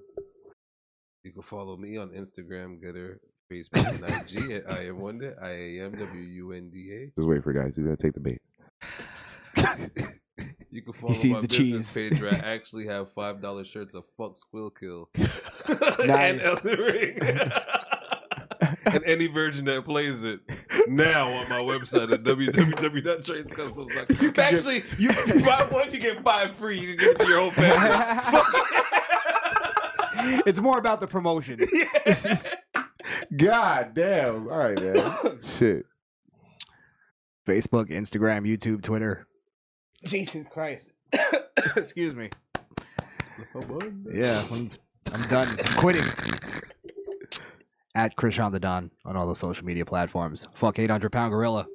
You can follow me on Instagram, Getter, Facebook, and IG at I am Wonder, I A M W U N D
Just wait for guys. He's gonna take the bait.
A. You can follow
sees
my
the
business
cheese.
page where
[laughs]
I actually have five dollar shirts of fuck squill kill and
Nice.
Elden Ring. [laughs] and any virgin that plays it now on my website at www.tradescustoms.com. You can actually you you buy one, you get five free. You can give it to your
[laughs]
whole family.
[laughs] it's more about the promotion.
God damn. All right, man. Shit.
Facebook, Instagram, YouTube, Twitter. Jesus Christ. [coughs] Excuse me. Yeah, I'm, I'm done. I'm quitting. At Krishan the Don on all the social media platforms. Fuck 800 pound gorilla.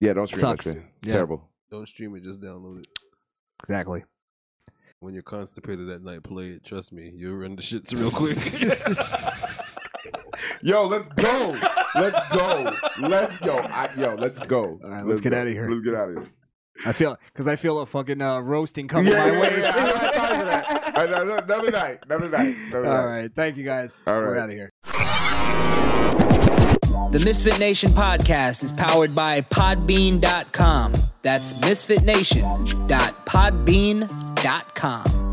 Yeah, don't stream
Sucks.
that shit. It's
Yeah.
Terrible.
Don't stream it, just download it.
Exactly.
When you're constipated at night, play it. Trust me, you'll run the shits
[laughs]
real quick.
Yo, let's go. Let's go. Let's go. I, yo, let's go. All
right, let's get outta here.
Let's get out of here.
I feel because I feel a fucking uh, roasting coming
Yeah,
my
yeah,
way.
[laughs] yeah, I got time for that. Another, another night. Another night. Another
All
night.
right. Thank you guys.
All
We're
right.
out of here.
The Misfit Nation podcast is powered by Podbean.com. That's misfitnation.podbean.com.